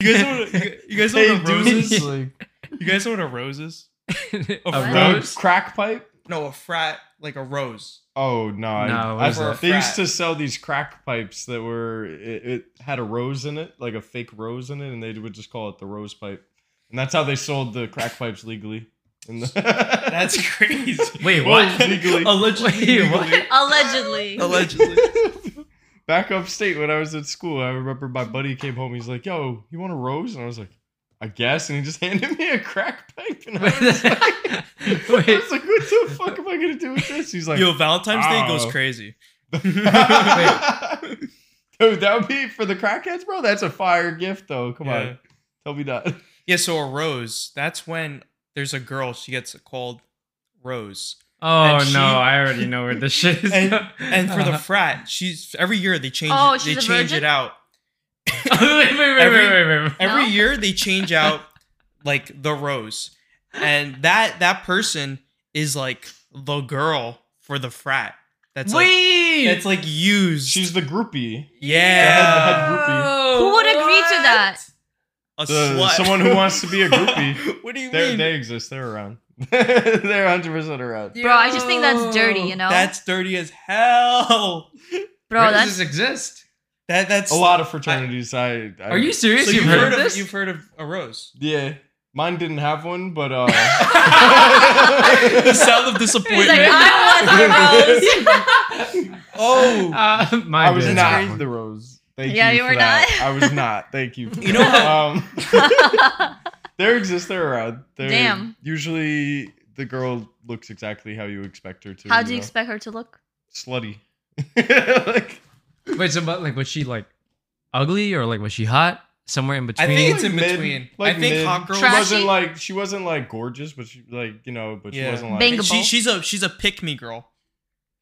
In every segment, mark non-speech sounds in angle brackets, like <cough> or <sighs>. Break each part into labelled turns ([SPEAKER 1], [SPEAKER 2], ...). [SPEAKER 1] You guys know
[SPEAKER 2] <laughs>
[SPEAKER 1] what, you, you guys know
[SPEAKER 2] Hey,
[SPEAKER 1] what a rose
[SPEAKER 3] <laughs>
[SPEAKER 2] dude, <laughs>
[SPEAKER 1] is?
[SPEAKER 2] like,
[SPEAKER 1] You guys know what a rose is?
[SPEAKER 3] A
[SPEAKER 1] A
[SPEAKER 2] a
[SPEAKER 3] rose?
[SPEAKER 2] crack pipe?
[SPEAKER 1] No, a frat, like a rose.
[SPEAKER 2] Oh no! I-
[SPEAKER 3] No, what
[SPEAKER 2] I,
[SPEAKER 3] is that?
[SPEAKER 2] they used
[SPEAKER 1] Frat.
[SPEAKER 2] to sell these crack pipes that were it, it had a rose in it, like a fake rose in it, and they would just call it the rose pipe, and that's how they sold the crack pipes legally. In the
[SPEAKER 1] <laughs> That's
[SPEAKER 2] <laughs>
[SPEAKER 1] crazy.
[SPEAKER 3] Wait,
[SPEAKER 2] Well,
[SPEAKER 3] what? <laughs>
[SPEAKER 2] legally.
[SPEAKER 1] Allegedly.
[SPEAKER 3] Wait, what?
[SPEAKER 1] legally.
[SPEAKER 4] Allegedly.
[SPEAKER 1] Allegedly.
[SPEAKER 2] Back upstate when I was at school, I remember my buddy came home. He's like, "Yo, you want a rose?" And I was like, "I guess." And he just <laughs> handed me a crack pipe, and I
[SPEAKER 1] <laughs>
[SPEAKER 2] was like, I
[SPEAKER 3] <laughs> Wait.
[SPEAKER 2] was like, "What the fuck am I gonna do with this?" He's <laughs> like,
[SPEAKER 1] Yo, Valentine's Day goes
[SPEAKER 2] Oh.
[SPEAKER 1] crazy.
[SPEAKER 2] <laughs> Dude, that would be for the crackheads, bro. That's a fire gift, though. Come
[SPEAKER 1] Yeah.
[SPEAKER 2] on, tell me that.
[SPEAKER 1] Yeah, so a rose, that's when there's a girl, she gets called Rose.
[SPEAKER 3] Oh
[SPEAKER 1] And she-
[SPEAKER 3] no, I already know where this shit is.
[SPEAKER 1] And,
[SPEAKER 3] going.
[SPEAKER 1] and for the frat, she's every year they change
[SPEAKER 4] Oh,
[SPEAKER 1] it, they
[SPEAKER 4] she's a
[SPEAKER 1] change
[SPEAKER 4] virgin?
[SPEAKER 1] it out.
[SPEAKER 3] <laughs> wait, wait, wait,
[SPEAKER 1] every-
[SPEAKER 3] wait, wait, wait.
[SPEAKER 1] Every
[SPEAKER 4] No?
[SPEAKER 1] year they change out like the rose. And that that person is like the girl for the frat. That's like
[SPEAKER 3] wait.
[SPEAKER 1] that's like used.
[SPEAKER 2] She's the groupie.
[SPEAKER 1] yeah.
[SPEAKER 2] <laughs> head groupie.
[SPEAKER 4] Who would agree to that?
[SPEAKER 1] A
[SPEAKER 2] The-
[SPEAKER 1] slut.
[SPEAKER 2] someone who wants to be
[SPEAKER 1] <laughs>
[SPEAKER 2] a groupie.
[SPEAKER 1] what do you
[SPEAKER 2] They're,
[SPEAKER 1] mean?
[SPEAKER 2] they exist. They're around. <laughs> They're hundred percent around.
[SPEAKER 4] Bro, I just think that's dirty, you know?
[SPEAKER 1] That's dirty as hell.
[SPEAKER 4] Bro,
[SPEAKER 3] Where
[SPEAKER 4] that's
[SPEAKER 3] does this exist?
[SPEAKER 1] That that's
[SPEAKER 2] A lot of fraternities. I, I
[SPEAKER 3] Are you serious?
[SPEAKER 1] So
[SPEAKER 3] you've, heard, of this? <laughs>
[SPEAKER 1] You've heard of a rose.
[SPEAKER 2] Yeah, mine didn't have one, but
[SPEAKER 1] <laughs>
[SPEAKER 2] uh,
[SPEAKER 1] the sound of disappointment.
[SPEAKER 4] He's like, I want the rose.
[SPEAKER 1] oh,
[SPEAKER 3] Uh, my
[SPEAKER 2] I was
[SPEAKER 3] bad.
[SPEAKER 2] not the rose. Thank
[SPEAKER 4] Yeah,
[SPEAKER 2] you,
[SPEAKER 4] you
[SPEAKER 2] for
[SPEAKER 4] were
[SPEAKER 2] that.
[SPEAKER 4] not.
[SPEAKER 2] I was not. Thank
[SPEAKER 4] <laughs>
[SPEAKER 2] you. Um, For
[SPEAKER 1] You
[SPEAKER 2] that.
[SPEAKER 1] know what?
[SPEAKER 2] Um, They exist. They're around. They're
[SPEAKER 4] Damn.
[SPEAKER 2] uh, Usually, the girl looks exactly how you expect her to.
[SPEAKER 4] How do you
[SPEAKER 2] know?
[SPEAKER 4] expect her to look?
[SPEAKER 2] Slutty. <laughs> like,
[SPEAKER 3] Wait, so but like was she like ugly or like was she hot? Somewhere in
[SPEAKER 1] I
[SPEAKER 3] between.
[SPEAKER 1] think it's
[SPEAKER 2] Like
[SPEAKER 1] in
[SPEAKER 2] mid-
[SPEAKER 1] between.
[SPEAKER 2] like
[SPEAKER 1] I think
[SPEAKER 2] mid-
[SPEAKER 1] hot girls.
[SPEAKER 2] she
[SPEAKER 4] Trashy?
[SPEAKER 2] wasn't like she wasn't like gorgeous, but she like you know, but she
[SPEAKER 1] Yeah.
[SPEAKER 2] wasn't like.
[SPEAKER 4] Bang-
[SPEAKER 1] She,
[SPEAKER 4] Bangable.
[SPEAKER 1] she's a she's a pick me girl.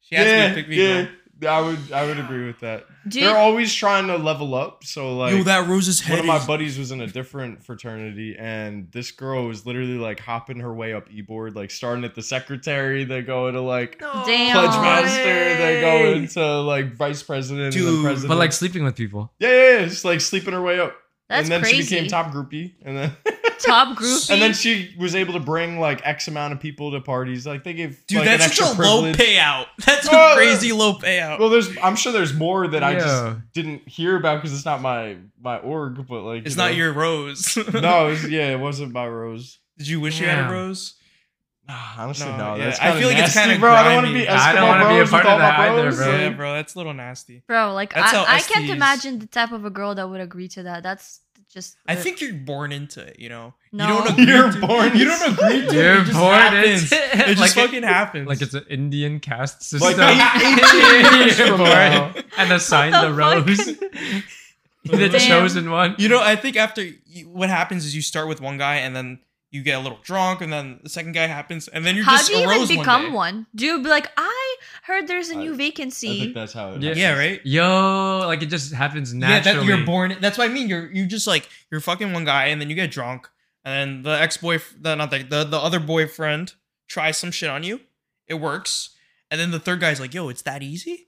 [SPEAKER 1] She has to
[SPEAKER 2] yeah,
[SPEAKER 1] be a pick me
[SPEAKER 2] yeah.
[SPEAKER 1] girl.
[SPEAKER 2] I would I would agree with that.
[SPEAKER 4] Do
[SPEAKER 2] They're
[SPEAKER 4] you,
[SPEAKER 2] always trying to level up. So like.
[SPEAKER 1] Yo, that rose's
[SPEAKER 2] one
[SPEAKER 1] head.
[SPEAKER 2] of my
[SPEAKER 1] is-
[SPEAKER 2] buddies was in a different fraternity, and this girl was literally like hopping her way up e-board, like starting at the secretary, then going to like
[SPEAKER 4] damn.
[SPEAKER 2] pledge master, then going to like vice president, and
[SPEAKER 1] Dude,
[SPEAKER 2] then
[SPEAKER 1] but,
[SPEAKER 2] president.
[SPEAKER 3] but like sleeping with people.
[SPEAKER 2] Yeah, yeah, yeah. Just like sleeping her way up.
[SPEAKER 4] That's
[SPEAKER 2] and then
[SPEAKER 4] crazy.
[SPEAKER 2] she became top groupie. And then
[SPEAKER 4] <laughs>
[SPEAKER 2] <laughs>
[SPEAKER 4] Top groupie.
[SPEAKER 2] and then she was able to bring like X amount of people to parties. Like they gave
[SPEAKER 1] Dude,
[SPEAKER 2] like, an
[SPEAKER 1] that's
[SPEAKER 2] extra
[SPEAKER 1] such a low
[SPEAKER 2] privilege.
[SPEAKER 1] payout. <laughs> That's a
[SPEAKER 2] Oh,
[SPEAKER 1] crazy low payout.
[SPEAKER 2] Well, there's I'm sure there's more that I
[SPEAKER 3] Yeah.
[SPEAKER 2] just didn't hear about because it's not my my org, but like
[SPEAKER 1] it's
[SPEAKER 2] you
[SPEAKER 1] not
[SPEAKER 2] know.
[SPEAKER 1] your rose. <laughs>
[SPEAKER 2] No, it was, yeah, it wasn't my rose.
[SPEAKER 1] Did you wish you had
[SPEAKER 3] Damn.
[SPEAKER 1] a rose?
[SPEAKER 2] Nah, honestly,
[SPEAKER 1] No,
[SPEAKER 2] no.
[SPEAKER 1] yeah.
[SPEAKER 2] That's
[SPEAKER 1] I
[SPEAKER 2] kinda
[SPEAKER 1] feel like it's
[SPEAKER 2] nasty,
[SPEAKER 1] kinda
[SPEAKER 2] bro. I don't want to
[SPEAKER 1] grimy.
[SPEAKER 2] be Eskimo
[SPEAKER 3] I don't wanna be a
[SPEAKER 2] bros
[SPEAKER 3] part
[SPEAKER 2] with
[SPEAKER 3] of
[SPEAKER 2] all
[SPEAKER 3] that
[SPEAKER 2] my
[SPEAKER 3] either,
[SPEAKER 2] bros.
[SPEAKER 3] bro.
[SPEAKER 1] Yeah,
[SPEAKER 2] Like,
[SPEAKER 3] <laughs>
[SPEAKER 1] bro, that's a little nasty.
[SPEAKER 4] Bro, like
[SPEAKER 1] That's how
[SPEAKER 4] I, I can't
[SPEAKER 1] STs.
[SPEAKER 4] imagine the type of a girl that would agree to that. That's just.
[SPEAKER 1] I
[SPEAKER 4] ugh.
[SPEAKER 1] think you're born into it, you know.
[SPEAKER 4] No.
[SPEAKER 1] You don't agree
[SPEAKER 2] <laughs> You're
[SPEAKER 1] to,
[SPEAKER 2] born
[SPEAKER 1] You
[SPEAKER 3] <laughs>
[SPEAKER 1] don't agree <laughs> to it.
[SPEAKER 3] You're
[SPEAKER 1] It just
[SPEAKER 3] born <laughs>
[SPEAKER 1] happens.
[SPEAKER 3] into it.
[SPEAKER 1] It just
[SPEAKER 3] Like it-
[SPEAKER 1] fucking happens.
[SPEAKER 3] Like it's an Indian caste
[SPEAKER 2] Like
[SPEAKER 3] system. <laughs>
[SPEAKER 2] eight, eight years from now.
[SPEAKER 3] and assigned
[SPEAKER 4] What
[SPEAKER 3] the,
[SPEAKER 4] the
[SPEAKER 1] <laughs>
[SPEAKER 3] rose. the
[SPEAKER 4] Damn.
[SPEAKER 3] chosen one.
[SPEAKER 1] You know, I think after you, what happens is you start with one guy and then you get a little drunk and then the second guy happens and then you're
[SPEAKER 4] How
[SPEAKER 1] just
[SPEAKER 4] do you
[SPEAKER 1] a
[SPEAKER 4] even
[SPEAKER 1] rose
[SPEAKER 4] become
[SPEAKER 1] one,
[SPEAKER 4] one, Do you be like, I heard there's a new
[SPEAKER 2] I I
[SPEAKER 4] vacancy?
[SPEAKER 2] think that's how it.
[SPEAKER 3] Yeah.
[SPEAKER 1] day.
[SPEAKER 2] happens.
[SPEAKER 1] Yeah, right?
[SPEAKER 3] Yo, like it just happens
[SPEAKER 1] Yeah,
[SPEAKER 3] naturally.
[SPEAKER 1] that you're born. That's what I mean. You're you just like you're fucking one guy and then you get drunk and then the ex boy the not the, the the other boyfriend tries some shit on you. It works. And then the third guy's like, "Yo, it's that easy?"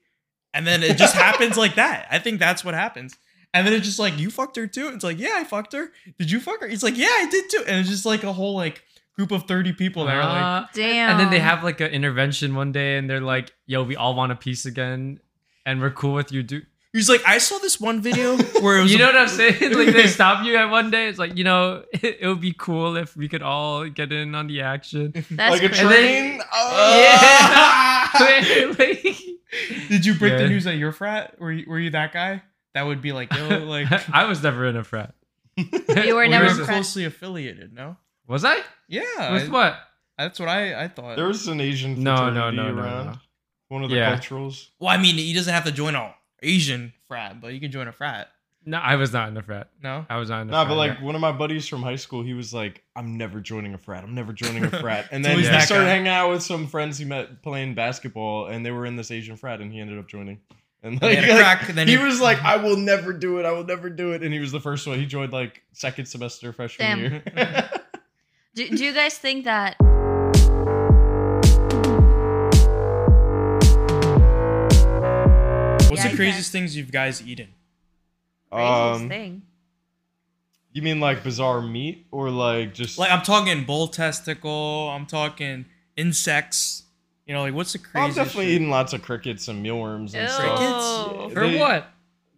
[SPEAKER 1] And then
[SPEAKER 3] <laughs>
[SPEAKER 1] it just happens like that. I think that's what happens. And then it's just like, "You fucked her too?" It's like, "Yeah, I fucked her." Did you fuck her? He's like, "Yeah, I did too." And it's just like a whole like group of 30 people that are like
[SPEAKER 3] Ah,
[SPEAKER 4] Damn.
[SPEAKER 3] and then they have like an intervention one day, and they're like, "Yo, we all want a piece again, and we're cool with you." Do
[SPEAKER 1] He's like, I saw this one video
[SPEAKER 3] <laughs>
[SPEAKER 1] where it was
[SPEAKER 3] you
[SPEAKER 1] a-
[SPEAKER 3] know what I'm saying?
[SPEAKER 1] <laughs>
[SPEAKER 3] like they stop you at one day. It's like you know, <laughs> it, it would be cool if we could all get in on the action.
[SPEAKER 1] <laughs>
[SPEAKER 3] <laughs>
[SPEAKER 4] That's
[SPEAKER 2] like a
[SPEAKER 4] crazy.
[SPEAKER 3] And then-
[SPEAKER 2] train.
[SPEAKER 1] Oh.
[SPEAKER 3] <laughs>
[SPEAKER 2] Ah.
[SPEAKER 1] Did you break
[SPEAKER 3] Yeah.
[SPEAKER 1] the news at your frat? Were you, were you that guy? That would be like, <laughs> yo, like
[SPEAKER 3] <laughs> I was never in a frat.
[SPEAKER 4] <laughs>
[SPEAKER 3] <laughs>
[SPEAKER 4] You were
[SPEAKER 1] we
[SPEAKER 4] never in
[SPEAKER 1] were
[SPEAKER 4] a frat.
[SPEAKER 1] closely affiliated. No,
[SPEAKER 3] Was I?
[SPEAKER 1] yeah,
[SPEAKER 3] With
[SPEAKER 1] I-
[SPEAKER 3] what?
[SPEAKER 1] that's what I I thought.
[SPEAKER 2] There was an Asian
[SPEAKER 3] No, no,
[SPEAKER 2] fraternity
[SPEAKER 3] no, no,
[SPEAKER 2] around.
[SPEAKER 3] no.
[SPEAKER 2] One of the
[SPEAKER 3] Yeah.
[SPEAKER 2] culturals.
[SPEAKER 1] well, I mean, he doesn't have to join an Asian frat, but you can join a frat.
[SPEAKER 3] No, I was not in a frat.
[SPEAKER 1] <laughs> No,
[SPEAKER 3] I was not in a
[SPEAKER 2] Nah,
[SPEAKER 3] frat.
[SPEAKER 2] but like
[SPEAKER 3] yeah.
[SPEAKER 2] one of my buddies from high school, he was like, "I'm never joining a frat. I'm never joining a
[SPEAKER 3] <laughs>
[SPEAKER 2] frat." And
[SPEAKER 1] It's
[SPEAKER 2] then he
[SPEAKER 1] always that
[SPEAKER 2] started
[SPEAKER 1] guy.
[SPEAKER 2] hanging out with some friends he met playing basketball, and they were in this Asian frat, and he ended up joining. And
[SPEAKER 1] They
[SPEAKER 2] like,
[SPEAKER 1] had a crack, and then
[SPEAKER 2] he
[SPEAKER 1] he-
[SPEAKER 2] was like, "I will never do it. I will never do it." And he was the first one. He joined like second semester freshman
[SPEAKER 4] Damn. <laughs>
[SPEAKER 2] year.
[SPEAKER 4] Do, do you guys think that?
[SPEAKER 1] what's
[SPEAKER 4] Yeah,
[SPEAKER 1] the
[SPEAKER 4] I
[SPEAKER 1] craziest things you've guys eaten?
[SPEAKER 2] <laughs>
[SPEAKER 4] Craziest
[SPEAKER 2] um,
[SPEAKER 4] thing.
[SPEAKER 2] You mean like bizarre meat or like just
[SPEAKER 1] Like I'm talking bull testicle. I'm talking insects. You know, like what's the crazy?
[SPEAKER 2] I'm definitely eating lots of crickets and mealworms and
[SPEAKER 4] Ew.
[SPEAKER 2] stuff.
[SPEAKER 1] Crickets?
[SPEAKER 4] Oh.
[SPEAKER 3] For
[SPEAKER 2] They- <laughs>
[SPEAKER 3] what?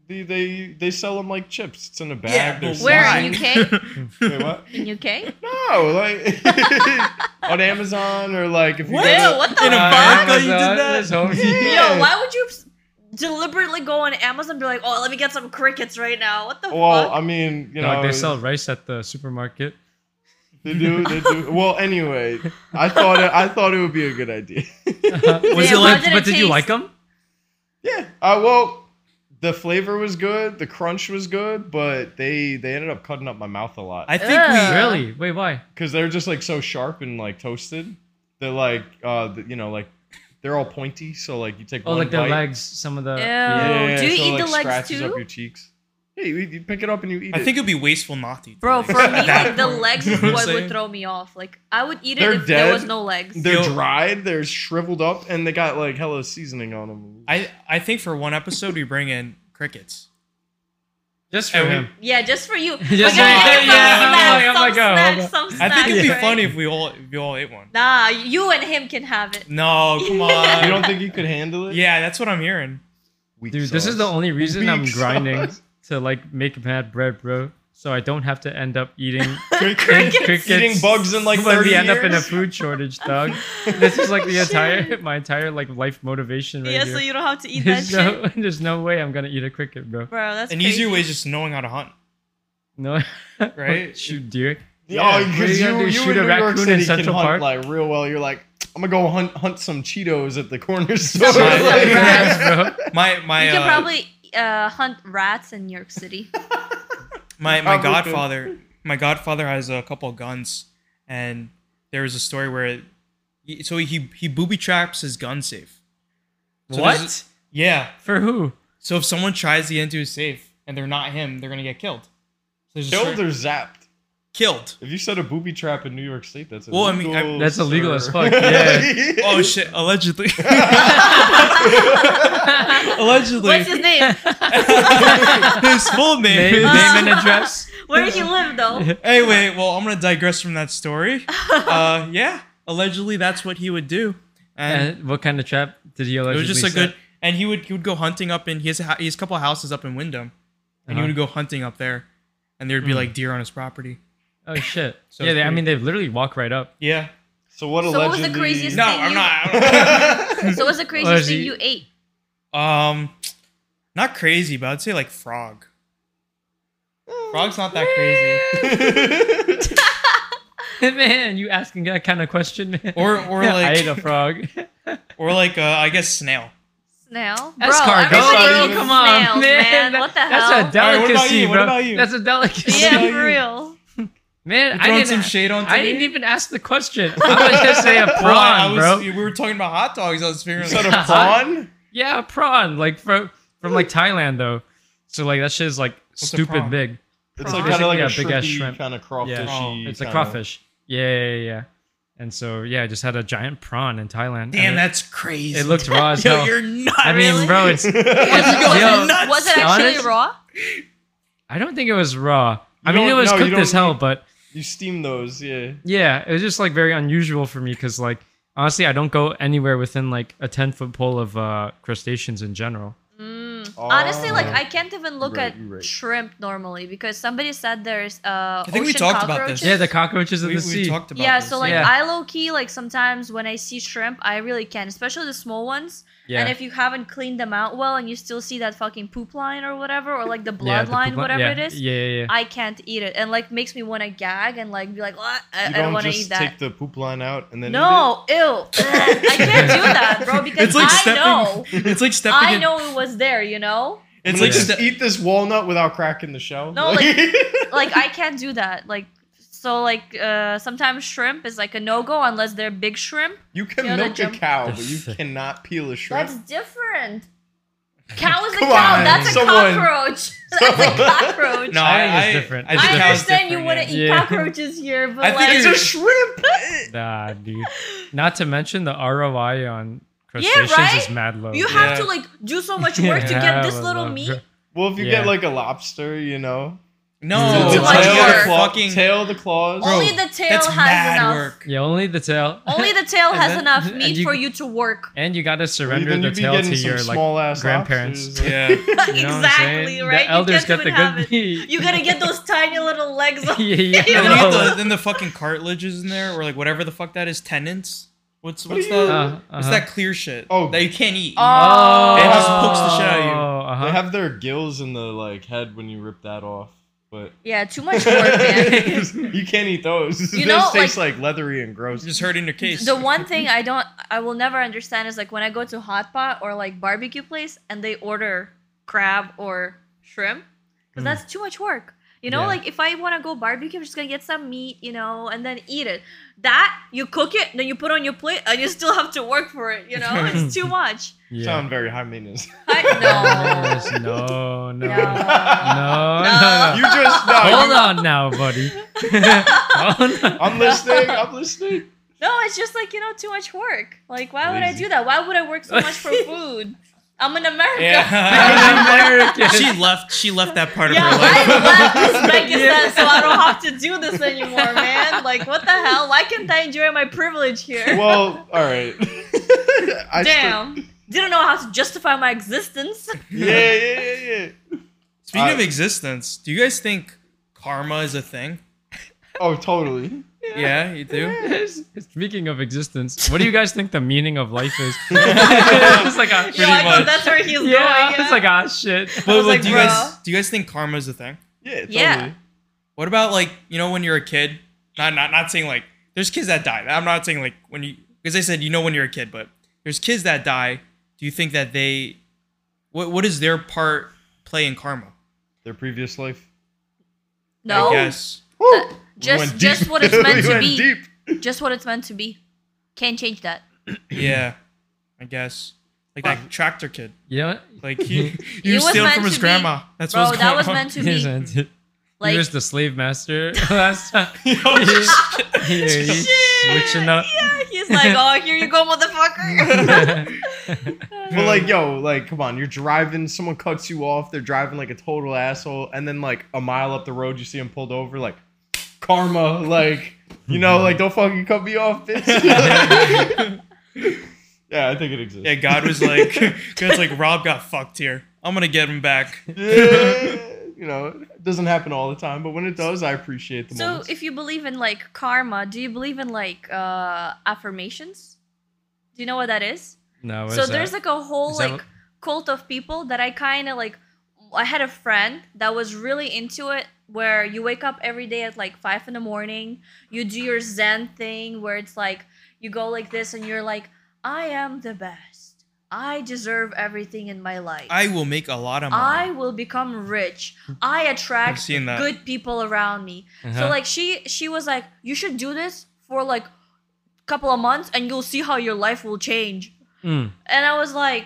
[SPEAKER 2] They, they they sell them like chips. It's in a bag.
[SPEAKER 1] Yeah,
[SPEAKER 2] They're
[SPEAKER 1] but
[SPEAKER 4] Where
[SPEAKER 1] why?
[SPEAKER 4] are
[SPEAKER 1] <laughs>
[SPEAKER 4] you, Kate?
[SPEAKER 2] sliced. Wait, what?
[SPEAKER 4] In UK?
[SPEAKER 2] No, like <laughs> on Amazon or like if you
[SPEAKER 1] What?
[SPEAKER 2] go to-
[SPEAKER 4] Ew, what the
[SPEAKER 1] In
[SPEAKER 3] Uh,
[SPEAKER 4] fuck?
[SPEAKER 1] America, you did
[SPEAKER 3] Amazon,
[SPEAKER 1] that?
[SPEAKER 2] <laughs>
[SPEAKER 3] there's Home <laughs>
[SPEAKER 2] Yeah.
[SPEAKER 4] Yo, why would you s- deliberately go on Amazon and be like, oh, let me get some crickets right now? What the
[SPEAKER 2] Well,
[SPEAKER 4] fuck?
[SPEAKER 2] I mean, you
[SPEAKER 3] No,
[SPEAKER 2] know,
[SPEAKER 3] they sell rice at
[SPEAKER 2] <laughs>
[SPEAKER 3] the supermarket. <laughs>
[SPEAKER 2] they do, they
[SPEAKER 4] <laughs>
[SPEAKER 2] do. Well, anyway, I thought it, I thought it would be a good idea.
[SPEAKER 3] was
[SPEAKER 4] Yeah,
[SPEAKER 3] it
[SPEAKER 4] how
[SPEAKER 3] like?
[SPEAKER 4] did it
[SPEAKER 3] But did you
[SPEAKER 4] taste?
[SPEAKER 3] like them?
[SPEAKER 2] Yeah. Uh, well, the flavor was good, the crunch was good, but they they ended up cutting up my mouth a lot
[SPEAKER 1] I think
[SPEAKER 4] Ugh.
[SPEAKER 1] we.
[SPEAKER 3] Really? Wait, why?
[SPEAKER 2] because they're just like so sharp and like toasted. They're like, uh, the, you know, like they're all pointy. So like you take
[SPEAKER 3] Oh,
[SPEAKER 2] one
[SPEAKER 3] like their
[SPEAKER 2] bite,
[SPEAKER 3] legs. Some of the.
[SPEAKER 4] Ew.
[SPEAKER 2] Yeah,
[SPEAKER 4] Oh, Do you
[SPEAKER 2] so,
[SPEAKER 4] eat
[SPEAKER 2] like,
[SPEAKER 4] the legs
[SPEAKER 2] scratches
[SPEAKER 4] too?
[SPEAKER 2] up your cheeks. Yeah, you, you pick it up and you eat
[SPEAKER 1] I
[SPEAKER 2] it.
[SPEAKER 1] think it'd be wasteful not to. eat the
[SPEAKER 2] <laughs>
[SPEAKER 4] Bro,
[SPEAKER 1] legs.
[SPEAKER 4] for me,
[SPEAKER 1] At that
[SPEAKER 4] like the
[SPEAKER 1] point.
[SPEAKER 4] legs
[SPEAKER 1] You
[SPEAKER 4] is
[SPEAKER 1] know
[SPEAKER 4] what
[SPEAKER 1] I'm
[SPEAKER 4] would
[SPEAKER 1] saying?
[SPEAKER 4] throw me off. Like I would eat it
[SPEAKER 2] They're
[SPEAKER 4] if there was
[SPEAKER 2] dead.
[SPEAKER 4] no legs.
[SPEAKER 2] they're
[SPEAKER 1] Yo.
[SPEAKER 2] dried, they're shriveled up, and they got like hella seasoning on them.
[SPEAKER 1] I I think for one episode we bring in crickets.
[SPEAKER 3] Just for
[SPEAKER 1] And we-
[SPEAKER 3] him.
[SPEAKER 4] Yeah, just for you. Just
[SPEAKER 3] <laughs> Just for you. Yeah, I'm like, I'm like, oh,
[SPEAKER 4] snack,
[SPEAKER 3] okay.
[SPEAKER 4] some
[SPEAKER 1] I
[SPEAKER 4] snack,
[SPEAKER 1] think it'd be
[SPEAKER 4] right?
[SPEAKER 1] funny if we all if we all ate one.
[SPEAKER 4] Nah, you and him can have it.
[SPEAKER 1] No,
[SPEAKER 4] <laughs>
[SPEAKER 1] come on.
[SPEAKER 2] you don't think you could handle it?
[SPEAKER 1] yeah, that's what I'm hearing.
[SPEAKER 2] Weak
[SPEAKER 3] Dude, this is the
[SPEAKER 2] sauce.
[SPEAKER 3] only reason I'm
[SPEAKER 2] Weak
[SPEAKER 3] grinding
[SPEAKER 2] sauce.
[SPEAKER 3] to like make mad bread, bro. So I don't have to end up
[SPEAKER 2] <laughs>
[SPEAKER 3] eating
[SPEAKER 2] <laughs> Crickets. Eating bugs in like
[SPEAKER 3] <laughs> when
[SPEAKER 2] 30
[SPEAKER 3] we end up in a
[SPEAKER 2] years?
[SPEAKER 3] food
[SPEAKER 4] <laughs>
[SPEAKER 3] shortage, dog. This is like the entire
[SPEAKER 4] Shit.
[SPEAKER 3] my entire like life motivation right
[SPEAKER 4] yeah,
[SPEAKER 3] here.
[SPEAKER 4] so you don't have to eat that
[SPEAKER 3] there's
[SPEAKER 4] shit,
[SPEAKER 3] no, <laughs> there's no way I'm gonna eat a cricket, bro.
[SPEAKER 4] bro. That's
[SPEAKER 1] An
[SPEAKER 4] crazy.
[SPEAKER 1] easier way is just knowing how to hunt.
[SPEAKER 3] No, <laughs>
[SPEAKER 1] Right?
[SPEAKER 3] Shoot
[SPEAKER 1] <laughs>
[SPEAKER 3] deer.
[SPEAKER 2] Yeah,
[SPEAKER 3] Yeah,
[SPEAKER 2] because
[SPEAKER 3] we
[SPEAKER 2] you,
[SPEAKER 3] gotta do
[SPEAKER 2] you, in
[SPEAKER 3] shoot a
[SPEAKER 2] New York
[SPEAKER 3] raccoon in
[SPEAKER 2] City
[SPEAKER 3] Central
[SPEAKER 2] can hunt
[SPEAKER 3] Park.
[SPEAKER 2] like real well. You're like, I'm gonna go hunt hunt some Cheetos at the corner <laughs> store.
[SPEAKER 4] Some
[SPEAKER 2] Like, <laughs>
[SPEAKER 1] Right.
[SPEAKER 3] Yes, bro.
[SPEAKER 1] My my
[SPEAKER 4] You can
[SPEAKER 1] uh,
[SPEAKER 4] probably uh, hunt rats in New
[SPEAKER 2] <laughs>
[SPEAKER 4] York City. <laughs>
[SPEAKER 1] my my
[SPEAKER 2] Probably could.
[SPEAKER 1] godfather my godfather has a couple of guns and there was a story where he, so he he booby traps his gun safe So there's
[SPEAKER 3] what?
[SPEAKER 1] yeah
[SPEAKER 3] For who?
[SPEAKER 1] so if someone tries to get into his safe and they're not him they're gonna get killed so there's a
[SPEAKER 2] Killed
[SPEAKER 1] certain-
[SPEAKER 2] or zapped?
[SPEAKER 1] killed
[SPEAKER 2] If you set a booby trap in New York State, that's illegal.
[SPEAKER 1] Well, I mean, I-
[SPEAKER 3] That's illegal
[SPEAKER 2] sir. <laughs>
[SPEAKER 3] as fuck, yeah.
[SPEAKER 1] oh shit allegedly allegedly
[SPEAKER 4] What's his
[SPEAKER 3] <laughs>
[SPEAKER 4] name?
[SPEAKER 1] <laughs> his full name
[SPEAKER 3] Name, name and
[SPEAKER 4] Uh.
[SPEAKER 3] address.
[SPEAKER 4] Where did he live though?
[SPEAKER 1] <laughs> anyway well i'm gonna digress from
[SPEAKER 3] <laughs>
[SPEAKER 1] that story uh yeah allegedly that's what he would do and
[SPEAKER 3] And what kind of trap did he
[SPEAKER 1] It
[SPEAKER 3] allegedly
[SPEAKER 1] was just a
[SPEAKER 3] set?
[SPEAKER 1] good, and he would he would go hunting up in he has a, hou- he has a couple of houses up in Wyndham, and
[SPEAKER 3] Uh-huh.
[SPEAKER 1] he would go hunting up there, and there'd be
[SPEAKER 3] Mm.
[SPEAKER 1] like deer on his property.
[SPEAKER 3] Oh shit!
[SPEAKER 1] <laughs> So
[SPEAKER 3] yeah,
[SPEAKER 1] it's
[SPEAKER 3] they, I
[SPEAKER 1] pretty-
[SPEAKER 3] mean they've literally walked right up. <laughs>
[SPEAKER 1] Yeah.
[SPEAKER 2] So what
[SPEAKER 4] So what was
[SPEAKER 2] allegedly?
[SPEAKER 4] the
[SPEAKER 2] <laughs>
[SPEAKER 4] craziest-
[SPEAKER 1] No,
[SPEAKER 4] Then
[SPEAKER 1] I'm
[SPEAKER 4] you-
[SPEAKER 1] not. I'm
[SPEAKER 4] So what's the
[SPEAKER 3] Or
[SPEAKER 4] craziest
[SPEAKER 3] is
[SPEAKER 4] thing
[SPEAKER 3] he-
[SPEAKER 4] you ate?
[SPEAKER 3] <laughs>
[SPEAKER 1] not- um, not crazy, but I'd say like frog. Frog's not that crazy.
[SPEAKER 3] man, you asking that kind of question, man?
[SPEAKER 1] Or
[SPEAKER 3] <laughs>
[SPEAKER 1] or
[SPEAKER 3] I ate
[SPEAKER 1] like
[SPEAKER 3] a frog. <laughs>
[SPEAKER 1] or like uh, I guess snail.
[SPEAKER 4] Snail. Bro,
[SPEAKER 3] Escargot.
[SPEAKER 4] everybody
[SPEAKER 2] Escargot,
[SPEAKER 4] eats
[SPEAKER 2] come
[SPEAKER 3] on,
[SPEAKER 4] snails, man.
[SPEAKER 3] man.
[SPEAKER 4] What the hell?
[SPEAKER 3] That's a
[SPEAKER 1] All right, what about
[SPEAKER 3] delicacy,
[SPEAKER 1] you? What
[SPEAKER 3] bro.
[SPEAKER 1] about you?
[SPEAKER 3] That's a delicacy,
[SPEAKER 1] What
[SPEAKER 4] yeah,
[SPEAKER 1] about you?
[SPEAKER 4] for real.
[SPEAKER 3] man.
[SPEAKER 1] You
[SPEAKER 3] I
[SPEAKER 1] throwing
[SPEAKER 3] didn't,
[SPEAKER 1] some shade on.
[SPEAKER 3] I
[SPEAKER 1] Tony?
[SPEAKER 3] didn't even ask the
[SPEAKER 1] <laughs>
[SPEAKER 3] question. I was just say a prawn,
[SPEAKER 1] Well, I, I was,
[SPEAKER 3] bro.
[SPEAKER 1] We were talking about hot dogs. I was figuring.
[SPEAKER 2] Instead
[SPEAKER 1] Like,
[SPEAKER 2] of prawn,
[SPEAKER 3] Yeah, a prawn, like from from like Thailand though. So like that shit is like
[SPEAKER 1] a
[SPEAKER 3] stupid
[SPEAKER 1] prawn?
[SPEAKER 3] big.
[SPEAKER 2] it's like
[SPEAKER 4] Prawn.
[SPEAKER 2] kind of like
[SPEAKER 3] Yeah,
[SPEAKER 2] a
[SPEAKER 3] big ass
[SPEAKER 2] shrimp,
[SPEAKER 3] shrimp.
[SPEAKER 2] kind of crawfishy.
[SPEAKER 1] Oh,
[SPEAKER 3] It's a
[SPEAKER 2] kinda- <laughs>
[SPEAKER 3] crawfish. Yeah, yeah, yeah. And so yeah, I just had a giant prawn in Thailand.
[SPEAKER 1] <laughs> Damn,
[SPEAKER 3] and it,
[SPEAKER 1] that's crazy.
[SPEAKER 3] it looked raw as
[SPEAKER 1] <laughs> Yo,
[SPEAKER 3] hell.
[SPEAKER 1] you're not.
[SPEAKER 3] I mean, bro, it's
[SPEAKER 4] Was it,
[SPEAKER 3] Yo,
[SPEAKER 1] nuts.
[SPEAKER 4] was it actually
[SPEAKER 3] Honest-
[SPEAKER 4] raw?
[SPEAKER 3] I don't think it was raw. I mean, it
[SPEAKER 2] don't-
[SPEAKER 3] was
[SPEAKER 2] no, you
[SPEAKER 3] cooked as
[SPEAKER 2] don't
[SPEAKER 3] hell,
[SPEAKER 2] need-
[SPEAKER 3] but
[SPEAKER 2] You steam those, yeah.
[SPEAKER 3] yeah, it was just like very unusual for me because like honestly, I don't go anywhere within like a ten foot pole of uh, crustaceans in general.
[SPEAKER 4] Mm. Honestly, like
[SPEAKER 2] Oh.
[SPEAKER 4] I can't even look
[SPEAKER 2] You're right,
[SPEAKER 4] at
[SPEAKER 2] you're right.
[SPEAKER 4] shrimp normally because somebody said there's uh.
[SPEAKER 1] I think we
[SPEAKER 4] ocean
[SPEAKER 1] talked about this.
[SPEAKER 4] cockroaches.
[SPEAKER 3] Yeah, the cockroaches in
[SPEAKER 1] we,
[SPEAKER 3] the
[SPEAKER 1] we
[SPEAKER 3] sea.
[SPEAKER 1] talked about.
[SPEAKER 4] yeah,
[SPEAKER 1] this.
[SPEAKER 4] so like
[SPEAKER 3] Yeah.
[SPEAKER 4] I low key like sometimes when I see shrimp, I really can, especially the small ones.
[SPEAKER 3] yeah,
[SPEAKER 4] And if you haven't cleaned them out well, and you still see that fucking poop line or whatever, or like the
[SPEAKER 3] Yeah,
[SPEAKER 4] blood
[SPEAKER 3] the
[SPEAKER 4] line,
[SPEAKER 3] poop li-
[SPEAKER 4] whatever
[SPEAKER 3] yeah,
[SPEAKER 4] it is,
[SPEAKER 3] Yeah, yeah, yeah.
[SPEAKER 4] I can't eat it, and like makes me want to gag and like be like, "Ah, I, I
[SPEAKER 2] You
[SPEAKER 4] don't
[SPEAKER 2] don't
[SPEAKER 4] want to
[SPEAKER 2] just
[SPEAKER 4] eat that.
[SPEAKER 2] take the poop line out and then
[SPEAKER 4] no, ew, Ugh, I can't do that, bro, because
[SPEAKER 1] It's like
[SPEAKER 4] I
[SPEAKER 1] stepping.
[SPEAKER 4] know,
[SPEAKER 1] It's like stepping.
[SPEAKER 4] I
[SPEAKER 1] in-
[SPEAKER 4] know it was there, you know.
[SPEAKER 1] It's
[SPEAKER 2] It's
[SPEAKER 1] like
[SPEAKER 2] like
[SPEAKER 3] Yeah.
[SPEAKER 2] just
[SPEAKER 1] ste-
[SPEAKER 2] eat this walnut without cracking the shell.
[SPEAKER 4] No,
[SPEAKER 2] <laughs>
[SPEAKER 4] like I can't do that. Like so, like uh, sometimes shrimp is like a no go unless they're big shrimp.
[SPEAKER 2] you can
[SPEAKER 4] you know, the
[SPEAKER 2] milk a
[SPEAKER 4] jump-
[SPEAKER 2] cow, but you cannot peel a shrimp.
[SPEAKER 4] That's different. Cow is a
[SPEAKER 2] Come
[SPEAKER 4] cow.
[SPEAKER 2] on,
[SPEAKER 4] That's a
[SPEAKER 2] someone-
[SPEAKER 4] cockroach. <laughs> That's a cockroach.
[SPEAKER 1] No,
[SPEAKER 3] I
[SPEAKER 1] I,
[SPEAKER 3] think it's
[SPEAKER 1] I,
[SPEAKER 3] different.
[SPEAKER 1] I,
[SPEAKER 3] It's
[SPEAKER 4] I
[SPEAKER 3] different.
[SPEAKER 1] think I was
[SPEAKER 4] understand you
[SPEAKER 1] different,
[SPEAKER 4] want to
[SPEAKER 1] yeah.
[SPEAKER 4] eat
[SPEAKER 3] Yeah.
[SPEAKER 4] cockroaches here, but
[SPEAKER 1] I think
[SPEAKER 4] like,
[SPEAKER 2] it's a shrimp.
[SPEAKER 4] <laughs>
[SPEAKER 3] Nah, dude. Not to mention the ROI on
[SPEAKER 4] Yeah,
[SPEAKER 3] crustaceans is
[SPEAKER 4] right?
[SPEAKER 3] mad low.
[SPEAKER 4] you
[SPEAKER 3] bro.
[SPEAKER 4] have
[SPEAKER 1] Yeah.
[SPEAKER 4] to
[SPEAKER 3] <laughs>
[SPEAKER 4] like do so much work to
[SPEAKER 3] Yeah,
[SPEAKER 4] get this
[SPEAKER 3] I
[SPEAKER 4] little
[SPEAKER 3] love
[SPEAKER 4] meat.
[SPEAKER 3] it.
[SPEAKER 2] well, if you
[SPEAKER 3] Yeah.
[SPEAKER 2] get like a lobster, you know,
[SPEAKER 1] No,
[SPEAKER 4] Oh, It's
[SPEAKER 1] it's
[SPEAKER 4] too much
[SPEAKER 1] like you gotta
[SPEAKER 4] work.
[SPEAKER 1] fucking.
[SPEAKER 2] tail, the claws.
[SPEAKER 1] Bro,
[SPEAKER 4] Only the tail
[SPEAKER 1] that's
[SPEAKER 4] has
[SPEAKER 1] mad
[SPEAKER 4] enough.
[SPEAKER 1] work.
[SPEAKER 3] <laughs> Yeah, only the tail.
[SPEAKER 4] Only <laughs> the tail
[SPEAKER 1] And
[SPEAKER 4] has
[SPEAKER 1] then-
[SPEAKER 4] enough
[SPEAKER 3] and
[SPEAKER 4] meat
[SPEAKER 3] you-
[SPEAKER 4] for you to <laughs> work.
[SPEAKER 3] <laughs> and you gotta
[SPEAKER 2] Well,
[SPEAKER 3] surrender
[SPEAKER 2] then
[SPEAKER 3] the
[SPEAKER 2] you'd be
[SPEAKER 3] tail
[SPEAKER 2] getting
[SPEAKER 3] to
[SPEAKER 2] some
[SPEAKER 3] your like.
[SPEAKER 2] small ass
[SPEAKER 3] grandparents.
[SPEAKER 2] <laughs>
[SPEAKER 1] Yeah.
[SPEAKER 3] <laughs> You know what I'm
[SPEAKER 4] exactly,
[SPEAKER 3] saying?
[SPEAKER 4] right?
[SPEAKER 3] The elders
[SPEAKER 4] you can't
[SPEAKER 3] got the
[SPEAKER 4] even have
[SPEAKER 3] good
[SPEAKER 4] it.
[SPEAKER 3] meat. <laughs>
[SPEAKER 4] You gotta get <laughs> those tiny little legs. on-
[SPEAKER 3] yeah,
[SPEAKER 4] You
[SPEAKER 1] And then, you
[SPEAKER 4] know?
[SPEAKER 1] get the, then the fucking cartilages in there, or like whatever the fuck that is, tendons. What's
[SPEAKER 2] What
[SPEAKER 1] what's
[SPEAKER 2] do you-
[SPEAKER 4] <laughs>
[SPEAKER 1] that?
[SPEAKER 3] Uh,
[SPEAKER 1] What's
[SPEAKER 3] uh-huh.
[SPEAKER 1] that clear shit?
[SPEAKER 2] Oh.
[SPEAKER 1] that you can't eat.
[SPEAKER 4] Oh,
[SPEAKER 1] It just pokes the shit out of you.
[SPEAKER 3] Uh-huh.
[SPEAKER 2] They have their gills in the like head when you rip that off, but
[SPEAKER 4] <laughs> yeah, too much <laughs> work, man.
[SPEAKER 2] <laughs> you can't eat those. <laughs>
[SPEAKER 4] You
[SPEAKER 2] those
[SPEAKER 4] know,
[SPEAKER 2] taste like, leathery and gross.
[SPEAKER 1] It's just hurting your case.
[SPEAKER 4] The one thing I don't, I will never understand is like when I go to hot pot or like barbecue place and they order crab or shrimp, because
[SPEAKER 3] Mm.
[SPEAKER 4] that's too much work. You know,
[SPEAKER 3] Yeah.
[SPEAKER 4] like if I want to go barbecue, I'm just gonna get some meat, you know, and then eat it. That you cook it, then you put on your plate, and you still have to work for it. You know, it's <laughs> too much.
[SPEAKER 2] Sound very high maintenance.
[SPEAKER 3] <laughs>
[SPEAKER 4] I
[SPEAKER 3] Yes,
[SPEAKER 4] know.
[SPEAKER 3] No, no, no,
[SPEAKER 2] <laughs>
[SPEAKER 4] No.
[SPEAKER 3] no,
[SPEAKER 4] No.
[SPEAKER 2] You just no.
[SPEAKER 3] Hold
[SPEAKER 2] you-
[SPEAKER 3] on now, buddy. <laughs>
[SPEAKER 2] <laughs>
[SPEAKER 3] Hold on.
[SPEAKER 2] I'm listening. I'm listening.
[SPEAKER 4] No, it's just like you know, too much work. Like, why would I
[SPEAKER 2] Lazy.
[SPEAKER 4] do that? Why would I work so much
[SPEAKER 3] <laughs>
[SPEAKER 4] for food? I'm an American. <laughs>
[SPEAKER 1] yeah. she left. She left that part
[SPEAKER 4] Yeah,
[SPEAKER 1] of her life.
[SPEAKER 4] I left Uzbekistan so I don't have to do this anymore, man. Like, what the hell? Why can't I enjoy my privilege <laughs> here?
[SPEAKER 2] Well, all right. <laughs> I still-
[SPEAKER 4] Damn. Didn't know how to justify my existence.
[SPEAKER 2] yeah, yeah, yeah, yeah. Uh,
[SPEAKER 1] Speaking
[SPEAKER 2] I-
[SPEAKER 1] of existence, do you guys think karma is a thing?
[SPEAKER 2] Oh, <laughs> totally.
[SPEAKER 1] Yeah, you do.
[SPEAKER 3] <laughs> Speaking of existence, what do you guys think the meaning of life
[SPEAKER 4] <laughs>
[SPEAKER 3] is? it's like a,
[SPEAKER 4] Yo,
[SPEAKER 1] Pretty
[SPEAKER 4] I know
[SPEAKER 1] much.
[SPEAKER 4] oh, that's where he's going.
[SPEAKER 3] yeah,
[SPEAKER 4] Yeah.
[SPEAKER 3] it's like ah shit.
[SPEAKER 1] But,
[SPEAKER 4] was
[SPEAKER 1] but
[SPEAKER 4] like,
[SPEAKER 1] do you
[SPEAKER 4] bro.
[SPEAKER 1] guys do you guys think karma is a thing?
[SPEAKER 2] Yeah, totally.
[SPEAKER 4] Yeah.
[SPEAKER 1] What about like you know when you're a kid? Not not not saying like there's kids that die. I'm not saying like when you because I said you know when you're a kid, but there's kids that die. Do you think that they what what is their part play in karma?
[SPEAKER 2] Their previous life.
[SPEAKER 4] no, Uh,
[SPEAKER 1] I guess.
[SPEAKER 2] Woo!
[SPEAKER 4] just-
[SPEAKER 2] went
[SPEAKER 4] just
[SPEAKER 2] deep. <laughs>
[SPEAKER 4] what it's meant
[SPEAKER 2] We
[SPEAKER 4] to
[SPEAKER 2] went
[SPEAKER 4] be.
[SPEAKER 2] Deep.
[SPEAKER 4] just what it's meant to be. Can't change that.
[SPEAKER 1] Yeah, I guess. Like that tractor kid.
[SPEAKER 3] Yeah,
[SPEAKER 1] Like he,
[SPEAKER 4] He
[SPEAKER 1] he,
[SPEAKER 4] was
[SPEAKER 1] was stealing
[SPEAKER 4] meant
[SPEAKER 1] from his
[SPEAKER 4] to be-
[SPEAKER 1] grandma. That's
[SPEAKER 4] Bro,
[SPEAKER 1] what's
[SPEAKER 4] that was
[SPEAKER 1] going on.
[SPEAKER 4] meant
[SPEAKER 3] <laughs>
[SPEAKER 4] to
[SPEAKER 3] he's
[SPEAKER 4] be.
[SPEAKER 3] anti-
[SPEAKER 4] Like, Oh,
[SPEAKER 3] he was the slave master <laughs> last
[SPEAKER 4] <laughs>
[SPEAKER 3] time.
[SPEAKER 2] <laughs> Oh,
[SPEAKER 3] He- he- he switching up. <laughs>
[SPEAKER 4] yeah, he's like, oh, here you go, motherfucker.
[SPEAKER 2] But
[SPEAKER 1] Hmm.
[SPEAKER 2] like, yo, like, come on, you're driving. Someone cuts you off. They're driving like a total asshole, and then like a mile up the road, you see him pulled over. Like, karma. Like, you know, like don't fucking cut me off,
[SPEAKER 1] <laughs>
[SPEAKER 2] bitch. <laughs> yeah, I think it exists.
[SPEAKER 1] Yeah, God was like, <laughs> God's like, Rob got fucked here. I'm gonna get him back.
[SPEAKER 2] Yeah, you know, it doesn't happen all the time, but when it does, I appreciate the
[SPEAKER 4] <laughs> so,
[SPEAKER 2] moments.
[SPEAKER 4] if you believe in like karma, do you believe in like uh affirmations? Do you know what that is?
[SPEAKER 3] No, what
[SPEAKER 4] so
[SPEAKER 3] is that?
[SPEAKER 4] there's like a whole
[SPEAKER 3] Is that
[SPEAKER 4] like cult of people that I kind of like. I had a friend that was really into it, where you wake up every day at like five in the morning. You do your Zen thing, where it's like you go like this, and you're like, "I am the best. I deserve everything in my life.
[SPEAKER 1] I will make a lot of
[SPEAKER 4] I
[SPEAKER 1] money.
[SPEAKER 4] will become rich. I
[SPEAKER 1] I've
[SPEAKER 4] attract
[SPEAKER 1] seen that.
[SPEAKER 4] good people around me." So
[SPEAKER 3] Uh-huh.
[SPEAKER 4] like she she was like, "You should do this for like couple of months, and you'll see how your life will change."
[SPEAKER 3] Mm,
[SPEAKER 4] And I was like,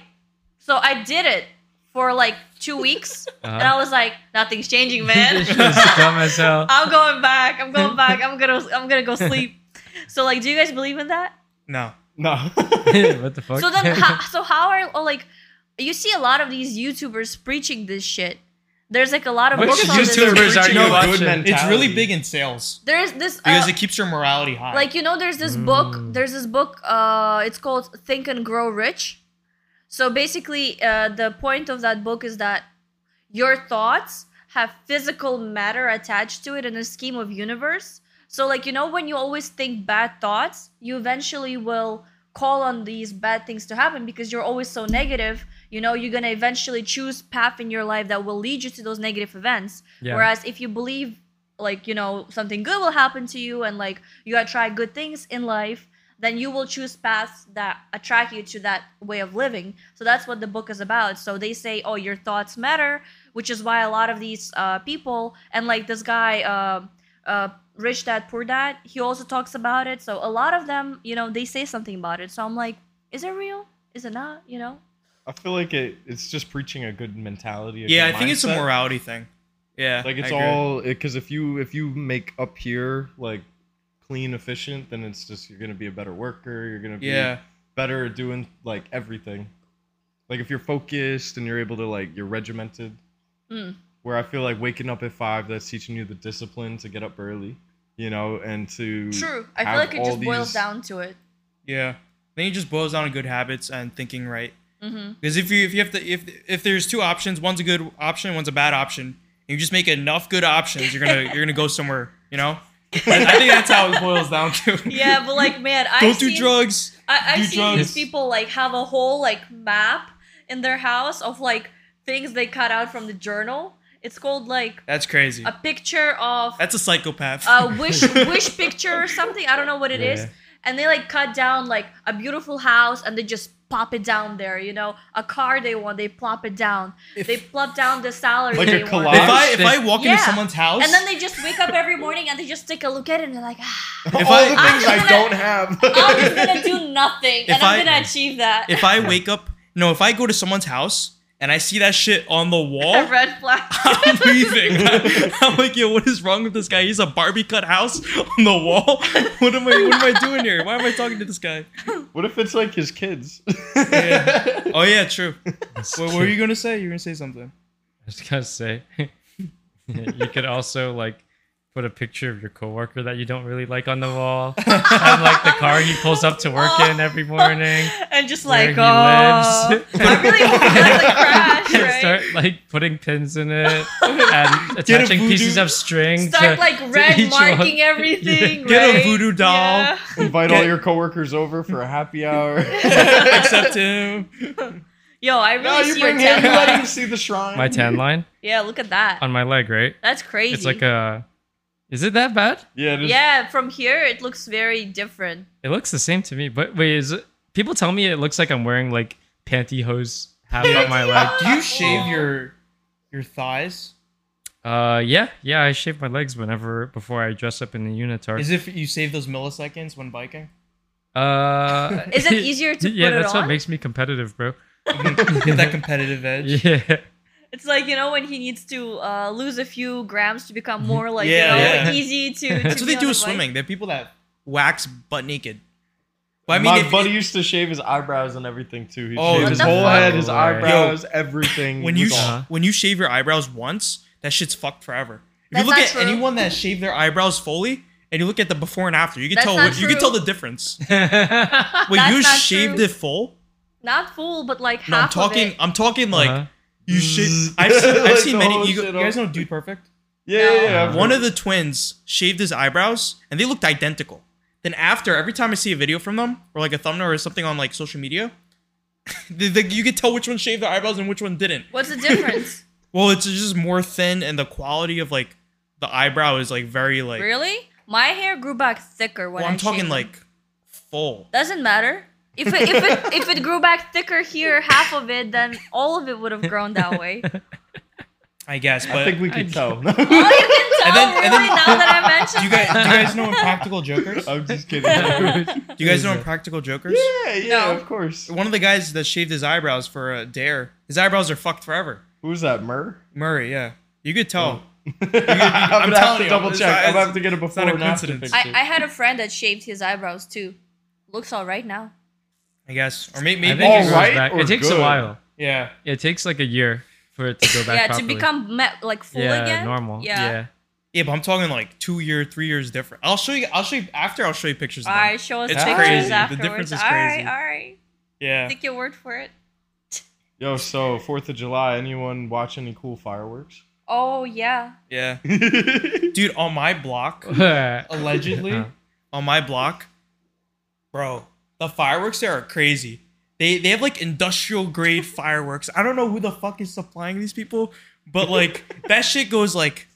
[SPEAKER 4] so I did it for like
[SPEAKER 3] <laughs>
[SPEAKER 4] two weeks. And
[SPEAKER 3] uh-huh.
[SPEAKER 4] I was like, nothing's
[SPEAKER 3] <laughs>
[SPEAKER 4] changing, man.
[SPEAKER 3] This is dumb as hell.
[SPEAKER 4] <laughs>
[SPEAKER 3] <laughs>
[SPEAKER 4] I'm going back. I'm going back. I'm gonna I'm gonna go sleep. So like, do you guys believe in that?
[SPEAKER 1] No. <laughs>
[SPEAKER 2] no.
[SPEAKER 3] what the fuck?
[SPEAKER 4] So
[SPEAKER 3] <laughs>
[SPEAKER 4] then, how, so how are oh, like, you see a lot of these YouTubers preaching this shit. There's like a lot of
[SPEAKER 3] Which
[SPEAKER 4] books on this.
[SPEAKER 3] YouTubers are
[SPEAKER 1] preaching
[SPEAKER 3] you
[SPEAKER 1] a good
[SPEAKER 3] watching?
[SPEAKER 2] mentality.
[SPEAKER 1] It's really big in sales
[SPEAKER 4] There's this uh,
[SPEAKER 1] because it keeps your morality high.
[SPEAKER 4] like you know there's this book
[SPEAKER 3] Mm.
[SPEAKER 4] there's this book uh it's called think and grow rich so basically uh the point of that book is that your thoughts have physical matter attached to it in a scheme of universe so like you know when you always think bad thoughts you eventually will call on these bad things to happen because you're always so negative you know you're going to eventually choose path in your life that will lead you to those negative events
[SPEAKER 3] Yeah.
[SPEAKER 4] Whereas if you believe, like, you know, something good will happen to you and, like, you gotta try good things in life, then you will choose paths that attract you to that way of living. So that's what the book is about. So they say, oh, your thoughts matter, which is why a lot of these uh, people, and like this guy, uh, uh, Rich Dad Poor Dad, he also talks about it. So a lot of them, you know, they say something about it. So I'm like, is it real? Is it not? You know?
[SPEAKER 2] I feel like it, it's just preaching a good mentality. a
[SPEAKER 1] yeah, I
[SPEAKER 2] good
[SPEAKER 1] think it's a
[SPEAKER 2] mindset.
[SPEAKER 1] morality thing. Yeah,
[SPEAKER 2] Like it's
[SPEAKER 1] I agree.
[SPEAKER 2] all because if you if you make up here like clean, efficient, then it's just you're gonna be a better worker. You're gonna be
[SPEAKER 1] Yeah,
[SPEAKER 2] better at doing like everything. Like if you're focused and you're able to like you're regimented.
[SPEAKER 4] Mm.
[SPEAKER 2] where I feel like waking up at five that's teaching you the discipline to get up early, you know, and to <laughs>
[SPEAKER 4] True. I feel
[SPEAKER 2] have
[SPEAKER 4] like it
[SPEAKER 2] all
[SPEAKER 4] just boils
[SPEAKER 2] these-
[SPEAKER 4] down to it.
[SPEAKER 1] Yeah. Then it just boils down to good habits and thinking right.
[SPEAKER 4] Mm-hmm.
[SPEAKER 1] Because if you if you have to if if there's two options, one's a good option, one's a bad option, and you just make enough good options, you're gonna you're gonna go somewhere, you <laughs> know. And I think that's how it boils down to.
[SPEAKER 4] Yeah, but like,
[SPEAKER 2] <laughs>
[SPEAKER 4] man, I
[SPEAKER 1] Don't do
[SPEAKER 4] seen,
[SPEAKER 1] drugs.
[SPEAKER 4] I,
[SPEAKER 1] do
[SPEAKER 4] I've seen
[SPEAKER 1] drugs.
[SPEAKER 4] people like have a whole like map in their house of like things they cut out from the journal. It's called like
[SPEAKER 1] That's crazy.
[SPEAKER 4] a picture of
[SPEAKER 1] That's a psychopath. <laughs>
[SPEAKER 4] a wish wish picture or something. I don't know what it is.
[SPEAKER 2] Yeah.
[SPEAKER 4] And they like cut down like a beautiful house and they just pop it down there. You know, a car they want, they plop it down. they plop down the salary
[SPEAKER 2] Like a
[SPEAKER 4] they want.
[SPEAKER 2] collage?
[SPEAKER 1] if I if I
[SPEAKER 3] They-
[SPEAKER 1] walk into
[SPEAKER 4] Yeah.
[SPEAKER 1] someone's house
[SPEAKER 4] And then they just wake up every morning and they just take a look at it and they're like, ah,
[SPEAKER 2] all
[SPEAKER 1] I-
[SPEAKER 2] the
[SPEAKER 4] I'm
[SPEAKER 2] things
[SPEAKER 4] just
[SPEAKER 2] I
[SPEAKER 4] gonna-
[SPEAKER 2] don't
[SPEAKER 4] <laughs>
[SPEAKER 2] have.
[SPEAKER 4] I'm just gonna do nothing
[SPEAKER 1] <laughs> If
[SPEAKER 4] and I'm
[SPEAKER 1] I-
[SPEAKER 4] gonna achieve that.
[SPEAKER 1] if I wake up, no, if I go to someone's house and I see that shit on
[SPEAKER 4] <laughs>
[SPEAKER 1] the wall,
[SPEAKER 4] a red flag.
[SPEAKER 1] <laughs> I'm leaving. I'm like, yo, what is wrong with this guy? He's a Barbie cut house on the wall. <laughs> What am I? What am I doing here? Why am I talking to this guy?
[SPEAKER 2] <laughs> what if it's like his kids?
[SPEAKER 1] Yeah. Oh yeah, true.
[SPEAKER 3] That's
[SPEAKER 1] What, what
[SPEAKER 3] true.
[SPEAKER 1] were you gonna say? You were gonna say something. <laughs>
[SPEAKER 3] <laughs> I was gonna say, you could also like put a picture of your coworker that you don't really like on the wall, and like the car he pulls up to work in
[SPEAKER 4] <laughs>
[SPEAKER 3] every morning,
[SPEAKER 4] and just
[SPEAKER 3] where
[SPEAKER 4] like,
[SPEAKER 3] he
[SPEAKER 4] oh,
[SPEAKER 1] <laughs>
[SPEAKER 4] I
[SPEAKER 3] lives.
[SPEAKER 4] really hope he doesn't crash,
[SPEAKER 3] and
[SPEAKER 4] right?
[SPEAKER 3] start like putting pins in it
[SPEAKER 4] <laughs>
[SPEAKER 3] and attaching
[SPEAKER 1] voodoo-
[SPEAKER 3] pieces of string.
[SPEAKER 4] Start
[SPEAKER 3] to-
[SPEAKER 4] like
[SPEAKER 3] to
[SPEAKER 4] red
[SPEAKER 3] each one.
[SPEAKER 4] marking everything.
[SPEAKER 1] <laughs> Get a
[SPEAKER 4] right?
[SPEAKER 1] voodoo doll.
[SPEAKER 4] Yeah.
[SPEAKER 2] <laughs> Invite all
[SPEAKER 1] Get-
[SPEAKER 2] your coworkers over for a
[SPEAKER 1] <laughs>
[SPEAKER 2] happy hour.
[SPEAKER 1] Except him.
[SPEAKER 4] Yo, I really
[SPEAKER 2] no, you
[SPEAKER 4] see your
[SPEAKER 2] bring him.
[SPEAKER 4] tan
[SPEAKER 2] You let
[SPEAKER 4] <laughs> line.
[SPEAKER 2] him see the shrine.
[SPEAKER 3] My
[SPEAKER 4] <laughs>
[SPEAKER 3] tan line
[SPEAKER 4] Yeah, look at that.
[SPEAKER 3] on my leg, right?
[SPEAKER 4] That's crazy.
[SPEAKER 3] It's like a. Is it that bad?
[SPEAKER 2] Yeah, it is.
[SPEAKER 4] yeah, from here it looks very different.
[SPEAKER 3] It looks the same to me, but wait, is it, people tell me it looks like I'm wearing like pantyhose half of
[SPEAKER 4] <laughs>
[SPEAKER 3] my leg.
[SPEAKER 1] Uh, Do you shave your your thighs?
[SPEAKER 3] Uh, yeah, yeah, I shave my legs whenever before I dress up in the unitard.
[SPEAKER 1] Is if you save those milliseconds when biking?
[SPEAKER 3] uh, <laughs>
[SPEAKER 4] Is it easier to
[SPEAKER 3] yeah,
[SPEAKER 4] put
[SPEAKER 3] that's
[SPEAKER 4] it
[SPEAKER 3] what
[SPEAKER 4] on?
[SPEAKER 3] makes me competitive,
[SPEAKER 2] <laughs>
[SPEAKER 3] bro. <laughs>
[SPEAKER 1] Get that competitive edge.
[SPEAKER 3] Yeah,
[SPEAKER 4] It's like you know when he needs to uh, lose a few grams to become more like
[SPEAKER 1] Yeah,
[SPEAKER 4] you know
[SPEAKER 1] yeah. <laughs>
[SPEAKER 4] like, easy to. to
[SPEAKER 1] Mm-hmm. That's what
[SPEAKER 4] be
[SPEAKER 1] they
[SPEAKER 4] on
[SPEAKER 1] do
[SPEAKER 4] the
[SPEAKER 1] with
[SPEAKER 4] bike. <laughs>
[SPEAKER 1] swimming. They're people that wax butt naked. But I mean,
[SPEAKER 2] my
[SPEAKER 1] if-
[SPEAKER 2] buddy used to shave his eyebrows and everything too. He
[SPEAKER 1] Oh,
[SPEAKER 2] shaved
[SPEAKER 1] what
[SPEAKER 2] his
[SPEAKER 4] the
[SPEAKER 2] whole
[SPEAKER 4] fuck?
[SPEAKER 2] head, his
[SPEAKER 3] Yo.
[SPEAKER 2] eyebrows, everything.
[SPEAKER 1] when you
[SPEAKER 2] was
[SPEAKER 1] sh-
[SPEAKER 2] all-
[SPEAKER 3] Uh-huh.
[SPEAKER 1] when you shave your eyebrows once, that shit's fucked forever. If
[SPEAKER 4] That's
[SPEAKER 1] you look
[SPEAKER 4] not
[SPEAKER 1] at
[SPEAKER 4] true.
[SPEAKER 1] anyone that shaved their eyebrows fully and you look at the before and after, you can
[SPEAKER 4] That's
[SPEAKER 1] tell
[SPEAKER 4] not
[SPEAKER 1] you can
[SPEAKER 4] true.
[SPEAKER 1] tell the
[SPEAKER 4] <laughs>
[SPEAKER 1] difference. Wait,
[SPEAKER 4] That's
[SPEAKER 1] you
[SPEAKER 4] not
[SPEAKER 1] shaved
[SPEAKER 4] true.
[SPEAKER 1] it full?
[SPEAKER 4] Not full, but like
[SPEAKER 1] No, I'm
[SPEAKER 4] half
[SPEAKER 1] talking.
[SPEAKER 4] of it.
[SPEAKER 1] I'm talking like
[SPEAKER 3] Uh-huh.
[SPEAKER 1] you shave.
[SPEAKER 2] <laughs> Zzz.
[SPEAKER 1] I've seen, I've
[SPEAKER 2] Like
[SPEAKER 1] seen
[SPEAKER 2] the
[SPEAKER 1] many.
[SPEAKER 2] whole
[SPEAKER 1] You,
[SPEAKER 2] shit
[SPEAKER 1] you guys know Dude Perfect.
[SPEAKER 2] yeah, yeah,
[SPEAKER 4] No.
[SPEAKER 2] yeah. I've
[SPEAKER 1] One
[SPEAKER 2] heard-
[SPEAKER 1] of the twins shaved his eyebrows and they looked identical. Then after, every time I see a video from them or like a thumbnail or something on like social media, <laughs> the, the, you could tell which one shaved their eyebrows and which one didn't.
[SPEAKER 4] What's the difference?
[SPEAKER 1] Well, it's just more thin, and the quality of like the eyebrow is like very <laughs> like.
[SPEAKER 4] really? My hair grew back thicker when
[SPEAKER 1] Well,
[SPEAKER 4] I
[SPEAKER 1] I'm talking
[SPEAKER 4] shaved them.
[SPEAKER 1] like full.
[SPEAKER 4] Doesn't matter. If it, if it if it grew back thicker here, half of it, then all of it would have grown that
[SPEAKER 1] <laughs>
[SPEAKER 4] way.
[SPEAKER 1] I guess, but
[SPEAKER 2] I think we
[SPEAKER 1] <laughs>
[SPEAKER 2] could tell.
[SPEAKER 4] Oh, you can tell
[SPEAKER 1] And then-
[SPEAKER 4] really
[SPEAKER 1] and then-
[SPEAKER 4] now that I mentioned
[SPEAKER 1] do you guys do
[SPEAKER 4] <laughs>
[SPEAKER 1] you guys know Impractical
[SPEAKER 2] <laughs> <laughs>
[SPEAKER 1] Jokers?
[SPEAKER 2] I'm just kidding.
[SPEAKER 1] <laughs>
[SPEAKER 2] yeah,
[SPEAKER 1] Do you guys know Impractical Jokers?
[SPEAKER 2] yeah, of course.
[SPEAKER 1] One of the guys that shaved his eyebrows for a dare, his eyebrows are fucked forever.
[SPEAKER 2] Who's that, <laughs> Mur?
[SPEAKER 1] Murray, yeah, you could tell.
[SPEAKER 2] I'm
[SPEAKER 1] I'm
[SPEAKER 2] gonna have
[SPEAKER 1] telling
[SPEAKER 2] to
[SPEAKER 1] you,
[SPEAKER 2] double
[SPEAKER 1] it's
[SPEAKER 2] check.
[SPEAKER 1] not-
[SPEAKER 2] I'm gonna have to get a before
[SPEAKER 1] not a
[SPEAKER 2] and after
[SPEAKER 1] coincidence.
[SPEAKER 2] picture.
[SPEAKER 4] I, I had a friend that shaved his eyebrows too. Looks all right now.
[SPEAKER 1] I guess, or maybe,
[SPEAKER 3] I
[SPEAKER 1] maybe
[SPEAKER 3] think it
[SPEAKER 2] All
[SPEAKER 3] goes
[SPEAKER 1] just-
[SPEAKER 2] right
[SPEAKER 3] back-
[SPEAKER 2] or
[SPEAKER 3] It takes a
[SPEAKER 2] good?
[SPEAKER 3] while.
[SPEAKER 1] yeah.
[SPEAKER 3] It takes like a year for it
[SPEAKER 4] <laughs>
[SPEAKER 3] to go back.
[SPEAKER 4] yeah,
[SPEAKER 3] properly.
[SPEAKER 4] to become me- like full
[SPEAKER 3] yeah
[SPEAKER 4] again.
[SPEAKER 3] normal.
[SPEAKER 4] Yeah.
[SPEAKER 3] Yeah,
[SPEAKER 1] Yeah, but I'm talking like two year, three years different. I'll show you. I'll show you after. I'll show you pictures. Of
[SPEAKER 4] All
[SPEAKER 1] them.
[SPEAKER 4] right, show us
[SPEAKER 1] It's
[SPEAKER 4] pictures
[SPEAKER 1] crazy. The
[SPEAKER 4] afterwards.
[SPEAKER 1] difference is
[SPEAKER 4] All right,
[SPEAKER 1] crazy.
[SPEAKER 4] all right.
[SPEAKER 1] Yeah.
[SPEAKER 4] Take your word for it.
[SPEAKER 2] Yo, so Fourth of July. Anyone watch any cool fireworks? <laughs>
[SPEAKER 4] Oh yeah.
[SPEAKER 1] Yeah.
[SPEAKER 2] Dude,
[SPEAKER 1] Dude, on my block, <laughs>
[SPEAKER 3] <laughs>
[SPEAKER 1] allegedly,
[SPEAKER 3] Uh-huh.
[SPEAKER 1] on my block, bro, the fireworks there are crazy. They they have like industrial grade fireworks. I don't know who the fuck is supplying these people, but like that shit goes like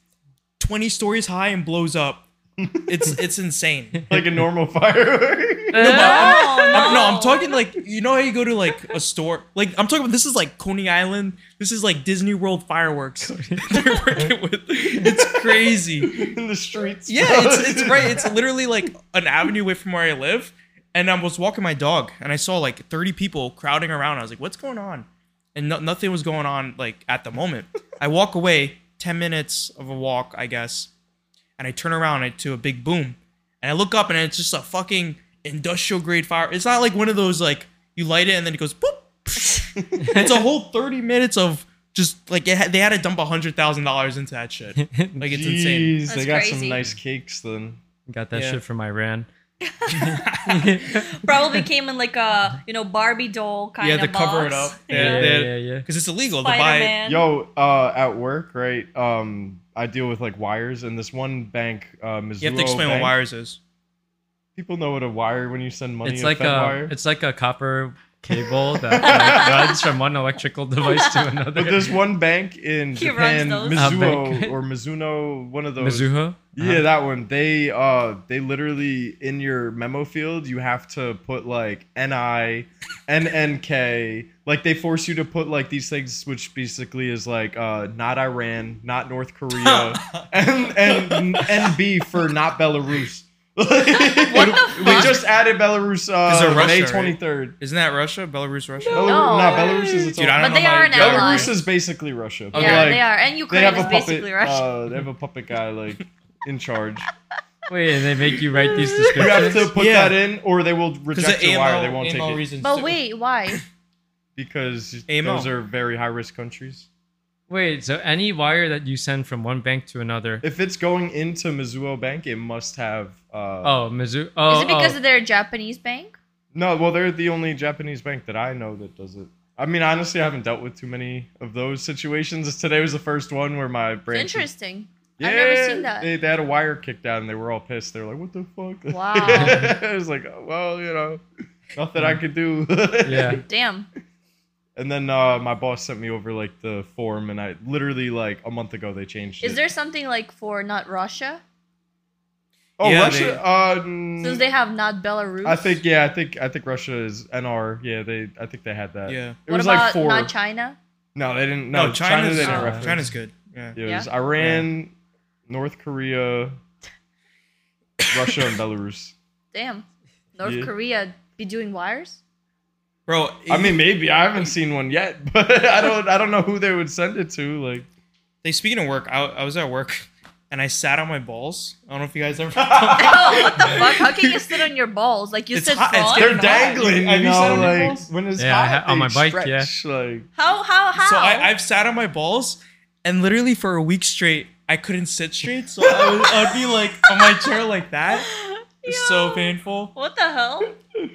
[SPEAKER 1] 20 stories high and blows up. It's it's
[SPEAKER 2] <laughs>
[SPEAKER 1] insane.
[SPEAKER 2] like a normal firework. <laughs>
[SPEAKER 1] <laughs> No, but I'm-
[SPEAKER 4] No,
[SPEAKER 1] I'm- no,
[SPEAKER 4] no.
[SPEAKER 1] I'm talking like you know how you go to like a store. Like I'm talking about this is like Coney Island. This is like Disney World fireworks. <laughs> They're working with. It's crazy.
[SPEAKER 2] in the streets.
[SPEAKER 1] Yeah,
[SPEAKER 2] bro. <laughs>
[SPEAKER 1] it's it's right. It's literally like an avenue away from where I live. And I was walking my dog, and I saw like 30 people crowding around. I was like, "What's going on?" And no- nothing was going on like at the moment. I walk away 10 minutes of a walk, I guess, and I turn around and to a big boom, and I look up, and it's just a fucking industrial grade fire. It's <laughs> not like one of those like you light it and then it goes boop. it's a whole 30 minutes of just like it, had- they had to dump hundred thousand dollars into that shit. Like it's insane.
[SPEAKER 2] Jeez, they
[SPEAKER 4] That's
[SPEAKER 2] got some
[SPEAKER 4] crazy.
[SPEAKER 2] nice cakes then.
[SPEAKER 3] Got that
[SPEAKER 1] Yeah.
[SPEAKER 3] shit from
[SPEAKER 4] <laughs>
[SPEAKER 3] Iran. <laughs>
[SPEAKER 4] Probably came in like a you know Barbie doll kind
[SPEAKER 1] Yeah,
[SPEAKER 4] of
[SPEAKER 1] to cover it
[SPEAKER 4] box, <laughs>
[SPEAKER 1] up.
[SPEAKER 4] you
[SPEAKER 1] Yeah,
[SPEAKER 4] know?
[SPEAKER 1] yeah.
[SPEAKER 3] yeah, yeah.
[SPEAKER 1] Because it's illegal to buy.
[SPEAKER 4] Spider-Man.
[SPEAKER 2] Yo, uh, at work, right? Um, I deal with like wires, and this one bank, uh, Mizuho
[SPEAKER 1] You have to explain
[SPEAKER 2] bank,
[SPEAKER 1] what wires is.
[SPEAKER 2] People know what a wire when you send money.
[SPEAKER 3] It's
[SPEAKER 2] in
[SPEAKER 3] like
[SPEAKER 2] a,
[SPEAKER 3] a
[SPEAKER 1] uh,
[SPEAKER 2] Fed wire.
[SPEAKER 3] it's like a copper cable
[SPEAKER 2] <laughs>
[SPEAKER 3] that like, runs from one electrical device to another.
[SPEAKER 2] But there's one bank in
[SPEAKER 4] He
[SPEAKER 2] Japan,
[SPEAKER 4] runs those.
[SPEAKER 3] Uh,
[SPEAKER 2] Mizuho
[SPEAKER 3] bank.
[SPEAKER 2] or Mizuno, one of those.
[SPEAKER 3] Mizuho. Uh-huh.
[SPEAKER 1] Uh-huh.
[SPEAKER 2] Yeah, that one. They uh they literally in your memo field you have to put like NI, NNK. Like they force you to put like these things which basically is like uh not Iran, not North Korea,
[SPEAKER 1] <laughs>
[SPEAKER 2] and and NB for not Belarus. <laughs> what
[SPEAKER 4] the
[SPEAKER 2] We
[SPEAKER 4] fuck?
[SPEAKER 2] just added Belarus
[SPEAKER 1] Is
[SPEAKER 2] uh
[SPEAKER 1] it Russia,
[SPEAKER 2] May
[SPEAKER 1] right?
[SPEAKER 2] 23rd.
[SPEAKER 1] Isn't that Russia? Belarus, Russia?
[SPEAKER 2] Belarus,
[SPEAKER 4] No.
[SPEAKER 2] nah, Belarus is its
[SPEAKER 1] Dude,
[SPEAKER 2] own.
[SPEAKER 1] I don't
[SPEAKER 4] But they
[SPEAKER 1] know how
[SPEAKER 4] are
[SPEAKER 1] you
[SPEAKER 4] an
[SPEAKER 1] got
[SPEAKER 4] ally.
[SPEAKER 1] Belarus.
[SPEAKER 2] Belarus is basically Russia. but,
[SPEAKER 4] yeah,
[SPEAKER 2] like,
[SPEAKER 4] they are, and
[SPEAKER 2] They
[SPEAKER 4] Ukraine
[SPEAKER 2] have
[SPEAKER 4] is
[SPEAKER 2] a
[SPEAKER 4] basically
[SPEAKER 2] puppet.
[SPEAKER 4] Russia.
[SPEAKER 2] Uh, they have a puppet guy like in charge.
[SPEAKER 3] Wait, and they make you
[SPEAKER 2] <laughs>
[SPEAKER 3] write these
[SPEAKER 2] You have
[SPEAKER 3] descriptions.
[SPEAKER 2] to put
[SPEAKER 1] Yeah.
[SPEAKER 2] that in, or they will
[SPEAKER 1] Because
[SPEAKER 2] reject
[SPEAKER 1] the
[SPEAKER 2] your wire.
[SPEAKER 1] AML,
[SPEAKER 2] They won't take
[SPEAKER 1] AML
[SPEAKER 2] it
[SPEAKER 4] <laughs>
[SPEAKER 1] reasons.
[SPEAKER 4] but
[SPEAKER 1] too.
[SPEAKER 4] wait, why?
[SPEAKER 2] because
[SPEAKER 1] AML.
[SPEAKER 2] those are very high-risk countries.
[SPEAKER 3] Wait, so any wire that you send from one bank to another.
[SPEAKER 2] If it's going into Mizuho Bank, it must have. Uh,
[SPEAKER 3] Oh, Mizu. Oh,
[SPEAKER 4] is it because
[SPEAKER 3] oh.
[SPEAKER 4] of their Japanese bank?
[SPEAKER 2] No, well, they're the only Japanese bank that I know that does it. I mean, honestly, I haven't dealt with too many of those situations. <laughs> Today was the first one where my
[SPEAKER 4] It's
[SPEAKER 2] branch.
[SPEAKER 4] interesting. I've never seen that.
[SPEAKER 2] They, they had a wire kicked out and they were all pissed. They were like, "What the fuck?" <laughs>
[SPEAKER 4] Wow.
[SPEAKER 2] I was like, oh, "Well, you know, nothing I could do." <laughs>
[SPEAKER 3] yeah.
[SPEAKER 4] Damn.
[SPEAKER 2] And then uh, my boss sent me over like the form, and I literally like a month ago they changed it.
[SPEAKER 4] Is there something like for not Russia?
[SPEAKER 2] Oh,
[SPEAKER 1] Yeah,
[SPEAKER 2] Russia.
[SPEAKER 1] they-
[SPEAKER 2] uh,
[SPEAKER 4] Since
[SPEAKER 2] mm,
[SPEAKER 4] they have not Belarus.
[SPEAKER 2] I think yeah, I think I think Russia is NR. Yeah, they I think they had that.
[SPEAKER 1] Yeah.
[SPEAKER 2] It
[SPEAKER 4] what
[SPEAKER 2] was
[SPEAKER 4] about
[SPEAKER 2] like four.
[SPEAKER 4] not China?
[SPEAKER 2] no, they didn't. No,
[SPEAKER 1] No,
[SPEAKER 2] China
[SPEAKER 1] China's
[SPEAKER 2] they didn't
[SPEAKER 4] uh,
[SPEAKER 2] reference.
[SPEAKER 1] China's good. Yeah.
[SPEAKER 2] Yeah, it was Iran, North Korea, Russia, and Belarus.
[SPEAKER 4] Damn. North
[SPEAKER 2] Yeah.
[SPEAKER 4] Korea be doing
[SPEAKER 2] <laughs>
[SPEAKER 4] wires? <laughs>
[SPEAKER 1] Bro,
[SPEAKER 2] I mean, maybe I haven't seen one yet, <laughs> but I don't I don't know who they would send it to. Like,
[SPEAKER 1] They speaking of work, I, I was at work <laughs> and I sat on my balls. I don't know if you
[SPEAKER 2] <laughs>
[SPEAKER 1] guys ever.
[SPEAKER 4] oh, what the fuck? How can you sit on your balls? Like you
[SPEAKER 1] It's
[SPEAKER 4] sit
[SPEAKER 1] hot- it's
[SPEAKER 4] frog?
[SPEAKER 1] getting
[SPEAKER 2] they're dangling. You
[SPEAKER 1] Have you sat
[SPEAKER 2] know,
[SPEAKER 1] on your
[SPEAKER 2] like
[SPEAKER 1] balls?
[SPEAKER 2] when it's
[SPEAKER 3] Yeah, I
[SPEAKER 2] hot,
[SPEAKER 3] ha- on
[SPEAKER 2] they
[SPEAKER 3] my bike, yeah.
[SPEAKER 2] stretch, Like,
[SPEAKER 4] How how how?
[SPEAKER 1] So I, I've sat on my balls, and literally for a week straight, I couldn't sit straight. So I would, I'd be like on my chair like that.
[SPEAKER 4] <laughs>
[SPEAKER 1] It's so
[SPEAKER 4] Yo,
[SPEAKER 1] painful.
[SPEAKER 4] What the hell?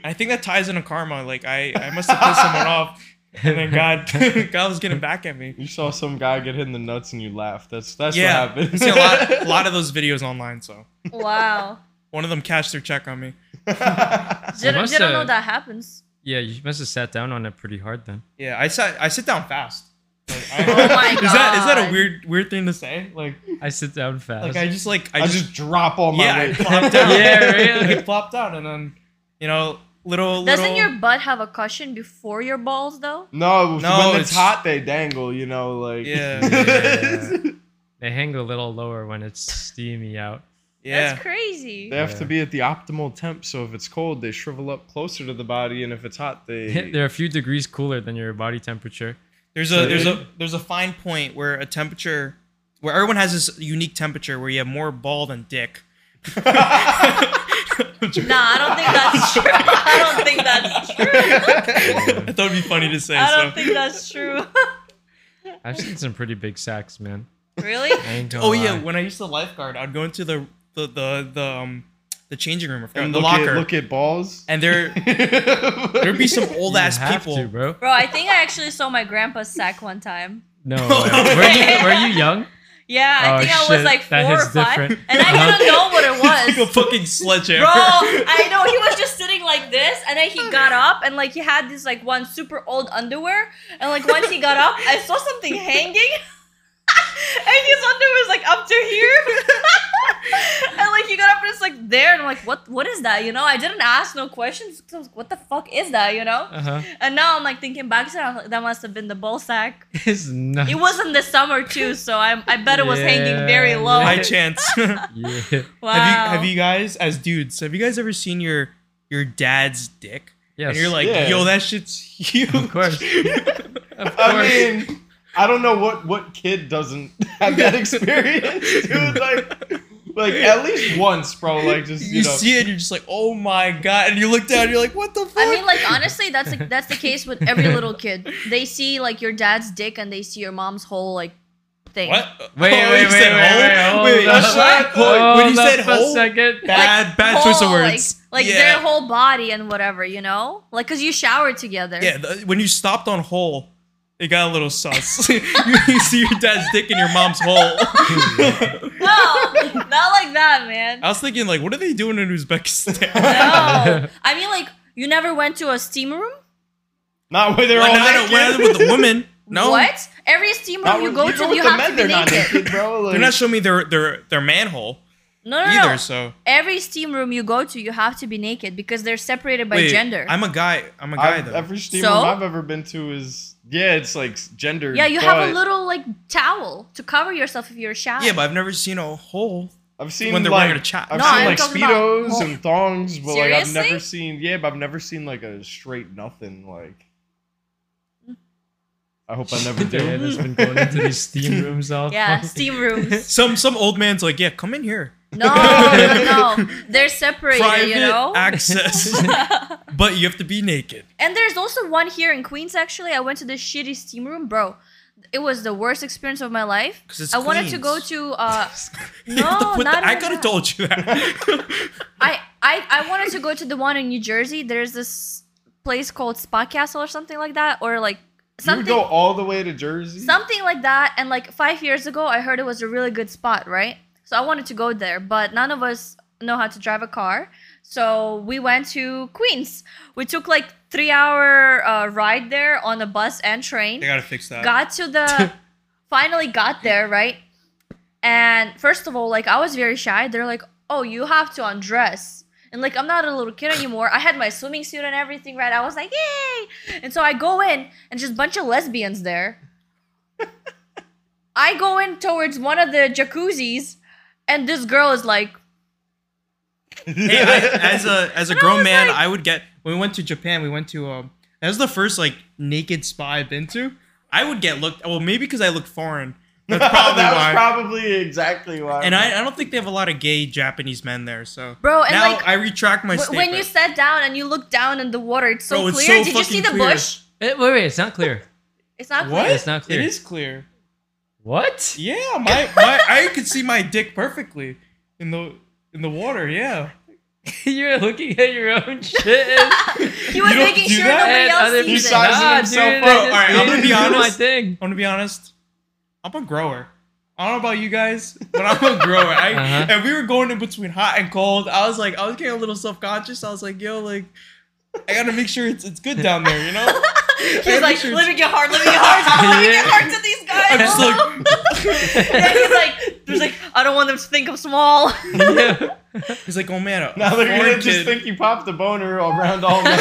[SPEAKER 1] I think that ties into karma. Like I, I must have pissed someone off, and then God, <laughs> God was getting back at me.
[SPEAKER 2] You saw some guy get hit in the nuts and you laughed. That's that's
[SPEAKER 1] yeah,
[SPEAKER 2] what happened.
[SPEAKER 1] I <laughs> see a lot, a lot of those videos online. So
[SPEAKER 4] Wow.
[SPEAKER 1] one of them cashed their check on me.
[SPEAKER 4] Did,
[SPEAKER 3] must,
[SPEAKER 4] didn't know
[SPEAKER 3] uh,
[SPEAKER 4] that happens.
[SPEAKER 3] Yeah, you must have sat down on it pretty hard then.
[SPEAKER 1] Yeah, I sat, I sit down fast. Like, I-
[SPEAKER 4] <laughs> Oh my
[SPEAKER 1] <laughs> is that is that
[SPEAKER 4] God.
[SPEAKER 1] a weird weird thing to say? Like
[SPEAKER 3] I sit down fast.
[SPEAKER 1] <laughs> like I just like
[SPEAKER 2] <laughs> I just drop all my
[SPEAKER 1] yeah, I
[SPEAKER 2] weight. <laughs>
[SPEAKER 1] plopped down. <laughs>
[SPEAKER 3] Yeah, really.
[SPEAKER 1] I plopped down, and then you know, little
[SPEAKER 4] Doesn't
[SPEAKER 1] little.
[SPEAKER 4] your butt have a cushion before your balls though?
[SPEAKER 2] No,
[SPEAKER 1] No,
[SPEAKER 2] when it's
[SPEAKER 1] it's-
[SPEAKER 2] hot they dangle, you know, like <laughs>
[SPEAKER 1] Yeah.
[SPEAKER 3] Yeah. they hang a little lower when it's steamy out.
[SPEAKER 1] yeah,
[SPEAKER 4] That's crazy.
[SPEAKER 2] They have to
[SPEAKER 3] Yeah.
[SPEAKER 2] be at the optimal temp, so if it's cold, they shrivel up closer to the body, and if it's hot, they <laughs>
[SPEAKER 3] <laughs>
[SPEAKER 1] <laughs>
[SPEAKER 3] They're a few degrees cooler than your body temperature.
[SPEAKER 1] there's a there's a there's a fine point where a temperature where everyone has this unique temperature where you have more ball than dick. <laughs>
[SPEAKER 4] Nah, I don't think <laughs> that's true. I don't think that's true.
[SPEAKER 1] I thought it'd be funny to say.
[SPEAKER 4] I don't
[SPEAKER 1] so.
[SPEAKER 4] think that's true. <laughs>
[SPEAKER 3] I've seen some pretty big sacks, man.
[SPEAKER 4] really?
[SPEAKER 3] I ain't gonna
[SPEAKER 1] oh yeah,
[SPEAKER 3] lie.
[SPEAKER 1] when I used to lifeguard, I'd go into the the the the, um, the changing room, I forgot,
[SPEAKER 2] and
[SPEAKER 1] the
[SPEAKER 2] look
[SPEAKER 1] locker,
[SPEAKER 2] At, look at
[SPEAKER 1] <laughs>
[SPEAKER 2] balls. <laughs>
[SPEAKER 3] <laughs>
[SPEAKER 1] and there there'd be some old
[SPEAKER 3] You
[SPEAKER 1] ass
[SPEAKER 3] have
[SPEAKER 1] people.
[SPEAKER 3] to, bro.
[SPEAKER 4] Bro, I think I actually saw my grandpa's sack one time.
[SPEAKER 1] <laughs>
[SPEAKER 3] No, way. were you were you young?
[SPEAKER 4] Yeah, I
[SPEAKER 3] Oh,
[SPEAKER 4] think I was
[SPEAKER 3] shit.
[SPEAKER 4] like four
[SPEAKER 3] That
[SPEAKER 4] or
[SPEAKER 3] hits
[SPEAKER 4] five,
[SPEAKER 3] different.
[SPEAKER 4] and
[SPEAKER 3] <laughs>
[SPEAKER 4] I didn't know <laughs> what it was.
[SPEAKER 1] It's like a fucking sledgehammer.
[SPEAKER 4] Bro, I know he was just sitting like this, and then he got up, and like he had this like one super old underwear, and like once he got up, I saw something hanging, <laughs> and his underwear was like up to here, <laughs> and like he got up and it's like there, and I'm like, what? What is that? You know, I didn't ask no questions. 'cause I was like, what the fuck is that? You know?
[SPEAKER 3] Uh huh.
[SPEAKER 4] And now I'm like thinking back to that, I'm like, that must have been the ball sack.
[SPEAKER 3] <laughs> It's not.
[SPEAKER 4] It was in the summer too, so I I bet it was hanging very
[SPEAKER 3] Yeah,
[SPEAKER 4] low.
[SPEAKER 1] <laughs> High chance.
[SPEAKER 3] Yeah.
[SPEAKER 4] Wow.
[SPEAKER 1] Have you have you guys as dudes? Have you guys ever seen your your dad's dick?
[SPEAKER 3] <laughs> Yes.
[SPEAKER 1] And you're like,
[SPEAKER 2] Yeah.
[SPEAKER 1] yo, that shit's huge.
[SPEAKER 3] Of course. of
[SPEAKER 2] I <laughs>
[SPEAKER 3] course.
[SPEAKER 2] mean, I don't know what what kid doesn't have that experience. Dude, like Like at least once, bro. Like just you,
[SPEAKER 1] <laughs> you
[SPEAKER 2] know.
[SPEAKER 1] see it, you're just like, oh my god, and you look down, you're like, what the fuck?
[SPEAKER 4] I mean, like honestly, that's like, that's the case with every little kid. They see like your dad's dick and they see your mom's whole like thing.
[SPEAKER 1] what?
[SPEAKER 3] Wait,
[SPEAKER 1] Oh,
[SPEAKER 3] wait,
[SPEAKER 1] you
[SPEAKER 3] wait,
[SPEAKER 1] said
[SPEAKER 3] wait,
[SPEAKER 1] hole?
[SPEAKER 3] wait, hold
[SPEAKER 1] Wait,
[SPEAKER 3] up.
[SPEAKER 1] that's my point.
[SPEAKER 3] Hold
[SPEAKER 1] when you
[SPEAKER 3] up
[SPEAKER 1] said
[SPEAKER 3] for a
[SPEAKER 1] hole,
[SPEAKER 3] second.
[SPEAKER 1] bad, bad choice of
[SPEAKER 4] Whole, like-
[SPEAKER 1] words.
[SPEAKER 4] Like,
[SPEAKER 1] yeah.
[SPEAKER 4] their whole body and whatever, you know? Like, cause you shower together.
[SPEAKER 1] Yeah, the, when you stopped on hole, it got a little sus. <laughs> you, you see your dad's dick in your mom's hole. <laughs>
[SPEAKER 4] No, not like that,
[SPEAKER 1] <laughs>
[SPEAKER 4] man.
[SPEAKER 1] I was thinking, like, what are they doing in Uzbekistan?
[SPEAKER 4] No. I mean, like, you never went to a steam room?
[SPEAKER 2] Not where <laughs> they're
[SPEAKER 1] Why
[SPEAKER 2] all
[SPEAKER 1] not
[SPEAKER 2] naked.
[SPEAKER 1] when I'm with the women? No,
[SPEAKER 4] What? Every steam
[SPEAKER 2] <laughs> Not when-
[SPEAKER 4] room you go
[SPEAKER 2] even
[SPEAKER 4] to,
[SPEAKER 2] with
[SPEAKER 4] you
[SPEAKER 2] the
[SPEAKER 4] have to
[SPEAKER 2] men,
[SPEAKER 4] be
[SPEAKER 2] they're not
[SPEAKER 4] naked.
[SPEAKER 2] bro. Like,
[SPEAKER 1] they're not showing me their their their manhole
[SPEAKER 4] No, no, no.
[SPEAKER 1] either. So
[SPEAKER 4] Every steam room you go to, you have to be naked because they're separated by
[SPEAKER 1] Wait,
[SPEAKER 4] gender.
[SPEAKER 1] I'm a guy. I'm a guy
[SPEAKER 2] I've-
[SPEAKER 1] though.
[SPEAKER 2] every steam
[SPEAKER 4] So?
[SPEAKER 2] room I've ever been to is yeah, it's like gender.
[SPEAKER 4] yeah, you have a little like towel to cover yourself if you're showering.
[SPEAKER 1] yeah, but I've never seen a hole.
[SPEAKER 2] I've seen
[SPEAKER 1] when they're
[SPEAKER 2] like,
[SPEAKER 1] wearing a cha-
[SPEAKER 2] I've
[SPEAKER 4] No,
[SPEAKER 2] seen
[SPEAKER 4] I'm
[SPEAKER 2] like
[SPEAKER 4] talking about-
[SPEAKER 2] speedos
[SPEAKER 4] Well,
[SPEAKER 2] and thongs, but like I've
[SPEAKER 4] seriously?
[SPEAKER 2] never seen yeah, but I've never seen like a straight nothing. Like
[SPEAKER 4] Mm.
[SPEAKER 2] I hope I
[SPEAKER 1] <laughs>
[SPEAKER 2] never
[SPEAKER 3] Diane
[SPEAKER 2] do.
[SPEAKER 3] has been going into these
[SPEAKER 4] <laughs>
[SPEAKER 3] steam rooms all
[SPEAKER 4] yeah,
[SPEAKER 3] fucking- <laughs>
[SPEAKER 4] steam
[SPEAKER 1] <laughs>
[SPEAKER 4] rooms.
[SPEAKER 1] Some some old man's like, yeah, come in here.
[SPEAKER 4] No, no, no. They're separated,
[SPEAKER 1] Private
[SPEAKER 4] you know?
[SPEAKER 1] <laughs>
[SPEAKER 4] <laughs>
[SPEAKER 1] access, but you have to be naked.
[SPEAKER 4] And there's also one here in Queens. Actually, I went to this shitty steam room, bro. It was the worst experience of my life.
[SPEAKER 1] 'Cause it's
[SPEAKER 4] I wanted to go
[SPEAKER 1] Queens.
[SPEAKER 4] to. Uh,
[SPEAKER 1] <laughs> You
[SPEAKER 4] no,
[SPEAKER 1] have to
[SPEAKER 4] not
[SPEAKER 1] put the- I
[SPEAKER 4] even
[SPEAKER 1] could have
[SPEAKER 4] that.
[SPEAKER 1] told you
[SPEAKER 2] <laughs>
[SPEAKER 1] that.
[SPEAKER 4] I, I I wanted to go to the one in New Jersey. There's this place called Spa Castle or something like that, or like
[SPEAKER 2] You would
[SPEAKER 4] something
[SPEAKER 2] go all the way to Jersey. <laughs>
[SPEAKER 4] something like that. And like five years ago, I heard it was a really good spot, right? So I wanted to go there, but none of us know how to drive a car. So we went to Queens. We took like three hour uh, ride there on a bus and train.
[SPEAKER 1] I gotta fix that.
[SPEAKER 4] got to
[SPEAKER 1] <laughs>
[SPEAKER 4] the finally got there right and first of all like i was very shy they're like oh you have to undress and like i'm not a little kid anymore i had my swimming suit and everything right i was like yay and so i go in and just a bunch of lesbians there i go in towards one of the jacuzzis and this girl is like <laughs>
[SPEAKER 1] hey, I,
[SPEAKER 2] <laughs>
[SPEAKER 1] as a as a
[SPEAKER 4] I
[SPEAKER 1] grown
[SPEAKER 4] was
[SPEAKER 1] man,
[SPEAKER 4] like-
[SPEAKER 1] I would get when we went to Japan. We went to um that was the first like naked spa I've been to. I would get looked well maybe because I looked
[SPEAKER 4] <laughs>
[SPEAKER 1] foreign. That's probably
[SPEAKER 2] that
[SPEAKER 1] why.
[SPEAKER 2] was probably exactly why.
[SPEAKER 1] and I, I don't think they have a lot of gay Japanese men there. So
[SPEAKER 4] Bro, and,
[SPEAKER 1] now
[SPEAKER 4] like,
[SPEAKER 1] I retract my
[SPEAKER 4] "Wh-
[SPEAKER 1] statement.
[SPEAKER 4] when you sat down and you look down in the water it's so
[SPEAKER 1] Bro, it's
[SPEAKER 4] clear
[SPEAKER 1] so
[SPEAKER 4] did you see
[SPEAKER 1] fucking
[SPEAKER 4] the
[SPEAKER 1] clear.
[SPEAKER 4] bush
[SPEAKER 3] Eh, wait, wait, it's not clear.
[SPEAKER 4] it's not
[SPEAKER 1] What?
[SPEAKER 4] clear
[SPEAKER 3] It's not clear.
[SPEAKER 1] It is clear.
[SPEAKER 3] What?
[SPEAKER 1] Yeah, my, my I could see my dick perfectly in the in the water. Yeah.
[SPEAKER 3] <laughs> You're looking at your own shit.
[SPEAKER 4] he was
[SPEAKER 1] You don't
[SPEAKER 4] making
[SPEAKER 1] do
[SPEAKER 4] sure <laughs> nobody
[SPEAKER 1] that?
[SPEAKER 3] And
[SPEAKER 4] else
[SPEAKER 3] other
[SPEAKER 4] sees
[SPEAKER 2] people- Sizing
[SPEAKER 4] it
[SPEAKER 2] himself
[SPEAKER 3] Nah, dude, I
[SPEAKER 2] up.
[SPEAKER 3] just
[SPEAKER 1] Alright,
[SPEAKER 3] made
[SPEAKER 1] I'm gonna
[SPEAKER 3] it
[SPEAKER 1] be
[SPEAKER 3] do My
[SPEAKER 1] honest.
[SPEAKER 3] thing.
[SPEAKER 1] I want to be honest. I'm a grower. I don't know about you guys, but I'm a
[SPEAKER 4] <laughs>
[SPEAKER 1] grower. I,
[SPEAKER 3] Uh-huh.
[SPEAKER 1] And we were going in between hot and cold. I was like, I was getting a little self conscious. I was like, yo, like, I gotta make sure it's it's good down there,
[SPEAKER 4] <laughs>
[SPEAKER 1] you know. I
[SPEAKER 4] He's
[SPEAKER 1] gotta make
[SPEAKER 4] like,
[SPEAKER 1] sure
[SPEAKER 4] let me get hard, let me get hard, let me get hard to these guys.
[SPEAKER 1] I'm just
[SPEAKER 4] <laughs>
[SPEAKER 1] like,
[SPEAKER 4] And then he's like, he's like, I don't want them to think I'm small. <laughs>
[SPEAKER 3] <laughs> Yeah.
[SPEAKER 1] he's like, oh man, a
[SPEAKER 2] now they're
[SPEAKER 1] foreign
[SPEAKER 2] gonna just
[SPEAKER 1] kid."
[SPEAKER 2] think you popped a boner around
[SPEAKER 1] <laughs>
[SPEAKER 2] all men.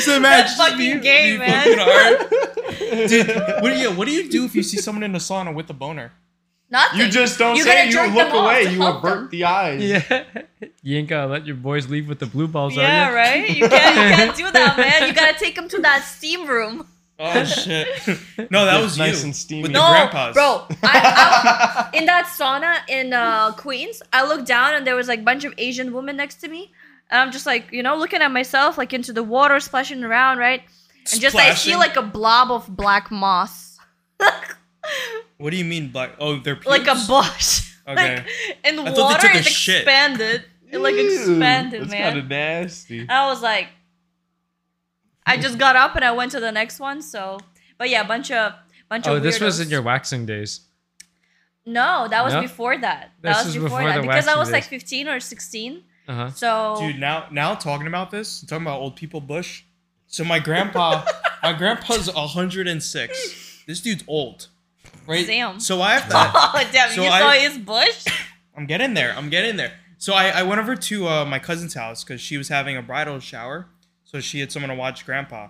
[SPEAKER 1] So imagine
[SPEAKER 4] That's
[SPEAKER 1] just
[SPEAKER 4] fucking
[SPEAKER 1] me-
[SPEAKER 4] gay,
[SPEAKER 1] me
[SPEAKER 4] man.
[SPEAKER 1] fucking
[SPEAKER 4] <laughs>
[SPEAKER 1] hard. Dude, what do you what do you do if you see someone in a sauna with a boner?
[SPEAKER 4] Nothing.
[SPEAKER 2] you just don't
[SPEAKER 4] You
[SPEAKER 2] say
[SPEAKER 4] gotta
[SPEAKER 2] it.
[SPEAKER 4] jerk
[SPEAKER 2] You look
[SPEAKER 4] them off
[SPEAKER 2] away.
[SPEAKER 4] to
[SPEAKER 2] You
[SPEAKER 4] help
[SPEAKER 2] avert
[SPEAKER 4] them.
[SPEAKER 2] the eyes.
[SPEAKER 3] yeah. You ain't gotta let your boys leave with the blue balls,
[SPEAKER 4] yeah,
[SPEAKER 3] are you?
[SPEAKER 4] right. You can't, you can't do that, man. You gotta take him to that steam room. <laughs>
[SPEAKER 1] Oh shit! No, Oh, that
[SPEAKER 2] Yeah,
[SPEAKER 1] was
[SPEAKER 2] nice
[SPEAKER 1] you.
[SPEAKER 2] and steamy.
[SPEAKER 1] With
[SPEAKER 2] <laughs>
[SPEAKER 1] the
[SPEAKER 4] No,
[SPEAKER 1] grandpas.
[SPEAKER 4] bro. I, I, in that sauna in uh, Queens, I looked down and there was like a bunch of Asian women next to me, and I'm just like, you know, looking at myself, like into the water, splashing around, right? And just I see
[SPEAKER 1] Splashing?
[SPEAKER 4] like a blob of black moss, <laughs>
[SPEAKER 1] What do you mean black? Oh, they're pubes?
[SPEAKER 4] like a bush.
[SPEAKER 1] Okay.
[SPEAKER 4] <laughs> Like in
[SPEAKER 1] I thought they
[SPEAKER 4] water,
[SPEAKER 1] took a
[SPEAKER 4] it
[SPEAKER 1] shit.
[SPEAKER 4] expanded. It like expanded,
[SPEAKER 2] It's
[SPEAKER 4] man. Uh,
[SPEAKER 2] kind of nasty.
[SPEAKER 4] I was like, I just got up and I went to the next one. So, but yeah, bunch of bunch
[SPEAKER 3] Oh,
[SPEAKER 4] of.
[SPEAKER 3] this was in
[SPEAKER 4] weirdos.
[SPEAKER 3] your waxing days.
[SPEAKER 4] No, that was
[SPEAKER 3] No?
[SPEAKER 4] before that.
[SPEAKER 3] This
[SPEAKER 4] That was
[SPEAKER 3] was
[SPEAKER 4] before,
[SPEAKER 3] before
[SPEAKER 4] that
[SPEAKER 3] the
[SPEAKER 4] because I
[SPEAKER 3] waxing
[SPEAKER 4] was like
[SPEAKER 3] days.
[SPEAKER 4] 15 or 16.
[SPEAKER 3] Uh huh.
[SPEAKER 4] So <laughs>
[SPEAKER 1] Dude, now now talking about this, talking about old people bush. So my grandpa, my grandpa's 106. This dude's old, right?
[SPEAKER 4] Damn.
[SPEAKER 1] So I have to.
[SPEAKER 4] oh damn,
[SPEAKER 1] So
[SPEAKER 4] you
[SPEAKER 1] I-
[SPEAKER 4] saw his bush.
[SPEAKER 1] I'm getting there. I'm getting there. So I, I went over to uh, my cousin's house because she was having a bridal shower. So she had someone to watch grandpa.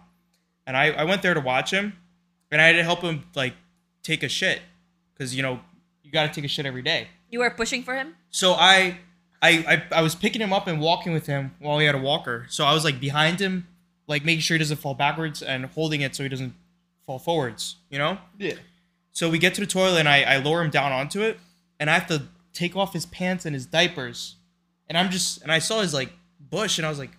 [SPEAKER 1] And I, I went there to watch him. And I had to help him, like, take a shit. Because, you know, you got to take a shit every day.
[SPEAKER 4] You were pushing for him.
[SPEAKER 1] So I, I, I, I was picking him up and walking with him while he had a walker. So I was, like, behind him, like, making sure he doesn't fall backwards and holding it so he doesn't fall forwards, you know?
[SPEAKER 4] <laughs>
[SPEAKER 2] Yeah.
[SPEAKER 1] So we get to the toilet and I, I lower him down onto it and I have to take off his pants and his diapers, and I'm just and I saw his like bush, and I was like,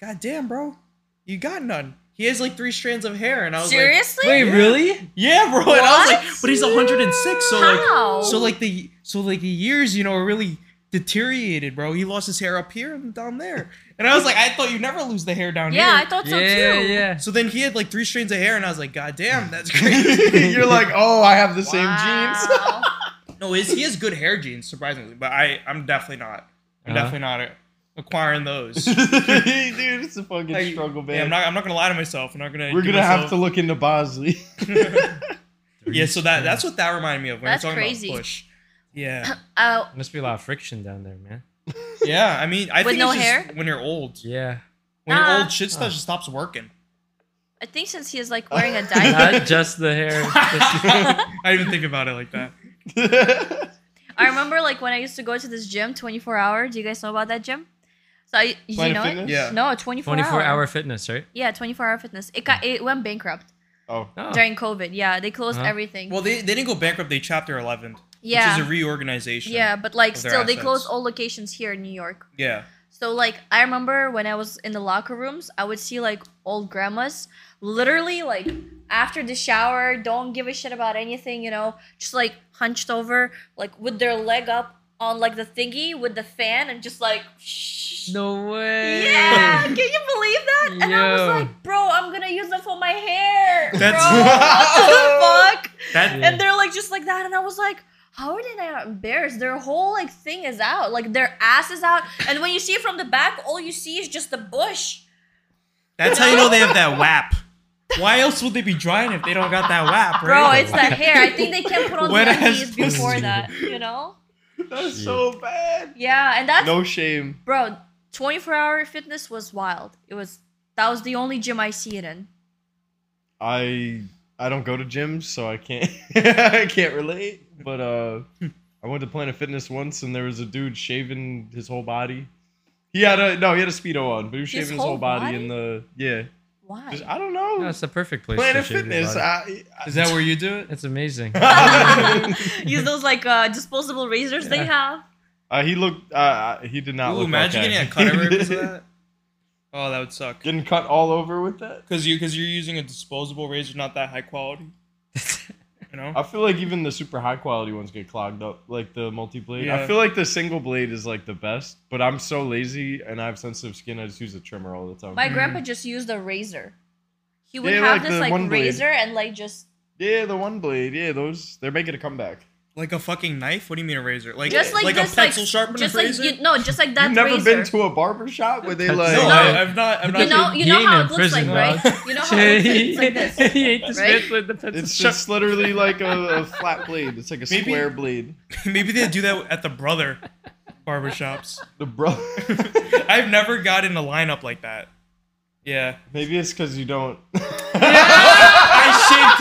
[SPEAKER 1] God damn, bro, you got none. He has like three strands of hair, and I was like,
[SPEAKER 4] Seriously?
[SPEAKER 3] Wait,
[SPEAKER 1] Yeah.
[SPEAKER 3] really?
[SPEAKER 1] yeah, bro. And I was like,
[SPEAKER 4] What?
[SPEAKER 1] but he's 106, so like,
[SPEAKER 4] How?
[SPEAKER 1] so like the so like the years, you know, are really deteriorated, bro. He lost his hair up here and down there, and I was like, I thought you never lose the hair down
[SPEAKER 4] yeah, I
[SPEAKER 1] here.
[SPEAKER 4] thought so
[SPEAKER 3] yeah,
[SPEAKER 4] too.
[SPEAKER 3] yeah.
[SPEAKER 1] so then he had like three strands of hair, and I was like, God
[SPEAKER 4] <laughs>
[SPEAKER 1] damn, that's crazy.
[SPEAKER 2] You're like, oh, I have the same genes.
[SPEAKER 1] <laughs>
[SPEAKER 4] Wow.
[SPEAKER 1] no, is he has good hair genes, surprisingly, but I I'm definitely not. I'm
[SPEAKER 3] Uh-huh.
[SPEAKER 1] definitely not acquiring
[SPEAKER 2] <laughs> <laughs>
[SPEAKER 1] those.
[SPEAKER 2] Dude, it's a fucking
[SPEAKER 1] Like,
[SPEAKER 2] struggle, man.
[SPEAKER 1] yeah, I'm not. I'm not gonna lie to myself. I'm not gonna.
[SPEAKER 2] We're
[SPEAKER 1] give
[SPEAKER 2] gonna have to
[SPEAKER 1] myself-
[SPEAKER 2] look into Bosley. <laughs>
[SPEAKER 1] <laughs> yeah, so that that's what that reminded me of when
[SPEAKER 4] That's
[SPEAKER 1] you're talking
[SPEAKER 4] crazy.
[SPEAKER 1] about Bush.
[SPEAKER 4] <laughs>
[SPEAKER 1] Yeah,
[SPEAKER 4] Uh,
[SPEAKER 3] Must be a lot of friction down there, man.
[SPEAKER 1] yeah. I mean, I
[SPEAKER 4] With
[SPEAKER 1] think
[SPEAKER 4] no
[SPEAKER 1] it's
[SPEAKER 4] hair?
[SPEAKER 1] just when you're old.
[SPEAKER 3] Yeah.
[SPEAKER 1] When you're
[SPEAKER 4] Ah.
[SPEAKER 1] old, shit stuff
[SPEAKER 3] Ah.
[SPEAKER 1] just stops working.
[SPEAKER 4] I think since he is like wearing
[SPEAKER 1] <laughs>
[SPEAKER 4] a diaper,
[SPEAKER 3] Not just the
[SPEAKER 4] <laughs>
[SPEAKER 3] hair. just-
[SPEAKER 1] I didn't even think about it like that.
[SPEAKER 4] I remember like when I used to go to this gym, 24 hour. Do you guys know about that gym? So I, you
[SPEAKER 2] Planet
[SPEAKER 4] know
[SPEAKER 2] Fitness?
[SPEAKER 4] it?
[SPEAKER 1] Yeah.
[SPEAKER 4] No, 24,
[SPEAKER 3] 24
[SPEAKER 4] hour.
[SPEAKER 3] hour fitness, right?
[SPEAKER 4] Yeah, 24 hour fitness. It got it went bankrupt
[SPEAKER 2] Oh,
[SPEAKER 3] Oh.
[SPEAKER 4] during COVID. Yeah, they closed
[SPEAKER 3] Uh-huh.
[SPEAKER 4] everything.
[SPEAKER 1] Well, they, they didn't go bankrupt. They chapter 11,
[SPEAKER 4] yeah,
[SPEAKER 1] which is a reorganization.
[SPEAKER 4] yeah, but like
[SPEAKER 1] of their
[SPEAKER 4] still, they
[SPEAKER 1] assets.
[SPEAKER 4] closed all locations here in New York.
[SPEAKER 1] yeah.
[SPEAKER 4] So like I remember when I was in the locker rooms, I would see like old grandmas literally like after the shower, don't give a shit about anything, you know, just like hunched over, like with their leg up on like the thingy with the fan and just like shh.
[SPEAKER 3] No way.
[SPEAKER 4] Yeah, can you believe that? And I was
[SPEAKER 3] Yo.
[SPEAKER 4] like, bro, I'm gonna use it for my hair.
[SPEAKER 1] That's-
[SPEAKER 4] bro,
[SPEAKER 3] <laughs>
[SPEAKER 4] what the fuck?
[SPEAKER 1] That
[SPEAKER 4] And they're like just like that, and I was like, how are they not embarrassed? Their whole like thing is out, like their ass is out, and when you see it from the back, all you see is just the bush.
[SPEAKER 1] that's how you know they have that WAP. Why else would they be drying if they don't got that WAP,
[SPEAKER 4] Bro,
[SPEAKER 1] right?
[SPEAKER 4] it's that hair. I think they can
[SPEAKER 2] <laughs>
[SPEAKER 4] put on
[SPEAKER 1] Wet ass
[SPEAKER 4] panties
[SPEAKER 1] pussy.
[SPEAKER 4] before that, you know?
[SPEAKER 2] that's
[SPEAKER 3] Shit.
[SPEAKER 2] so bad.
[SPEAKER 4] Yeah, and that's
[SPEAKER 2] No shame.
[SPEAKER 4] bro. Twenty four hour fitness was wild. It was that was the only gym I see it in.
[SPEAKER 2] I I don't go to gyms, so I can't <laughs> I can't relate. But uh, I went to Planet Fitness once, and there was a dude shaving his whole body. He had a no, he had a speedo on, but he was
[SPEAKER 4] His
[SPEAKER 2] shaving his whole
[SPEAKER 4] whole
[SPEAKER 2] body in
[SPEAKER 4] body?
[SPEAKER 2] the yeah. Just- <laughs>
[SPEAKER 4] Why?
[SPEAKER 2] I don't know.
[SPEAKER 3] <laughs> That's the perfect place.
[SPEAKER 2] Planet
[SPEAKER 3] to shave your
[SPEAKER 2] Fitness.
[SPEAKER 3] body.
[SPEAKER 2] I, I,
[SPEAKER 1] Is that where you do it?
[SPEAKER 3] That's
[SPEAKER 1] <laughs>
[SPEAKER 3] amazing.
[SPEAKER 4] <laughs> Use those like uh, disposable razors they
[SPEAKER 3] Yeah.
[SPEAKER 4] have.
[SPEAKER 2] <laughs> uh, he looked. Uh, he did not
[SPEAKER 1] Ooh,
[SPEAKER 2] look.
[SPEAKER 1] imagine
[SPEAKER 2] okay.
[SPEAKER 1] getting a
[SPEAKER 2] <laughs>
[SPEAKER 1] cut over because of that. Oh, that would suck.
[SPEAKER 2] Getting cut all over with that.
[SPEAKER 1] Because you, cause you're using a disposable razor, not that high quality.
[SPEAKER 2] <laughs>
[SPEAKER 1] You know?
[SPEAKER 2] I feel like even the super high quality ones get clogged up, like the multi blade. I
[SPEAKER 1] Yeah.
[SPEAKER 2] feel like the single blade is like the best, but I'm so lazy and I have sensitive skin. I just use a trimmer all the time.
[SPEAKER 4] My grandpa just used a razor. He would
[SPEAKER 2] Mm-hmm. Yeah, like
[SPEAKER 4] have
[SPEAKER 2] the
[SPEAKER 4] this like
[SPEAKER 2] one blade.
[SPEAKER 4] razor and like just
[SPEAKER 2] yeah, the one blade. Yeah, those they're making a comeback.
[SPEAKER 1] Like a fucking knife? What do you mean a razor? Like
[SPEAKER 4] just like,
[SPEAKER 1] a
[SPEAKER 4] this,
[SPEAKER 1] pencil
[SPEAKER 4] like,
[SPEAKER 1] sharpener
[SPEAKER 4] just
[SPEAKER 1] razor?
[SPEAKER 4] like you, no, just like that
[SPEAKER 2] You've never
[SPEAKER 4] razor.
[SPEAKER 2] been to a barber shop where they
[SPEAKER 3] No,
[SPEAKER 2] like.
[SPEAKER 1] no,
[SPEAKER 4] No.
[SPEAKER 1] I, I've not. I've not.
[SPEAKER 4] you know,
[SPEAKER 3] He
[SPEAKER 4] you know
[SPEAKER 3] ain't
[SPEAKER 4] how
[SPEAKER 3] in
[SPEAKER 4] it looks
[SPEAKER 3] prison,
[SPEAKER 4] like, right?
[SPEAKER 3] dog.
[SPEAKER 4] You know how it looks like, it's like
[SPEAKER 3] <laughs>
[SPEAKER 4] this.
[SPEAKER 3] he ate this
[SPEAKER 4] right?
[SPEAKER 3] bitch with the pencil.
[SPEAKER 2] It's just literally like a, a flat blade. It's like a
[SPEAKER 1] Maybe-
[SPEAKER 2] square blade.
[SPEAKER 1] <laughs> Maybe they do that at the brother barbershops.
[SPEAKER 2] The
[SPEAKER 1] <laughs>
[SPEAKER 2] bro.
[SPEAKER 1] I've never gotten a lineup like that. Yeah.
[SPEAKER 2] Maybe it's because you don't. <laughs>
[SPEAKER 1] I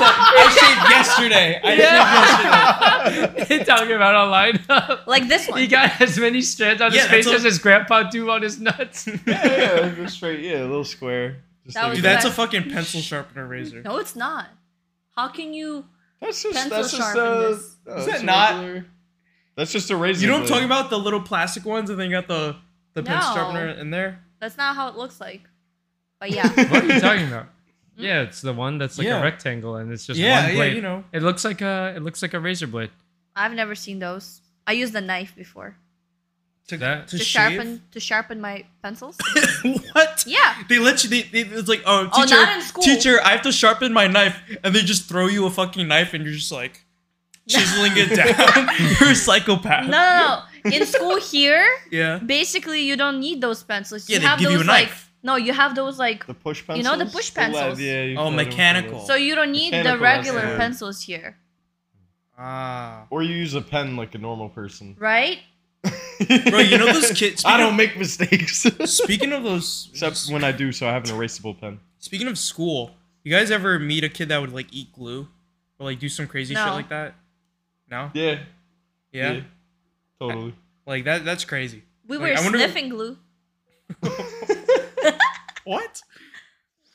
[SPEAKER 1] shaved I shaved yesterday. I
[SPEAKER 3] <laughs> You're talking about a lineup.
[SPEAKER 2] <laughs>
[SPEAKER 4] Like this one.
[SPEAKER 3] He got as many strands on
[SPEAKER 1] Yeah,
[SPEAKER 3] his face
[SPEAKER 1] that's
[SPEAKER 3] as his grandpa do on his
[SPEAKER 1] <laughs>
[SPEAKER 3] nuts.
[SPEAKER 2] yeah, like a straight. Yeah, a little square. Just
[SPEAKER 4] That
[SPEAKER 2] like
[SPEAKER 4] was
[SPEAKER 1] Dude,
[SPEAKER 2] that.
[SPEAKER 1] that's a fucking pencil sharpener razor.
[SPEAKER 4] no, it's not. How can you?
[SPEAKER 2] That's just
[SPEAKER 4] Pencil
[SPEAKER 2] that's just
[SPEAKER 4] sharpen
[SPEAKER 2] uh,
[SPEAKER 4] this.
[SPEAKER 2] no, that's
[SPEAKER 1] Is that
[SPEAKER 2] a
[SPEAKER 1] not-
[SPEAKER 2] regular- That's just a razor.
[SPEAKER 1] You know what I'm
[SPEAKER 2] blade.
[SPEAKER 1] talking about? The little plastic ones and then you got the the pencil
[SPEAKER 4] No.
[SPEAKER 1] sharpener in there?
[SPEAKER 4] That's not how it looks like. But
[SPEAKER 2] <laughs>
[SPEAKER 4] yeah,
[SPEAKER 3] what
[SPEAKER 1] <laughs>
[SPEAKER 3] are you talking
[SPEAKER 4] Mm.
[SPEAKER 3] about? Yeah, it's the one that's like
[SPEAKER 1] Yeah.
[SPEAKER 3] a rectangle and it's just
[SPEAKER 1] yeah,
[SPEAKER 3] one
[SPEAKER 1] yeah,
[SPEAKER 3] blade.
[SPEAKER 1] you know.
[SPEAKER 3] It looks like a it looks like a razor blade.
[SPEAKER 4] I've never seen those. I used a knife before
[SPEAKER 1] To,
[SPEAKER 3] That-
[SPEAKER 1] to
[SPEAKER 4] to,
[SPEAKER 1] shave?
[SPEAKER 4] sharpen to sharpen my
[SPEAKER 1] <laughs>
[SPEAKER 4] pencils.
[SPEAKER 1] what?
[SPEAKER 4] yeah,
[SPEAKER 1] They let you. They, they, it's like, oh,
[SPEAKER 4] Oh,
[SPEAKER 1] teacher,
[SPEAKER 4] not in school.
[SPEAKER 1] teacher, I have to sharpen my knife, and they just throw you a fucking knife, and you're just
[SPEAKER 4] <laughs>
[SPEAKER 1] like chiseling it down. <laughs> you're a psychopath.
[SPEAKER 4] no, no,
[SPEAKER 1] <laughs>
[SPEAKER 4] no. In school here,
[SPEAKER 1] Yeah.
[SPEAKER 4] basically you don't need those pencils.
[SPEAKER 1] Yeah,
[SPEAKER 4] you
[SPEAKER 1] they
[SPEAKER 4] have
[SPEAKER 1] give
[SPEAKER 4] those
[SPEAKER 1] you a
[SPEAKER 4] like
[SPEAKER 1] knife.
[SPEAKER 4] no, you have those like
[SPEAKER 2] The push
[SPEAKER 4] You
[SPEAKER 2] pencils.
[SPEAKER 4] know, the push
[SPEAKER 2] The lead,
[SPEAKER 4] pencils.
[SPEAKER 2] yeah, you fill
[SPEAKER 1] Oh,
[SPEAKER 2] it in with the
[SPEAKER 1] mechanical.
[SPEAKER 2] lead.
[SPEAKER 4] so you don't need the
[SPEAKER 2] Mechanical,
[SPEAKER 4] regular
[SPEAKER 2] yeah.
[SPEAKER 4] pencils here,
[SPEAKER 1] Ah.
[SPEAKER 2] Or you use a pen like a normal <laughs> person.
[SPEAKER 4] right?
[SPEAKER 1] Bro, you know those kids.
[SPEAKER 2] I don't make
[SPEAKER 1] <laughs>
[SPEAKER 2] mistakes.
[SPEAKER 1] Speaking of those,
[SPEAKER 2] Except when I do, so I have an erasable pen.
[SPEAKER 1] speaking of school, you guys ever meet a kid that would like eat glue or like do some crazy shit
[SPEAKER 4] No.
[SPEAKER 1] like that? No.
[SPEAKER 2] Yeah.
[SPEAKER 1] Yeah.
[SPEAKER 4] Uh,
[SPEAKER 2] Totally.
[SPEAKER 1] Like that. That's crazy.
[SPEAKER 4] We
[SPEAKER 1] Like,
[SPEAKER 4] were
[SPEAKER 1] I wonder-
[SPEAKER 4] sniffing glue.
[SPEAKER 1] What?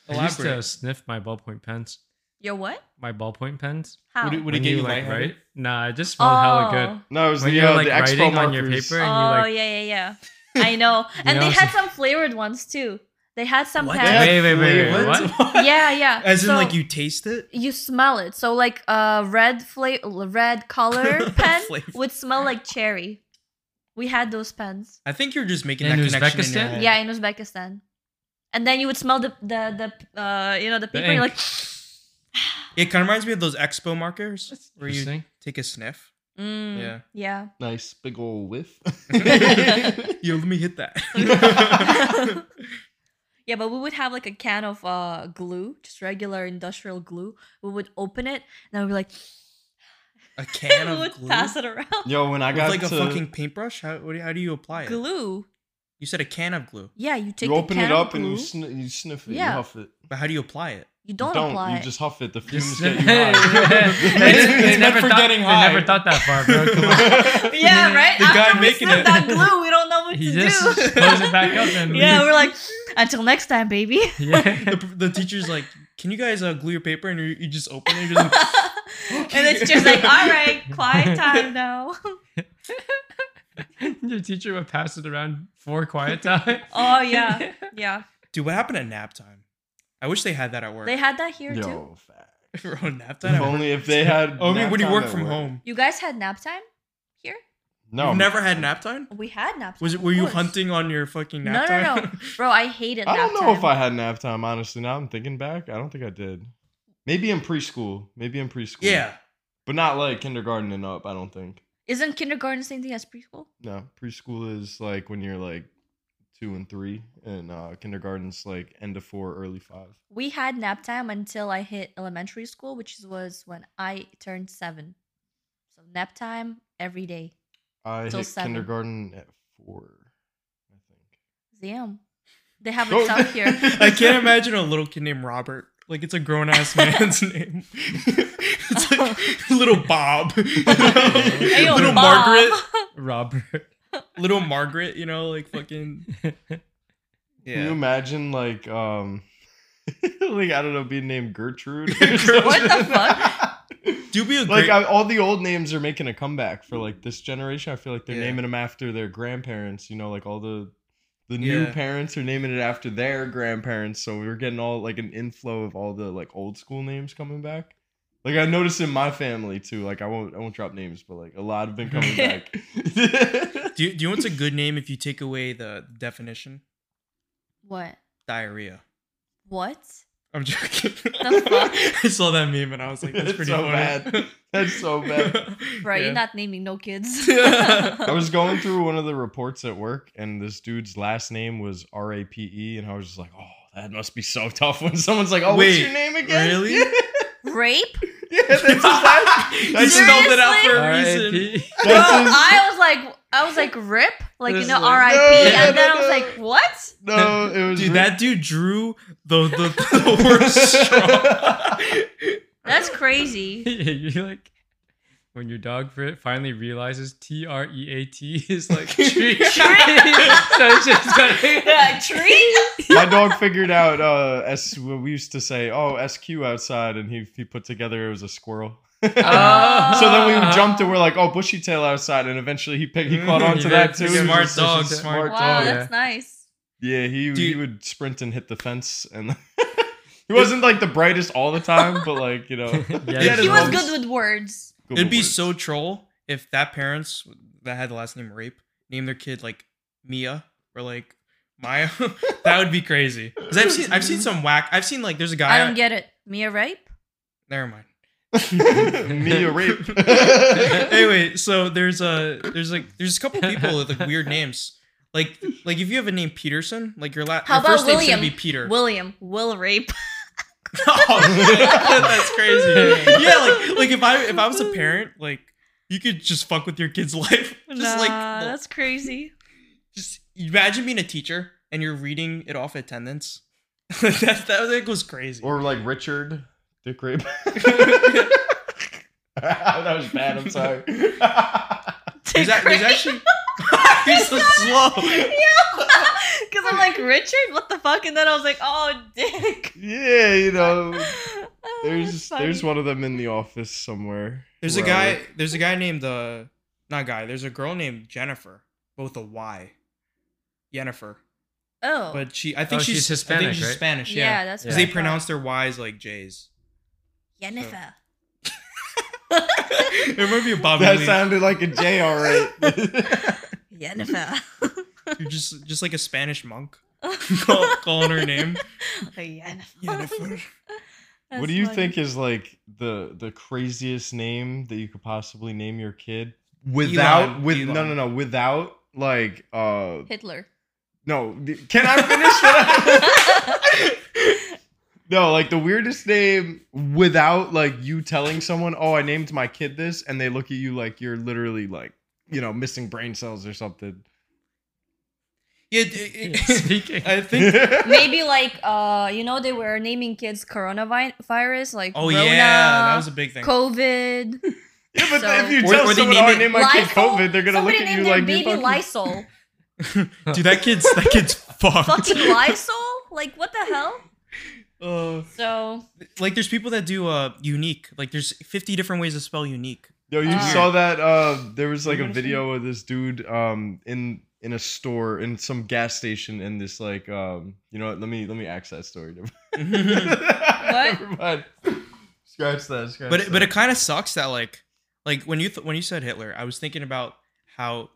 [SPEAKER 3] I used to
[SPEAKER 1] Elaborate.
[SPEAKER 3] sniff my ballpoint pens.
[SPEAKER 4] Your what?
[SPEAKER 3] my ballpoint pens.
[SPEAKER 4] How?
[SPEAKER 1] Would it, would it
[SPEAKER 3] When
[SPEAKER 1] get you, Oh,
[SPEAKER 3] like
[SPEAKER 1] lightheaded?
[SPEAKER 3] write? Nah, it just smelled hella good.
[SPEAKER 2] No, it was
[SPEAKER 3] When
[SPEAKER 2] the,
[SPEAKER 3] you're,
[SPEAKER 2] uh,
[SPEAKER 3] like,
[SPEAKER 2] the expo
[SPEAKER 3] writing
[SPEAKER 2] markers.
[SPEAKER 3] on your paper and you,
[SPEAKER 4] oh
[SPEAKER 3] like-
[SPEAKER 4] yeah, yeah, yeah. I know.
[SPEAKER 3] You
[SPEAKER 4] and
[SPEAKER 3] know,
[SPEAKER 4] they had
[SPEAKER 3] so-
[SPEAKER 4] some flavored ones too. They had some
[SPEAKER 1] What?
[SPEAKER 4] pens.
[SPEAKER 3] Wait, wait, wait, wait,
[SPEAKER 1] What?
[SPEAKER 3] what?
[SPEAKER 4] Yeah, yeah.
[SPEAKER 1] <laughs> As in,
[SPEAKER 4] So-
[SPEAKER 1] like you taste it.
[SPEAKER 4] you smell it. So like uh red fla- red color <laughs> pen
[SPEAKER 1] Flavor.
[SPEAKER 4] would smell like cherry. We had those pens.
[SPEAKER 1] I think you're just making
[SPEAKER 3] In
[SPEAKER 1] that connection in your
[SPEAKER 3] Uzbekistan?
[SPEAKER 1] head.
[SPEAKER 4] Yeah, in Uzbekistan. And then you would smell the the the uh you know the paper. You're
[SPEAKER 3] ink.
[SPEAKER 4] like,
[SPEAKER 1] It kind of reminds me of those expo markers where you
[SPEAKER 3] Interesting.
[SPEAKER 1] take a sniff.
[SPEAKER 4] mm, yeah. <laughs>
[SPEAKER 1] Yeah.
[SPEAKER 2] Nice big old
[SPEAKER 1] <laughs>
[SPEAKER 2] whiff.
[SPEAKER 1] Yo, let me
[SPEAKER 4] <laughs>
[SPEAKER 1] hit that.
[SPEAKER 4] Yeah, but we would have like a can of uh glue, just regular industrial glue. We would open it, and then we'd be like,
[SPEAKER 1] <laughs> a can
[SPEAKER 4] we <laughs>
[SPEAKER 1] of
[SPEAKER 4] would
[SPEAKER 1] glue.
[SPEAKER 4] pass it around.
[SPEAKER 2] Yo, when I
[SPEAKER 1] With
[SPEAKER 2] got
[SPEAKER 1] like
[SPEAKER 2] to,
[SPEAKER 1] a fucking paintbrush. How, what do you- how do you apply it?
[SPEAKER 4] Glue.
[SPEAKER 1] You said a can of glue,
[SPEAKER 4] Yeah, you take
[SPEAKER 2] you
[SPEAKER 4] the
[SPEAKER 2] open it
[SPEAKER 4] can of
[SPEAKER 2] up and you,
[SPEAKER 4] glue.
[SPEAKER 2] sn- you sniff it, you
[SPEAKER 4] Yeah.
[SPEAKER 2] huff it.
[SPEAKER 1] but how do you apply it?
[SPEAKER 4] you don't,
[SPEAKER 2] don't
[SPEAKER 4] apply.
[SPEAKER 2] you
[SPEAKER 4] it.
[SPEAKER 2] just huff it. The fumes
[SPEAKER 3] <laughs> Just-
[SPEAKER 2] get you
[SPEAKER 3] Hey,
[SPEAKER 2] high.
[SPEAKER 3] it's-
[SPEAKER 2] <laughs>
[SPEAKER 3] <laughs> it's
[SPEAKER 2] It's meant
[SPEAKER 3] never
[SPEAKER 2] for
[SPEAKER 3] thought-
[SPEAKER 2] getting
[SPEAKER 3] They
[SPEAKER 2] high.
[SPEAKER 3] never thought that far, bro. Come on.
[SPEAKER 2] <laughs>
[SPEAKER 4] <laughs> yeah, right.
[SPEAKER 1] The
[SPEAKER 4] After
[SPEAKER 1] guy
[SPEAKER 4] we
[SPEAKER 1] making
[SPEAKER 4] sniff
[SPEAKER 1] it.
[SPEAKER 4] that glue, we don't know what
[SPEAKER 3] <laughs> He
[SPEAKER 4] to
[SPEAKER 3] just
[SPEAKER 4] do.
[SPEAKER 1] <laughs>
[SPEAKER 4] <laughs>
[SPEAKER 3] close it back up <laughs> and
[SPEAKER 4] yeah, we're like, until next time, baby. <laughs>
[SPEAKER 3] <laughs>
[SPEAKER 1] The,
[SPEAKER 3] yeah.
[SPEAKER 1] the teacher's like, "Can you guys uh, glue your paper?" And you, you just open it. You're just like,
[SPEAKER 4] and it's just like, all right, quiet time now. <laughs>
[SPEAKER 3] <laughs> Your teacher would pass it around for <laughs> quiet time.
[SPEAKER 4] Oh yeah,
[SPEAKER 3] <laughs>
[SPEAKER 4] yeah.
[SPEAKER 1] Dude, what happened at nap time? I wish they had that at work.
[SPEAKER 4] They had that here too.
[SPEAKER 2] Yo, fact.
[SPEAKER 1] <laughs> Bro, nap time.
[SPEAKER 2] If
[SPEAKER 1] at work?
[SPEAKER 2] only if they had.
[SPEAKER 1] Oh, I mean,
[SPEAKER 2] nap
[SPEAKER 1] when you
[SPEAKER 2] time
[SPEAKER 1] work
[SPEAKER 2] at
[SPEAKER 1] from home,
[SPEAKER 4] You guys had nap time here?
[SPEAKER 2] No,
[SPEAKER 1] you've never had nap time.
[SPEAKER 4] We had nap time.
[SPEAKER 1] Was it?
[SPEAKER 4] of
[SPEAKER 1] Were you
[SPEAKER 4] course.
[SPEAKER 1] hunting on your fucking
[SPEAKER 4] No,
[SPEAKER 1] nap
[SPEAKER 4] no,
[SPEAKER 1] time? <laughs>
[SPEAKER 4] no, bro. I hated.
[SPEAKER 2] I
[SPEAKER 4] nap
[SPEAKER 2] don't know
[SPEAKER 4] time.
[SPEAKER 2] if I had nap time. Honestly, now I'm thinking back, I don't think I did. Maybe in preschool. Maybe in preschool.
[SPEAKER 1] yeah,
[SPEAKER 2] but not like kindergarten and up. I don't think.
[SPEAKER 4] Isn't kindergarten the same thing as preschool?
[SPEAKER 2] No, preschool is like when you're like two and three, and uh, kindergarten's like end of four, early five.
[SPEAKER 4] We had nap time until I hit elementary school, which was when I turned seven. So nap time every day.
[SPEAKER 2] I
[SPEAKER 4] Till
[SPEAKER 2] hit
[SPEAKER 4] seven.
[SPEAKER 2] kindergarten at four, I think.
[SPEAKER 4] Damn, they have
[SPEAKER 2] Go- <laughs>
[SPEAKER 4] it up here.
[SPEAKER 1] I can't imagine a little kid named Robert. Like it's a grown ass <laughs> man's name. it's
[SPEAKER 4] <laughs>
[SPEAKER 1] like little
[SPEAKER 4] <laughs>
[SPEAKER 1] Bob, <laughs>
[SPEAKER 4] Hey, yo,
[SPEAKER 1] little
[SPEAKER 4] Bob.
[SPEAKER 1] Margaret,
[SPEAKER 3] Robert.
[SPEAKER 1] little Margaret. You know,
[SPEAKER 2] <laughs>
[SPEAKER 1] like fucking
[SPEAKER 2] Can you
[SPEAKER 1] yeah.
[SPEAKER 2] imagine like um <laughs> like I don't know being named
[SPEAKER 1] <laughs>
[SPEAKER 2] Gertrude?
[SPEAKER 1] What
[SPEAKER 2] <laughs>
[SPEAKER 4] the
[SPEAKER 2] fuck?
[SPEAKER 1] Do be a
[SPEAKER 2] Like
[SPEAKER 1] great.
[SPEAKER 2] I, all the old names are making a comeback for like this generation. I feel like they're
[SPEAKER 1] Yeah.
[SPEAKER 2] naming them after their grandparents. You know, like all the the new
[SPEAKER 1] Yeah.
[SPEAKER 2] parents are naming it after their grandparents. So we were getting all like an inflow of all the like old school names coming back. Like I noticed in my family too. Like I won't I won't drop names, but like a lot have been
[SPEAKER 1] <laughs>
[SPEAKER 2] coming back. <laughs>
[SPEAKER 1] do, you, do you know what's a good name if you take away the definition?
[SPEAKER 4] <laughs> what?
[SPEAKER 1] Diarrhea.
[SPEAKER 4] What?
[SPEAKER 1] I'm joking.
[SPEAKER 4] The fuck?
[SPEAKER 1] <laughs> I saw that meme and I was like, that's
[SPEAKER 2] It's
[SPEAKER 1] pretty
[SPEAKER 2] so
[SPEAKER 1] funny. <laughs>
[SPEAKER 2] bad. That's so bad.
[SPEAKER 4] Bro,
[SPEAKER 1] Yeah.
[SPEAKER 4] you're not naming
[SPEAKER 2] <laughs>
[SPEAKER 4] no kids.
[SPEAKER 1] I
[SPEAKER 2] I was
[SPEAKER 1] <laughs>
[SPEAKER 2] going through one of the reports at work, and this dude's last name was R A P E, and I was just like, "Oh, that must be so tough." When someone's like, "Oh, what's
[SPEAKER 1] Wait,
[SPEAKER 2] your name again?"
[SPEAKER 1] really?
[SPEAKER 2] Yeah,
[SPEAKER 4] <laughs> rape? Bro,
[SPEAKER 2] <laughs> yeah, that's
[SPEAKER 1] <laughs>
[SPEAKER 2] his last.
[SPEAKER 1] he
[SPEAKER 2] That's-
[SPEAKER 1] spelled it out for a reason.
[SPEAKER 3] R.I.P.
[SPEAKER 2] That's his,
[SPEAKER 4] I was like, I was like, rip, like you
[SPEAKER 3] It's
[SPEAKER 4] know,
[SPEAKER 3] like-
[SPEAKER 4] R.I.P.
[SPEAKER 2] No,
[SPEAKER 4] and then I
[SPEAKER 2] no,
[SPEAKER 4] was
[SPEAKER 2] no.
[SPEAKER 4] like, what?
[SPEAKER 2] no, it was
[SPEAKER 1] Dude, that <laughs> dude drew the the, the
[SPEAKER 2] <laughs>
[SPEAKER 1] worst straw.
[SPEAKER 4] That's <laughs>
[SPEAKER 3] <laughs>
[SPEAKER 4] crazy.
[SPEAKER 3] Yeah, you like when your dog fr- finally realizes T R E A T is <laughs> like tree. so it's just like,
[SPEAKER 4] Uh, tree? <laughs>
[SPEAKER 2] my dog figured out. Uh, S well, we used to say, "Oh, SQ outside," and he he put together it was a squirrel. <laughs>
[SPEAKER 3] Oh.
[SPEAKER 2] <laughs> So then
[SPEAKER 1] Ah.
[SPEAKER 2] we jumped and we're like, "Oh, bushy tail outside," and eventually he picked, he caught
[SPEAKER 1] Mm,
[SPEAKER 2] on
[SPEAKER 3] you
[SPEAKER 2] to that
[SPEAKER 3] did.
[SPEAKER 2] too. He
[SPEAKER 3] Smart
[SPEAKER 2] was just
[SPEAKER 1] dog,
[SPEAKER 2] such a
[SPEAKER 1] smart
[SPEAKER 4] Wow,
[SPEAKER 2] Oh,
[SPEAKER 3] dog.
[SPEAKER 4] that's nice.
[SPEAKER 2] Yeah, he he
[SPEAKER 1] Dude.
[SPEAKER 2] would sprint and hit the fence, and <laughs> he wasn't like the brightest all the time, but like you know,
[SPEAKER 3] <laughs> Yeah,
[SPEAKER 2] had
[SPEAKER 4] He
[SPEAKER 2] his
[SPEAKER 4] was
[SPEAKER 2] moments.
[SPEAKER 4] good with words.
[SPEAKER 2] Good
[SPEAKER 1] <laughs> It'd be
[SPEAKER 2] words.
[SPEAKER 1] so troll if that parents that had the last name Rape named their kid like Mia or like Maya. <laughs> that would be crazy. 'Cause I've seen I've seen some whack. I've seen like there's a guy.
[SPEAKER 4] I don't get it. Mia rape?
[SPEAKER 1] Never mind. <laughs>
[SPEAKER 2] me a rape. <laughs>
[SPEAKER 1] anyway, so there's a there's like there's a couple people with like weird names. Like like if you have a name Peterson, like your last
[SPEAKER 4] How
[SPEAKER 1] your first
[SPEAKER 4] about
[SPEAKER 1] name should be
[SPEAKER 4] William?
[SPEAKER 1] Peter.
[SPEAKER 4] William will rape.
[SPEAKER 1] <laughs> Oh, shit. That's crazy.
[SPEAKER 4] <laughs>
[SPEAKER 1] Yeah, like like if I if I was a parent, like you could just fuck with your kid's <laughs> life. Just
[SPEAKER 4] <laughs> nah,
[SPEAKER 1] like
[SPEAKER 4] that's crazy.
[SPEAKER 1] just imagine being a teacher and you're reading it off attendance. <laughs> that that like, was crazy.
[SPEAKER 2] or like Richard Dick
[SPEAKER 1] <laughs>
[SPEAKER 2] Rape. that was bad. I'm sorry.
[SPEAKER 1] <laughs> There's, a-
[SPEAKER 4] <laughs>
[SPEAKER 1] there's actually you're so slow.
[SPEAKER 4] Because <laughs> I'm like Richard, what the fuck? And then I was like, oh, dick. Oh, <laughs>
[SPEAKER 2] yeah, you know, There's there's one of them in the office somewhere.
[SPEAKER 1] There's a
[SPEAKER 2] where I
[SPEAKER 1] guy.
[SPEAKER 2] work.
[SPEAKER 1] There's a guy named uh, not guy. There's a girl named Jennifer, both a Y. Jennifer,
[SPEAKER 4] Oh,
[SPEAKER 1] but she. I think
[SPEAKER 3] Oh,
[SPEAKER 1] she's,
[SPEAKER 3] she's
[SPEAKER 1] I
[SPEAKER 3] Hispanic,
[SPEAKER 1] think she's
[SPEAKER 3] right?
[SPEAKER 1] Spanish.
[SPEAKER 4] yeah,
[SPEAKER 1] Yeah.
[SPEAKER 4] that's
[SPEAKER 1] Because
[SPEAKER 4] what I
[SPEAKER 1] they
[SPEAKER 4] thought.
[SPEAKER 1] pronounce their Y's like
[SPEAKER 3] <laughs>
[SPEAKER 1] J's.
[SPEAKER 4] <laughs> Yennefer.
[SPEAKER 1] it might be a Bob
[SPEAKER 2] That
[SPEAKER 1] Marley.
[SPEAKER 2] sounded like a J, all right.
[SPEAKER 4] <laughs> <laughs>
[SPEAKER 1] <laughs>
[SPEAKER 4] Yennefer.
[SPEAKER 1] You're just just like a Spanish monk <laughs> call, calling her name.
[SPEAKER 4] <laughs> Yennefer.
[SPEAKER 2] what
[SPEAKER 4] That's
[SPEAKER 2] do you
[SPEAKER 4] funny.
[SPEAKER 2] think is like the the craziest name that you could possibly name your kid?
[SPEAKER 1] Elon,
[SPEAKER 2] with no no
[SPEAKER 1] Elon.
[SPEAKER 2] no without like uh
[SPEAKER 4] <laughs> Hitler.
[SPEAKER 2] no th- can I finish
[SPEAKER 4] <laughs>
[SPEAKER 2] that? <laughs> no, like the weirdest name without like you telling someone, "Oh, I named my kid this," and they look at you like you're literally like you know missing brain cells or something.
[SPEAKER 1] Yeah, it- it-
[SPEAKER 3] Speaking.
[SPEAKER 1] <laughs>
[SPEAKER 2] <laughs>
[SPEAKER 3] <laughs>
[SPEAKER 1] I think.
[SPEAKER 4] Maybe like uh, you know, they were naming kids coronavirus, like
[SPEAKER 1] Oh
[SPEAKER 4] Rona,
[SPEAKER 1] yeah, that was a big thing.
[SPEAKER 4] COVID.
[SPEAKER 2] Yeah, but
[SPEAKER 4] So-
[SPEAKER 2] if you
[SPEAKER 1] Or-
[SPEAKER 2] tell
[SPEAKER 1] or they
[SPEAKER 2] someone,
[SPEAKER 1] name
[SPEAKER 2] "Oh, I
[SPEAKER 1] it
[SPEAKER 2] named my kid
[SPEAKER 4] Lysol?
[SPEAKER 2] COVID," they're gonna
[SPEAKER 4] Somebody
[SPEAKER 2] look at
[SPEAKER 4] named
[SPEAKER 2] you
[SPEAKER 4] their
[SPEAKER 2] like
[SPEAKER 4] baby
[SPEAKER 2] you fucking. <laughs>
[SPEAKER 4] Lysol.
[SPEAKER 1] Dude, that kid's that kid's fucked.
[SPEAKER 4] Fucking Lysol? Like what the hell?
[SPEAKER 1] <laughs> Uh,
[SPEAKER 4] So
[SPEAKER 1] like there's people that do uh unique. Like there's 50 different ways to
[SPEAKER 3] <laughs>
[SPEAKER 1] spell unique. <laughs>
[SPEAKER 2] Yo, you
[SPEAKER 4] Ah.
[SPEAKER 2] saw that? Uh, there was like
[SPEAKER 3] You
[SPEAKER 2] a
[SPEAKER 3] wanna see?
[SPEAKER 2] video of this dude um in in a store in some gas station in this like um you know what, let me let me axe that story. <laughs> Never- Never mind. Scratch that. Scratch
[SPEAKER 1] but it, but
[SPEAKER 2] that.
[SPEAKER 1] it kind of sucks that like like when you th- when you said Hitler, I was thinking about how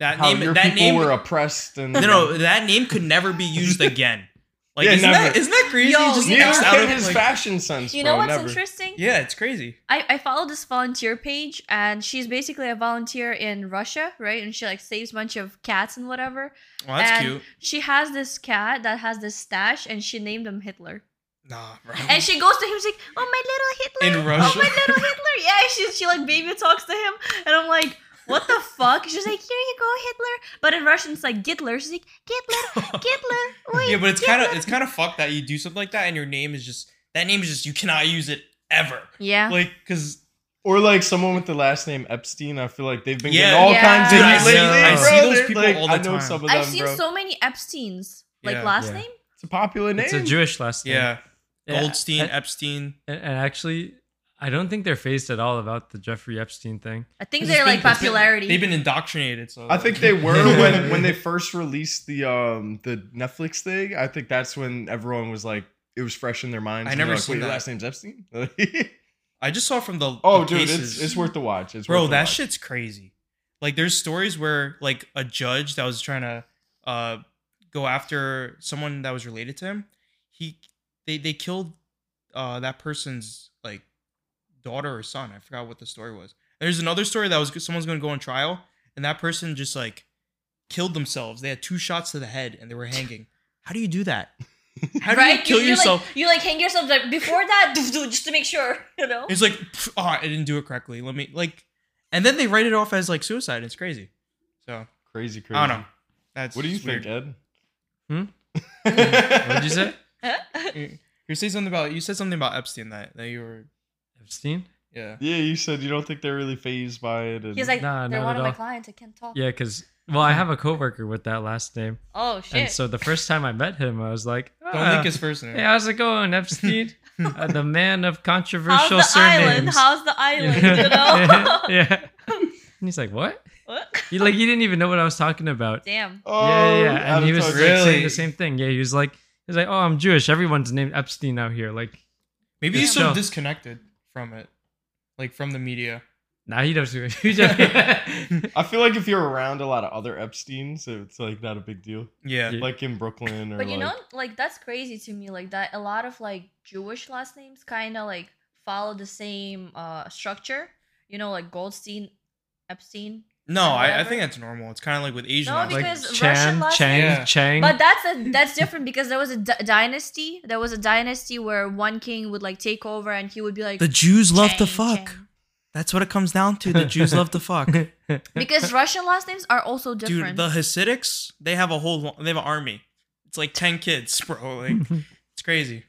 [SPEAKER 1] that
[SPEAKER 2] how
[SPEAKER 1] name
[SPEAKER 2] your
[SPEAKER 1] that
[SPEAKER 2] people
[SPEAKER 1] name
[SPEAKER 2] were oppressed and
[SPEAKER 4] <laughs>
[SPEAKER 1] no no that name could never be
[SPEAKER 2] <laughs>
[SPEAKER 1] used again. Like
[SPEAKER 2] Yeah,
[SPEAKER 1] isn't, that,
[SPEAKER 2] never.
[SPEAKER 1] isn't that crazy?
[SPEAKER 4] Yo,
[SPEAKER 1] He just
[SPEAKER 4] you
[SPEAKER 2] neither
[SPEAKER 4] know-
[SPEAKER 1] X'd out
[SPEAKER 2] can
[SPEAKER 1] of,
[SPEAKER 2] his
[SPEAKER 1] like-
[SPEAKER 2] fashion sense.
[SPEAKER 4] you know
[SPEAKER 2] bro,
[SPEAKER 4] what's
[SPEAKER 2] never.
[SPEAKER 4] interesting?
[SPEAKER 1] yeah, it's crazy.
[SPEAKER 4] I, I follow this volunteer page and she's basically a volunteer in Russia, right? And she like saves a bunch of cats and whatever.
[SPEAKER 1] Well, that's
[SPEAKER 4] and
[SPEAKER 1] cute.
[SPEAKER 4] She has this cat that has this stash and she named him Hitler.
[SPEAKER 1] Nah, bro.
[SPEAKER 4] And she goes to him she's like, Oh my little Hitler.
[SPEAKER 1] In Russia?
[SPEAKER 4] Oh my little Hitler. Yeah, she she like baby talks to him and I'm like, what the fuck? She's like, here you go, Hitler. But in Russian it's like Gittler. She's like,
[SPEAKER 1] <laughs>
[SPEAKER 4] Gittler, Gittler. Wait,
[SPEAKER 1] yeah, but it's kind of it's kind of fucked that you do something like that and your name is just that name is just you cannot use it ever.
[SPEAKER 4] Yeah.
[SPEAKER 1] Like cuz
[SPEAKER 2] Or like someone with the last name Epstein. I feel like they've been
[SPEAKER 1] Yeah.
[SPEAKER 2] getting all
[SPEAKER 4] Yeah.
[SPEAKER 2] kinds of
[SPEAKER 4] Dude, I
[SPEAKER 2] heat
[SPEAKER 4] see-
[SPEAKER 2] lately.
[SPEAKER 3] I
[SPEAKER 2] bro.
[SPEAKER 1] see those
[SPEAKER 2] They're,
[SPEAKER 1] people
[SPEAKER 2] like,
[SPEAKER 1] all
[SPEAKER 2] I
[SPEAKER 1] the
[SPEAKER 2] know
[SPEAKER 1] time.
[SPEAKER 2] some of them,
[SPEAKER 4] I've seen
[SPEAKER 2] bro.
[SPEAKER 4] so many Epsteins. Like
[SPEAKER 1] Yeah.
[SPEAKER 4] last
[SPEAKER 3] Yeah.
[SPEAKER 4] name?
[SPEAKER 2] it's a popular name.
[SPEAKER 3] It's a Jewish last name.
[SPEAKER 1] yeah,
[SPEAKER 3] Yeah,
[SPEAKER 1] Goldstein,
[SPEAKER 3] and-
[SPEAKER 1] Epstein.
[SPEAKER 3] And, and actually, I don't think they're phased at all about the Jeffrey Epstein thing.
[SPEAKER 4] I think
[SPEAKER 1] It's
[SPEAKER 4] they're
[SPEAKER 1] been-
[SPEAKER 4] like
[SPEAKER 1] it's been-
[SPEAKER 4] popularity.
[SPEAKER 1] They've been indoctrinated. So
[SPEAKER 2] I think
[SPEAKER 1] <laughs>
[SPEAKER 2] they were when, when they first released the um the Netflix thing. I think that's when everyone was like it was fresh in their minds.
[SPEAKER 1] I
[SPEAKER 2] and they're
[SPEAKER 1] never
[SPEAKER 2] like,
[SPEAKER 1] seen
[SPEAKER 2] Wait, your
[SPEAKER 1] that.
[SPEAKER 2] last name's Epstein. <laughs>
[SPEAKER 1] I just saw from the
[SPEAKER 2] oh,
[SPEAKER 1] the
[SPEAKER 2] dude, it's,
[SPEAKER 1] cases.
[SPEAKER 2] it's worth the watch. It's
[SPEAKER 1] bro.
[SPEAKER 2] worth the
[SPEAKER 1] That
[SPEAKER 2] watch.
[SPEAKER 1] shit's crazy. Like there's stories where like a judge that was trying to uh go after someone that was related to him, he they they killed uh that person's like daughter or son. I forgot what the story was. There's another story that was someone's going to go on trial and that person just like killed themselves. They had two shots to the head and they were hanging. How do you do that? How do you kill yourself?
[SPEAKER 4] Like, you like hang yourself like, before that, <laughs> doof, doof, just to make sure, you know.
[SPEAKER 1] It's like, "Pff, oh, I didn't do it correctly. Let me like, and then they write it off as like suicide. It's crazy. So
[SPEAKER 2] Crazy, crazy.
[SPEAKER 1] I don't know. That's
[SPEAKER 2] What do you
[SPEAKER 1] just weird.
[SPEAKER 2] think, Ed?
[SPEAKER 3] Hmm?
[SPEAKER 2] <laughs>
[SPEAKER 3] What
[SPEAKER 2] What'd
[SPEAKER 3] did Hmm? you
[SPEAKER 4] <laughs>
[SPEAKER 3] say?
[SPEAKER 1] You, you say something about you said something about Epstein that that you were
[SPEAKER 3] Epstein?
[SPEAKER 1] yeah.
[SPEAKER 2] Yeah, you said you don't think they're really phased by it. And
[SPEAKER 4] He's like,
[SPEAKER 3] Nah,
[SPEAKER 4] they're
[SPEAKER 3] not
[SPEAKER 4] one
[SPEAKER 3] at
[SPEAKER 4] of my
[SPEAKER 3] all.
[SPEAKER 4] clients. I can't talk.
[SPEAKER 3] Yeah, because well, I have a coworker with that last name,
[SPEAKER 4] Oh
[SPEAKER 3] and
[SPEAKER 4] shit.
[SPEAKER 3] so the first time I met him, I was like,
[SPEAKER 1] Don't
[SPEAKER 3] "Ah,
[SPEAKER 1] link his first name.
[SPEAKER 3] Hey, how's it going,
[SPEAKER 1] <laughs>
[SPEAKER 3] Epstein? uh, the man of
[SPEAKER 4] How's
[SPEAKER 3] controversial
[SPEAKER 4] the island?
[SPEAKER 3] surnames.
[SPEAKER 4] How's the
[SPEAKER 3] <laughs>
[SPEAKER 4] island? You
[SPEAKER 1] <laughs>
[SPEAKER 4] know.
[SPEAKER 3] yeah. And he's like, what?
[SPEAKER 4] What?
[SPEAKER 3] He like he didn't even know what I was talking about.
[SPEAKER 4] Damn.
[SPEAKER 2] oh,
[SPEAKER 3] yeah, yeah, yeah. And he was
[SPEAKER 2] Avatar
[SPEAKER 3] like,
[SPEAKER 1] Really?
[SPEAKER 3] saying the same thing. Yeah, he was like, he was like, oh, I'm Jewish. Everyone's named Epstein out here. Like,
[SPEAKER 1] Maybe he's so
[SPEAKER 3] Yeah.
[SPEAKER 1] disconnected from it, like from the media.
[SPEAKER 3] nah, he doesn't. <laughs> He just, yeah.
[SPEAKER 1] <laughs>
[SPEAKER 2] I feel like if you're around a lot of other Epsteins, it's like not a big deal.
[SPEAKER 1] Yeah,
[SPEAKER 2] Like in Brooklyn or
[SPEAKER 4] But you
[SPEAKER 2] <laughs> like,
[SPEAKER 4] know, like that's crazy to me. Like that, a lot of like Jewish last names kind of like follow the same uh structure. You know, like Goldstein, Epstein.
[SPEAKER 1] no, I, I
[SPEAKER 4] Whatever.
[SPEAKER 1] think that's normal. It's kind of like with Asian.
[SPEAKER 4] No,
[SPEAKER 1] last
[SPEAKER 3] like
[SPEAKER 1] names.
[SPEAKER 4] Because Russian
[SPEAKER 3] Chan,
[SPEAKER 4] last
[SPEAKER 3] Chang,
[SPEAKER 1] Yeah.
[SPEAKER 3] Chang.
[SPEAKER 4] But that's a that's different because there was a d- dynasty. There was a dynasty where one king would like take over and he would be like
[SPEAKER 1] Jews
[SPEAKER 4] Chang, Chang.
[SPEAKER 1] That's what it comes down to. The Jews love
[SPEAKER 4] <laughs>
[SPEAKER 1] to fuck.
[SPEAKER 4] Because Russian last names are also different.
[SPEAKER 1] Dude, the Hasidics, they have a whole, lo- they have an army. It's like 10 kids, bro. Like,
[SPEAKER 3] <laughs>
[SPEAKER 1] it's crazy.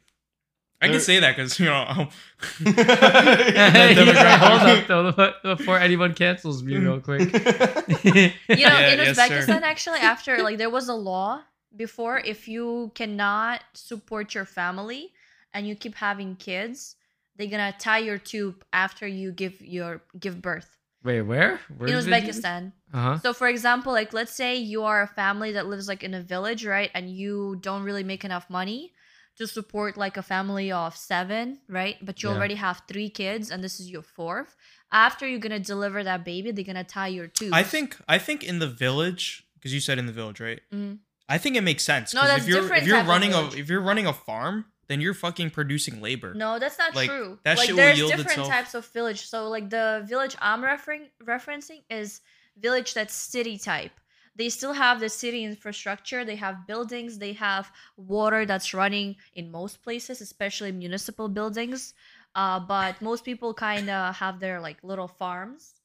[SPEAKER 1] I can
[SPEAKER 2] They're-
[SPEAKER 1] say that because, you know, um,
[SPEAKER 4] <laughs>
[SPEAKER 1] I'm-
[SPEAKER 2] <laughs>
[SPEAKER 3] Hey,
[SPEAKER 1] demographic.
[SPEAKER 3] yeah, <laughs> hold up though, before anyone cancels me real
[SPEAKER 4] <laughs>
[SPEAKER 3] quick.
[SPEAKER 2] <laughs>
[SPEAKER 4] you know,
[SPEAKER 1] Yeah,
[SPEAKER 4] in
[SPEAKER 1] yes, sir.
[SPEAKER 4] Uzbekistan, actually, after like there was a law before if you cannot support your family and you keep having kids, they're gonna tie your tube after you give your give birth
[SPEAKER 3] Wait, where? Where
[SPEAKER 4] in
[SPEAKER 3] did they do this?
[SPEAKER 4] Uzbekistan.
[SPEAKER 3] Uh-huh.
[SPEAKER 4] So, for example, like let's say you are a family that lives like in a village, right? And you don't really make enough money to support like a family of seven, right? But you
[SPEAKER 3] Yeah.
[SPEAKER 4] already have three kids, and this is your fourth. After you're gonna deliver that baby, they're gonna tie your tubes.
[SPEAKER 1] I think I think in the village because you said in the village, right?
[SPEAKER 4] Mhm.
[SPEAKER 1] I think it makes sense.
[SPEAKER 4] No,
[SPEAKER 1] 'cause
[SPEAKER 4] that's
[SPEAKER 1] if you're
[SPEAKER 4] different
[SPEAKER 1] if you're
[SPEAKER 4] type of
[SPEAKER 1] running a
[SPEAKER 4] village.
[SPEAKER 1] if you're running a farm, then you're fucking producing labor.
[SPEAKER 4] No, that's not
[SPEAKER 1] Like,
[SPEAKER 4] true.
[SPEAKER 1] that
[SPEAKER 4] like
[SPEAKER 1] shit will
[SPEAKER 4] there's
[SPEAKER 1] yield
[SPEAKER 4] different
[SPEAKER 1] itself.
[SPEAKER 4] types of village. So like the village I'm referring referencing is village that's city type. They still have the city infrastructure. They have buildings. They have water that's running in most places, especially municipal buildings. Uh, but most people kind of have their like little farms.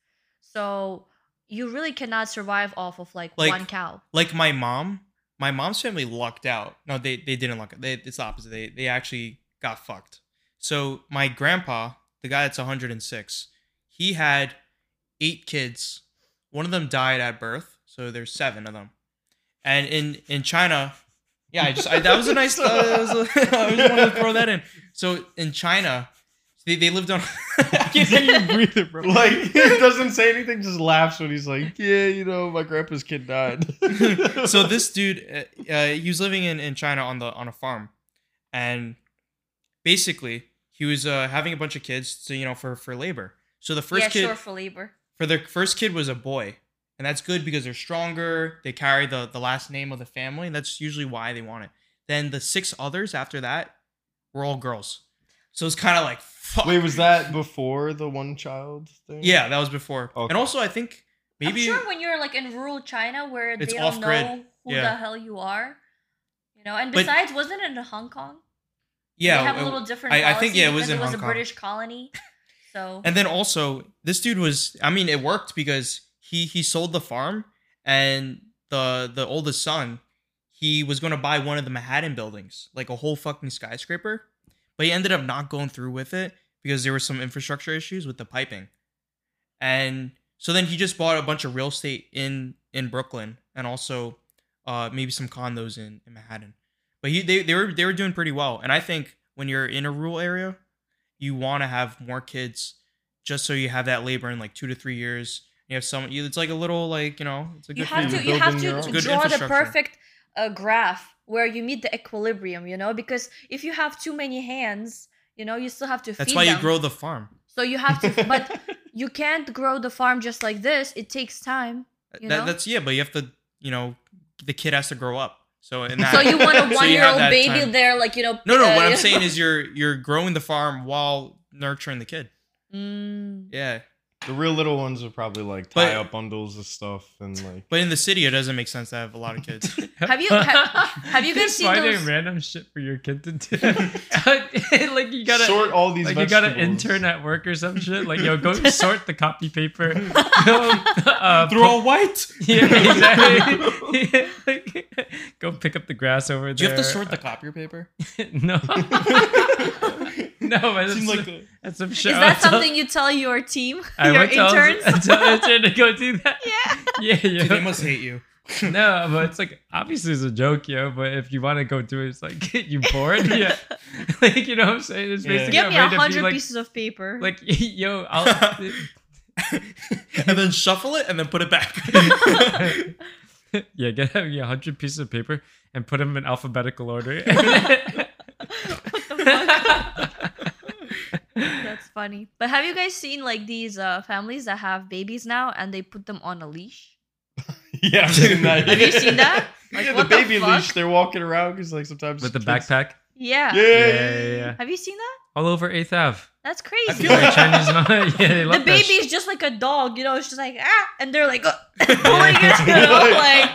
[SPEAKER 4] So you really cannot survive off of like,
[SPEAKER 1] Like-
[SPEAKER 4] one cow.
[SPEAKER 1] Like my mom, my mom's family lucked out. No, they they didn't luck. They, it's the opposite. They they actually got fucked. So my grandpa, the guy that's 106, he had eight kids. One of them died at birth, so there's seven of them. And in in China, yeah, I just I, that was a nice. that was a- <laughs> I just wanted to throw that in. So in China, they, they lived on. <laughs> I can't even breathe it, bro.
[SPEAKER 2] Like he doesn't say anything, just laughs when he's like, "Yeah, you know, my grandpa's kid died."
[SPEAKER 1] so this dude, uh, uh, he was living in, in China on the on a farm, and basically he was uh, having a bunch of kids, to, you know, for for labor. So the first
[SPEAKER 4] yeah,
[SPEAKER 1] kid
[SPEAKER 4] sure for labor.
[SPEAKER 1] for their first kid was a boy, and that's good because they're stronger. They carry the the last name of the family, and that's usually why they want it. Then the six others after that were all girls, so it's kind of like fuck.
[SPEAKER 2] Wait, was that before the one child thing?
[SPEAKER 1] yeah, that was before,
[SPEAKER 2] Okay.
[SPEAKER 1] and also I think maybe
[SPEAKER 4] I'm sure when you're like in rural China where
[SPEAKER 1] It's
[SPEAKER 4] they don't
[SPEAKER 1] off-grid.
[SPEAKER 4] know who
[SPEAKER 1] Yeah.
[SPEAKER 4] the hell you are, you know. And
[SPEAKER 1] But-
[SPEAKER 4] besides, wasn't it in Hong Kong?
[SPEAKER 1] yeah, uh,
[SPEAKER 4] they have
[SPEAKER 1] it-
[SPEAKER 4] a little different.
[SPEAKER 1] I- I
[SPEAKER 4] Policy
[SPEAKER 1] think, yeah, it was
[SPEAKER 4] because
[SPEAKER 1] in
[SPEAKER 4] it was
[SPEAKER 1] Hong
[SPEAKER 4] a
[SPEAKER 1] Kong.
[SPEAKER 4] British colony, so
[SPEAKER 1] And then also, this dude was I mean, it worked because he he sold the farm and the the oldest son, he was going to buy one of the Manhattan buildings, like a whole fucking skyscraper, but he ended up not going through with it because there were some infrastructure issues with the piping. And so then he just bought a bunch of real estate in in Brooklyn and also uh maybe some condos in, in Manhattan. But he they, they were they were doing pretty well. And I think when you're in a rural area, you want to have more kids just so you have that labor in like two to three years. You have some. you- It's like a little like you know. It's a good
[SPEAKER 4] you have
[SPEAKER 1] thing.
[SPEAKER 4] to you have
[SPEAKER 2] Building your
[SPEAKER 4] to
[SPEAKER 2] own.
[SPEAKER 1] Good
[SPEAKER 4] draw the
[SPEAKER 1] infrastructure.
[SPEAKER 4] perfect uh, graph where you meet the equilibrium, you know. Because if you have too many hands, you know, you still have to
[SPEAKER 1] That's
[SPEAKER 4] feed
[SPEAKER 1] why
[SPEAKER 4] them.
[SPEAKER 1] you grow the farm.
[SPEAKER 4] so you have to,
[SPEAKER 1] <laughs>
[SPEAKER 4] but you can't grow the farm just like this. It takes time. You
[SPEAKER 1] That,
[SPEAKER 4] know?
[SPEAKER 1] that's yeah, but you have to you know the kid has to grow up. So in that,
[SPEAKER 4] <laughs> So you want
[SPEAKER 1] So
[SPEAKER 4] a
[SPEAKER 1] you have
[SPEAKER 4] one-year-old
[SPEAKER 1] that
[SPEAKER 4] baby
[SPEAKER 1] time.
[SPEAKER 4] there, like you know.
[SPEAKER 1] <laughs> No, no.
[SPEAKER 4] uh, <laughs>
[SPEAKER 1] What I'm
[SPEAKER 4] you
[SPEAKER 1] saying is you're you're growing the farm while nurturing the kid.
[SPEAKER 4] know. Mm.
[SPEAKER 1] Yeah,
[SPEAKER 2] The real little ones would probably like
[SPEAKER 1] But-
[SPEAKER 2] tie up bundles of stuff and like.
[SPEAKER 1] but in the city, it doesn't make sense to have a lot of kids.
[SPEAKER 4] Have
[SPEAKER 3] <laughs>
[SPEAKER 4] you- have- have you guys
[SPEAKER 3] Just
[SPEAKER 4] seen
[SPEAKER 3] finding
[SPEAKER 4] those-
[SPEAKER 3] random shit <laughs> for your kid
[SPEAKER 1] <laughs>
[SPEAKER 3] to do? like you gotta
[SPEAKER 2] sort all these.
[SPEAKER 3] like you got an
[SPEAKER 2] vegetables. <laughs>
[SPEAKER 3] intern at work or some shit. Like yo,
[SPEAKER 4] <laughs>
[SPEAKER 3] go sort the copy paper. <laughs> Go, uh,
[SPEAKER 1] They're all white.
[SPEAKER 3] <laughs> yeah, exactly. <laughs> Yeah, like, go pick up the grass over
[SPEAKER 1] Do you
[SPEAKER 3] there.
[SPEAKER 1] have to sort the copier <laughs> paper?
[SPEAKER 3] <laughs> no, <laughs> no, but that's,
[SPEAKER 1] Seemed like the-
[SPEAKER 3] that's some
[SPEAKER 4] Is
[SPEAKER 3] shit. I <laughs>
[SPEAKER 4] that
[SPEAKER 3] would tell-
[SPEAKER 4] something you tell your team,
[SPEAKER 3] I
[SPEAKER 4] your
[SPEAKER 3] would tell-
[SPEAKER 4] interns?
[SPEAKER 3] <laughs> I tell an intern to go do that.
[SPEAKER 4] <laughs> yeah.
[SPEAKER 3] Yeah, yeah.
[SPEAKER 1] Dude, they must hate you.
[SPEAKER 3] No, but it's like obviously it's a joke, yo. But if you want to go do it, it's like <laughs> you bored, yeah.
[SPEAKER 4] <laughs>
[SPEAKER 3] <laughs> Like you know what I'm saying? It's
[SPEAKER 1] Yeah.
[SPEAKER 3] basically
[SPEAKER 4] Give me a
[SPEAKER 3] way to be
[SPEAKER 4] hundred
[SPEAKER 3] like,
[SPEAKER 4] pieces of paper. <laughs>
[SPEAKER 3] like <laughs> yo, I'll,
[SPEAKER 1] <laughs> and then shuffle it and then put it <laughs> back.
[SPEAKER 3] yeah, get me a hundred pieces of paper and put them in alphabetical
[SPEAKER 4] <laughs>
[SPEAKER 3] order. <laughs>
[SPEAKER 4] That's funny. But have you guys seen like these uh, families that have babies now and they put them on a leash?
[SPEAKER 2] Yeah, I've seen that.
[SPEAKER 4] Have you seen that? Like,
[SPEAKER 2] yeah, the
[SPEAKER 4] what the
[SPEAKER 2] baby
[SPEAKER 4] fuck?
[SPEAKER 2] leash. They're walking around because like sometimes
[SPEAKER 3] With the
[SPEAKER 2] kids-
[SPEAKER 3] backpack,
[SPEAKER 4] Yeah.
[SPEAKER 2] Yeah,
[SPEAKER 3] yeah,
[SPEAKER 2] yeah,
[SPEAKER 3] yeah,
[SPEAKER 2] yeah,
[SPEAKER 3] yeah.
[SPEAKER 4] Have you seen that?
[SPEAKER 3] all over Eighth Ave.
[SPEAKER 4] That's crazy.
[SPEAKER 1] feel like-
[SPEAKER 3] Chinese
[SPEAKER 1] <laughs>
[SPEAKER 3] mom, <laughs> yeah, they
[SPEAKER 4] the
[SPEAKER 3] love that
[SPEAKER 4] baby
[SPEAKER 3] shit. <laughs>
[SPEAKER 4] is just like a dog, you know. It's just like ah, and they're <laughs> like, oh, you
[SPEAKER 2] <laughs>
[SPEAKER 4] know, like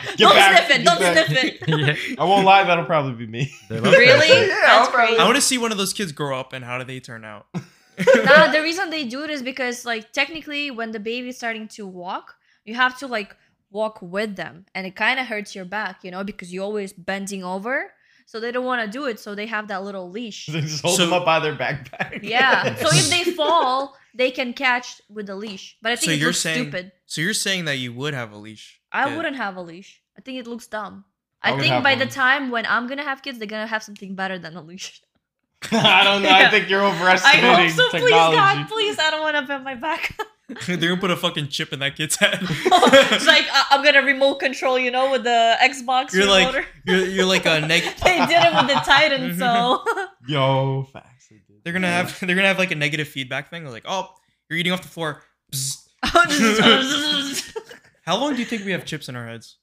[SPEAKER 2] Get
[SPEAKER 4] don't
[SPEAKER 2] back,
[SPEAKER 4] sniff
[SPEAKER 2] get
[SPEAKER 4] it, don't
[SPEAKER 2] back.
[SPEAKER 4] sniff
[SPEAKER 2] <laughs>
[SPEAKER 4] it.
[SPEAKER 3] yeah,
[SPEAKER 2] I won't lie, that'll probably be me. <laughs>
[SPEAKER 3] they love that
[SPEAKER 4] Really?
[SPEAKER 3] shit.
[SPEAKER 2] Yeah,
[SPEAKER 4] That's
[SPEAKER 2] I'll probably-
[SPEAKER 4] crazy.
[SPEAKER 1] I want to see one of those kids grow up and how do they turn out?
[SPEAKER 4] nah, the reason they do it is because like technically when the baby is starting to walk, you have to like walk with them and it kind of hurts your back, you know, because you're always bending over. So they don't want to do it, so they have that
[SPEAKER 2] <laughs>
[SPEAKER 4] little leash.
[SPEAKER 2] They just hold
[SPEAKER 1] So-
[SPEAKER 2] them up by their backpack. <laughs>
[SPEAKER 4] <laughs> Yeah. So if they fall, they can catch with the leash. But I think
[SPEAKER 1] So
[SPEAKER 4] it
[SPEAKER 1] you're
[SPEAKER 4] looks
[SPEAKER 1] saying
[SPEAKER 4] stupid.
[SPEAKER 1] So you're saying that you would have a leash?
[SPEAKER 4] I
[SPEAKER 1] kid.
[SPEAKER 4] wouldn't have a leash. I think it looks dumb.
[SPEAKER 2] I
[SPEAKER 4] I,
[SPEAKER 2] would
[SPEAKER 4] think
[SPEAKER 2] have
[SPEAKER 4] by the
[SPEAKER 2] one.
[SPEAKER 4] time when I'm gonna have kids, they're gonna have something better than a leash.
[SPEAKER 2] <laughs> I don't know. I
[SPEAKER 4] Yeah.
[SPEAKER 2] think you're
[SPEAKER 4] <laughs> I
[SPEAKER 2] overestimating
[SPEAKER 4] hope so. Please,
[SPEAKER 2] technology.
[SPEAKER 4] God, please. I don't want to bend my back.
[SPEAKER 1] <laughs> They're gonna put a fucking chip in that kid's
[SPEAKER 4] <laughs>
[SPEAKER 1] head. <laughs>
[SPEAKER 4] it's like I- I'm gonna remote control, you know, with the Xbox
[SPEAKER 1] you're
[SPEAKER 4] remote.
[SPEAKER 1] like you're, you're like a negative.
[SPEAKER 4] <laughs> they did it with the Titan,
[SPEAKER 1] <laughs>
[SPEAKER 4] so <laughs>
[SPEAKER 2] Yo, facts. they did.
[SPEAKER 1] They're gonna have they're gonna have like a negative feedback thing. They're like, oh, you're eating off the floor. Bzz. How long do you think we have chips in our heads?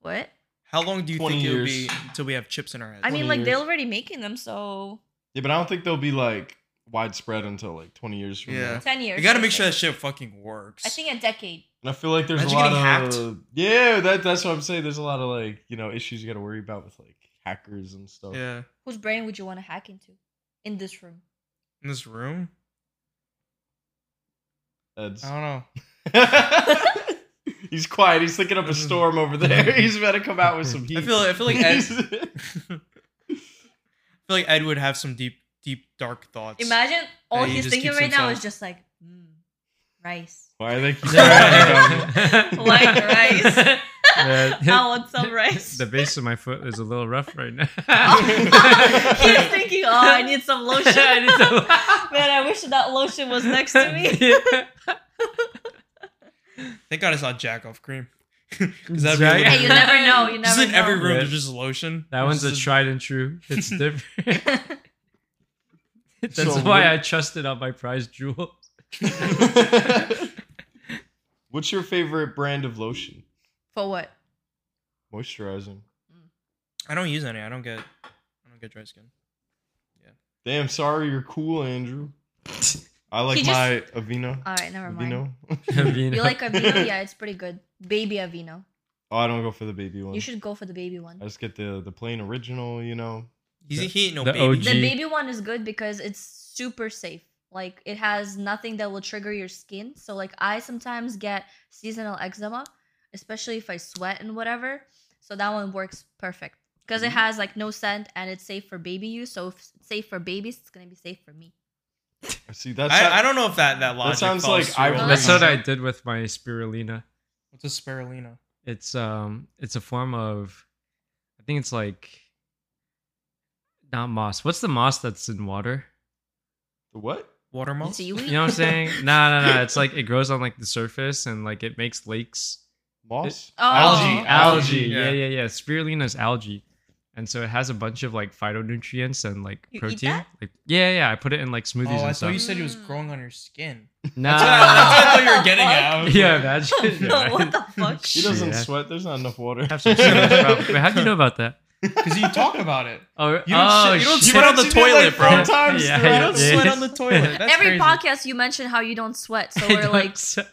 [SPEAKER 4] what?
[SPEAKER 1] How long do you
[SPEAKER 2] 20
[SPEAKER 1] think it'll
[SPEAKER 2] years.
[SPEAKER 1] be until we have chips in our heads?
[SPEAKER 4] I mean,
[SPEAKER 2] 20
[SPEAKER 4] like they're
[SPEAKER 2] years.
[SPEAKER 4] already making them, so
[SPEAKER 2] Yeah, but I don't think they'll be like widespread until like 20 years from
[SPEAKER 1] Yeah.
[SPEAKER 2] now.
[SPEAKER 4] ten years.
[SPEAKER 1] you gotta
[SPEAKER 4] I
[SPEAKER 1] make sure
[SPEAKER 4] think.
[SPEAKER 1] that shit fucking works.
[SPEAKER 4] I think a decade.
[SPEAKER 2] And I feel like there's
[SPEAKER 1] Imagine
[SPEAKER 2] a lot
[SPEAKER 1] getting hacked.
[SPEAKER 2] of yeah. That, that's what I'm saying. There's a lot of like you know issues you got to worry about with like hackers and stuff.
[SPEAKER 1] Yeah,
[SPEAKER 4] Whose brain would you want to hack into in this room?
[SPEAKER 1] in this room.
[SPEAKER 2] That's-
[SPEAKER 1] I don't know.
[SPEAKER 2] <laughs> he's quiet. He's thinking up a storm over
[SPEAKER 1] <laughs>
[SPEAKER 2] there. He's about to come out with some heat.
[SPEAKER 1] I feel I feel like Ed, I
[SPEAKER 2] Ed-
[SPEAKER 1] <laughs> feel like Ed would have some deep deep dark thoughts.
[SPEAKER 4] Imagine all
[SPEAKER 1] he
[SPEAKER 4] he's
[SPEAKER 1] just
[SPEAKER 4] thinking
[SPEAKER 1] keeps
[SPEAKER 4] right now
[SPEAKER 1] himself-
[SPEAKER 4] is just like mm,
[SPEAKER 1] <laughs>
[SPEAKER 4] rice.
[SPEAKER 2] <laughs> Why are they keep
[SPEAKER 3] <laughs>
[SPEAKER 4] White <laughs>
[SPEAKER 1] <laughs>
[SPEAKER 4] rice. I
[SPEAKER 3] Yeah.
[SPEAKER 4] want some rice.
[SPEAKER 3] The base of my foot is a little rough right now. <laughs>
[SPEAKER 4] he's thinking, <laughs> oh, <laughs> I need some lotion.
[SPEAKER 3] I need
[SPEAKER 4] <laughs>
[SPEAKER 3] some-
[SPEAKER 4] Man, I wish that lotion was next
[SPEAKER 3] <laughs>
[SPEAKER 4] to <laughs> me.
[SPEAKER 1] Thank God it's not jack off cream. <laughs> 'Cause that'd be
[SPEAKER 3] Jack-
[SPEAKER 1] a little
[SPEAKER 4] hey, you
[SPEAKER 1] weird.
[SPEAKER 4] never know. You never
[SPEAKER 1] Just in
[SPEAKER 4] know.
[SPEAKER 1] every room,
[SPEAKER 3] Yeah.
[SPEAKER 1] there's just lotion.
[SPEAKER 3] That
[SPEAKER 1] There's
[SPEAKER 3] one's a
[SPEAKER 1] just-
[SPEAKER 3] tried and true. It's different. <laughs> That's
[SPEAKER 2] So
[SPEAKER 3] why
[SPEAKER 2] what-
[SPEAKER 3] I trusted on my prized jewels.
[SPEAKER 1] <laughs>
[SPEAKER 2] <laughs> What's your favorite brand of lotion?
[SPEAKER 4] <laughs> For what?
[SPEAKER 2] Moisturizing.
[SPEAKER 1] I don't use any. I don't get. I don't get dry skin.
[SPEAKER 2] Damn, sorry, you're cool, Andrew. I like
[SPEAKER 4] <laughs> He just-
[SPEAKER 2] my Avino.
[SPEAKER 4] All right, never mind.
[SPEAKER 2] Avino.
[SPEAKER 3] Vino. <laughs>
[SPEAKER 4] You like Avino? Yeah, it's pretty good. Baby Avino.
[SPEAKER 2] Oh, I don't go for the baby one.
[SPEAKER 4] You should go for the baby one.
[SPEAKER 2] I just get the the plain original. You know.
[SPEAKER 1] He's,
[SPEAKER 3] The-
[SPEAKER 1] he ain't no
[SPEAKER 3] the
[SPEAKER 1] baby.
[SPEAKER 4] The
[SPEAKER 3] Gee.
[SPEAKER 4] baby one is good because it's super safe. Like it has nothing that will trigger your skin. So like I sometimes get seasonal eczema, especially if I sweat and whatever. So that one works perfect because
[SPEAKER 3] Mm-hmm.
[SPEAKER 4] it has like no scent and it's safe for baby use. So if it's safe for babies, it's gonna be safe for me.
[SPEAKER 2] See, that's not-
[SPEAKER 1] I, I don't know if that that logic
[SPEAKER 2] sounds
[SPEAKER 1] follows
[SPEAKER 2] like
[SPEAKER 1] through
[SPEAKER 2] I-
[SPEAKER 1] all
[SPEAKER 4] Well,
[SPEAKER 1] the
[SPEAKER 3] That's what
[SPEAKER 1] time.
[SPEAKER 3] I did with my spirulina.
[SPEAKER 1] What's a spirulina?
[SPEAKER 3] It's um, it's a form of, I think it's like, not moss. What's the moss that's in water?
[SPEAKER 2] what.
[SPEAKER 1] Water moss.
[SPEAKER 4] Seaweed.
[SPEAKER 3] You know what
[SPEAKER 4] <laughs>
[SPEAKER 3] I'm saying? no, no, no. It's like it grows on like the surface and like it makes lakes.
[SPEAKER 2] Moss?
[SPEAKER 4] Oh.
[SPEAKER 3] algae.
[SPEAKER 4] Algae, <laughs>
[SPEAKER 1] algae,
[SPEAKER 3] Yeah,
[SPEAKER 1] yeah.
[SPEAKER 3] yeah, yeah. Spirulina is algae, and so it has a bunch of like phytonutrients and like
[SPEAKER 4] You eat
[SPEAKER 3] protein.
[SPEAKER 4] that?
[SPEAKER 3] Like yeah, yeah. I put it in like smoothies
[SPEAKER 1] Oh, I
[SPEAKER 3] and
[SPEAKER 1] thought
[SPEAKER 3] stuff.
[SPEAKER 1] you said it was
[SPEAKER 4] Mm.
[SPEAKER 1] growing on
[SPEAKER 3] <laughs>
[SPEAKER 1] your skin. <laughs> That's what I, that's what
[SPEAKER 3] Nah.
[SPEAKER 1] I thought you were getting at. I was
[SPEAKER 3] Ah. yeah,
[SPEAKER 1] like- <laughs>
[SPEAKER 3] <laughs> imagine.
[SPEAKER 4] No, what the fuck?
[SPEAKER 3] <laughs>
[SPEAKER 2] He doesn't
[SPEAKER 3] Yeah.
[SPEAKER 2] sweat. There's not enough water.
[SPEAKER 3] Have some serious problem.
[SPEAKER 2] <laughs>
[SPEAKER 3] Wait, how do you know about that?
[SPEAKER 1] Because you talk
[SPEAKER 3] <laughs>
[SPEAKER 1] about it.
[SPEAKER 3] Oh,
[SPEAKER 1] You don't,
[SPEAKER 3] oh,
[SPEAKER 1] shit- you don't
[SPEAKER 3] shit.
[SPEAKER 1] sweat on the
[SPEAKER 2] You did, like,
[SPEAKER 1] toilet,
[SPEAKER 2] four
[SPEAKER 1] bro.
[SPEAKER 2] times
[SPEAKER 3] <laughs> Yeah,
[SPEAKER 1] You
[SPEAKER 2] throughout
[SPEAKER 1] don't
[SPEAKER 2] this.
[SPEAKER 1] sweat
[SPEAKER 4] <laughs>
[SPEAKER 1] on the toilet. That's
[SPEAKER 4] Every
[SPEAKER 1] crazy.
[SPEAKER 4] podcast you mentioned how you don't sweat,
[SPEAKER 3] <laughs>
[SPEAKER 4] so
[SPEAKER 3] I
[SPEAKER 4] we're
[SPEAKER 3] don't
[SPEAKER 4] like,
[SPEAKER 3] sweat.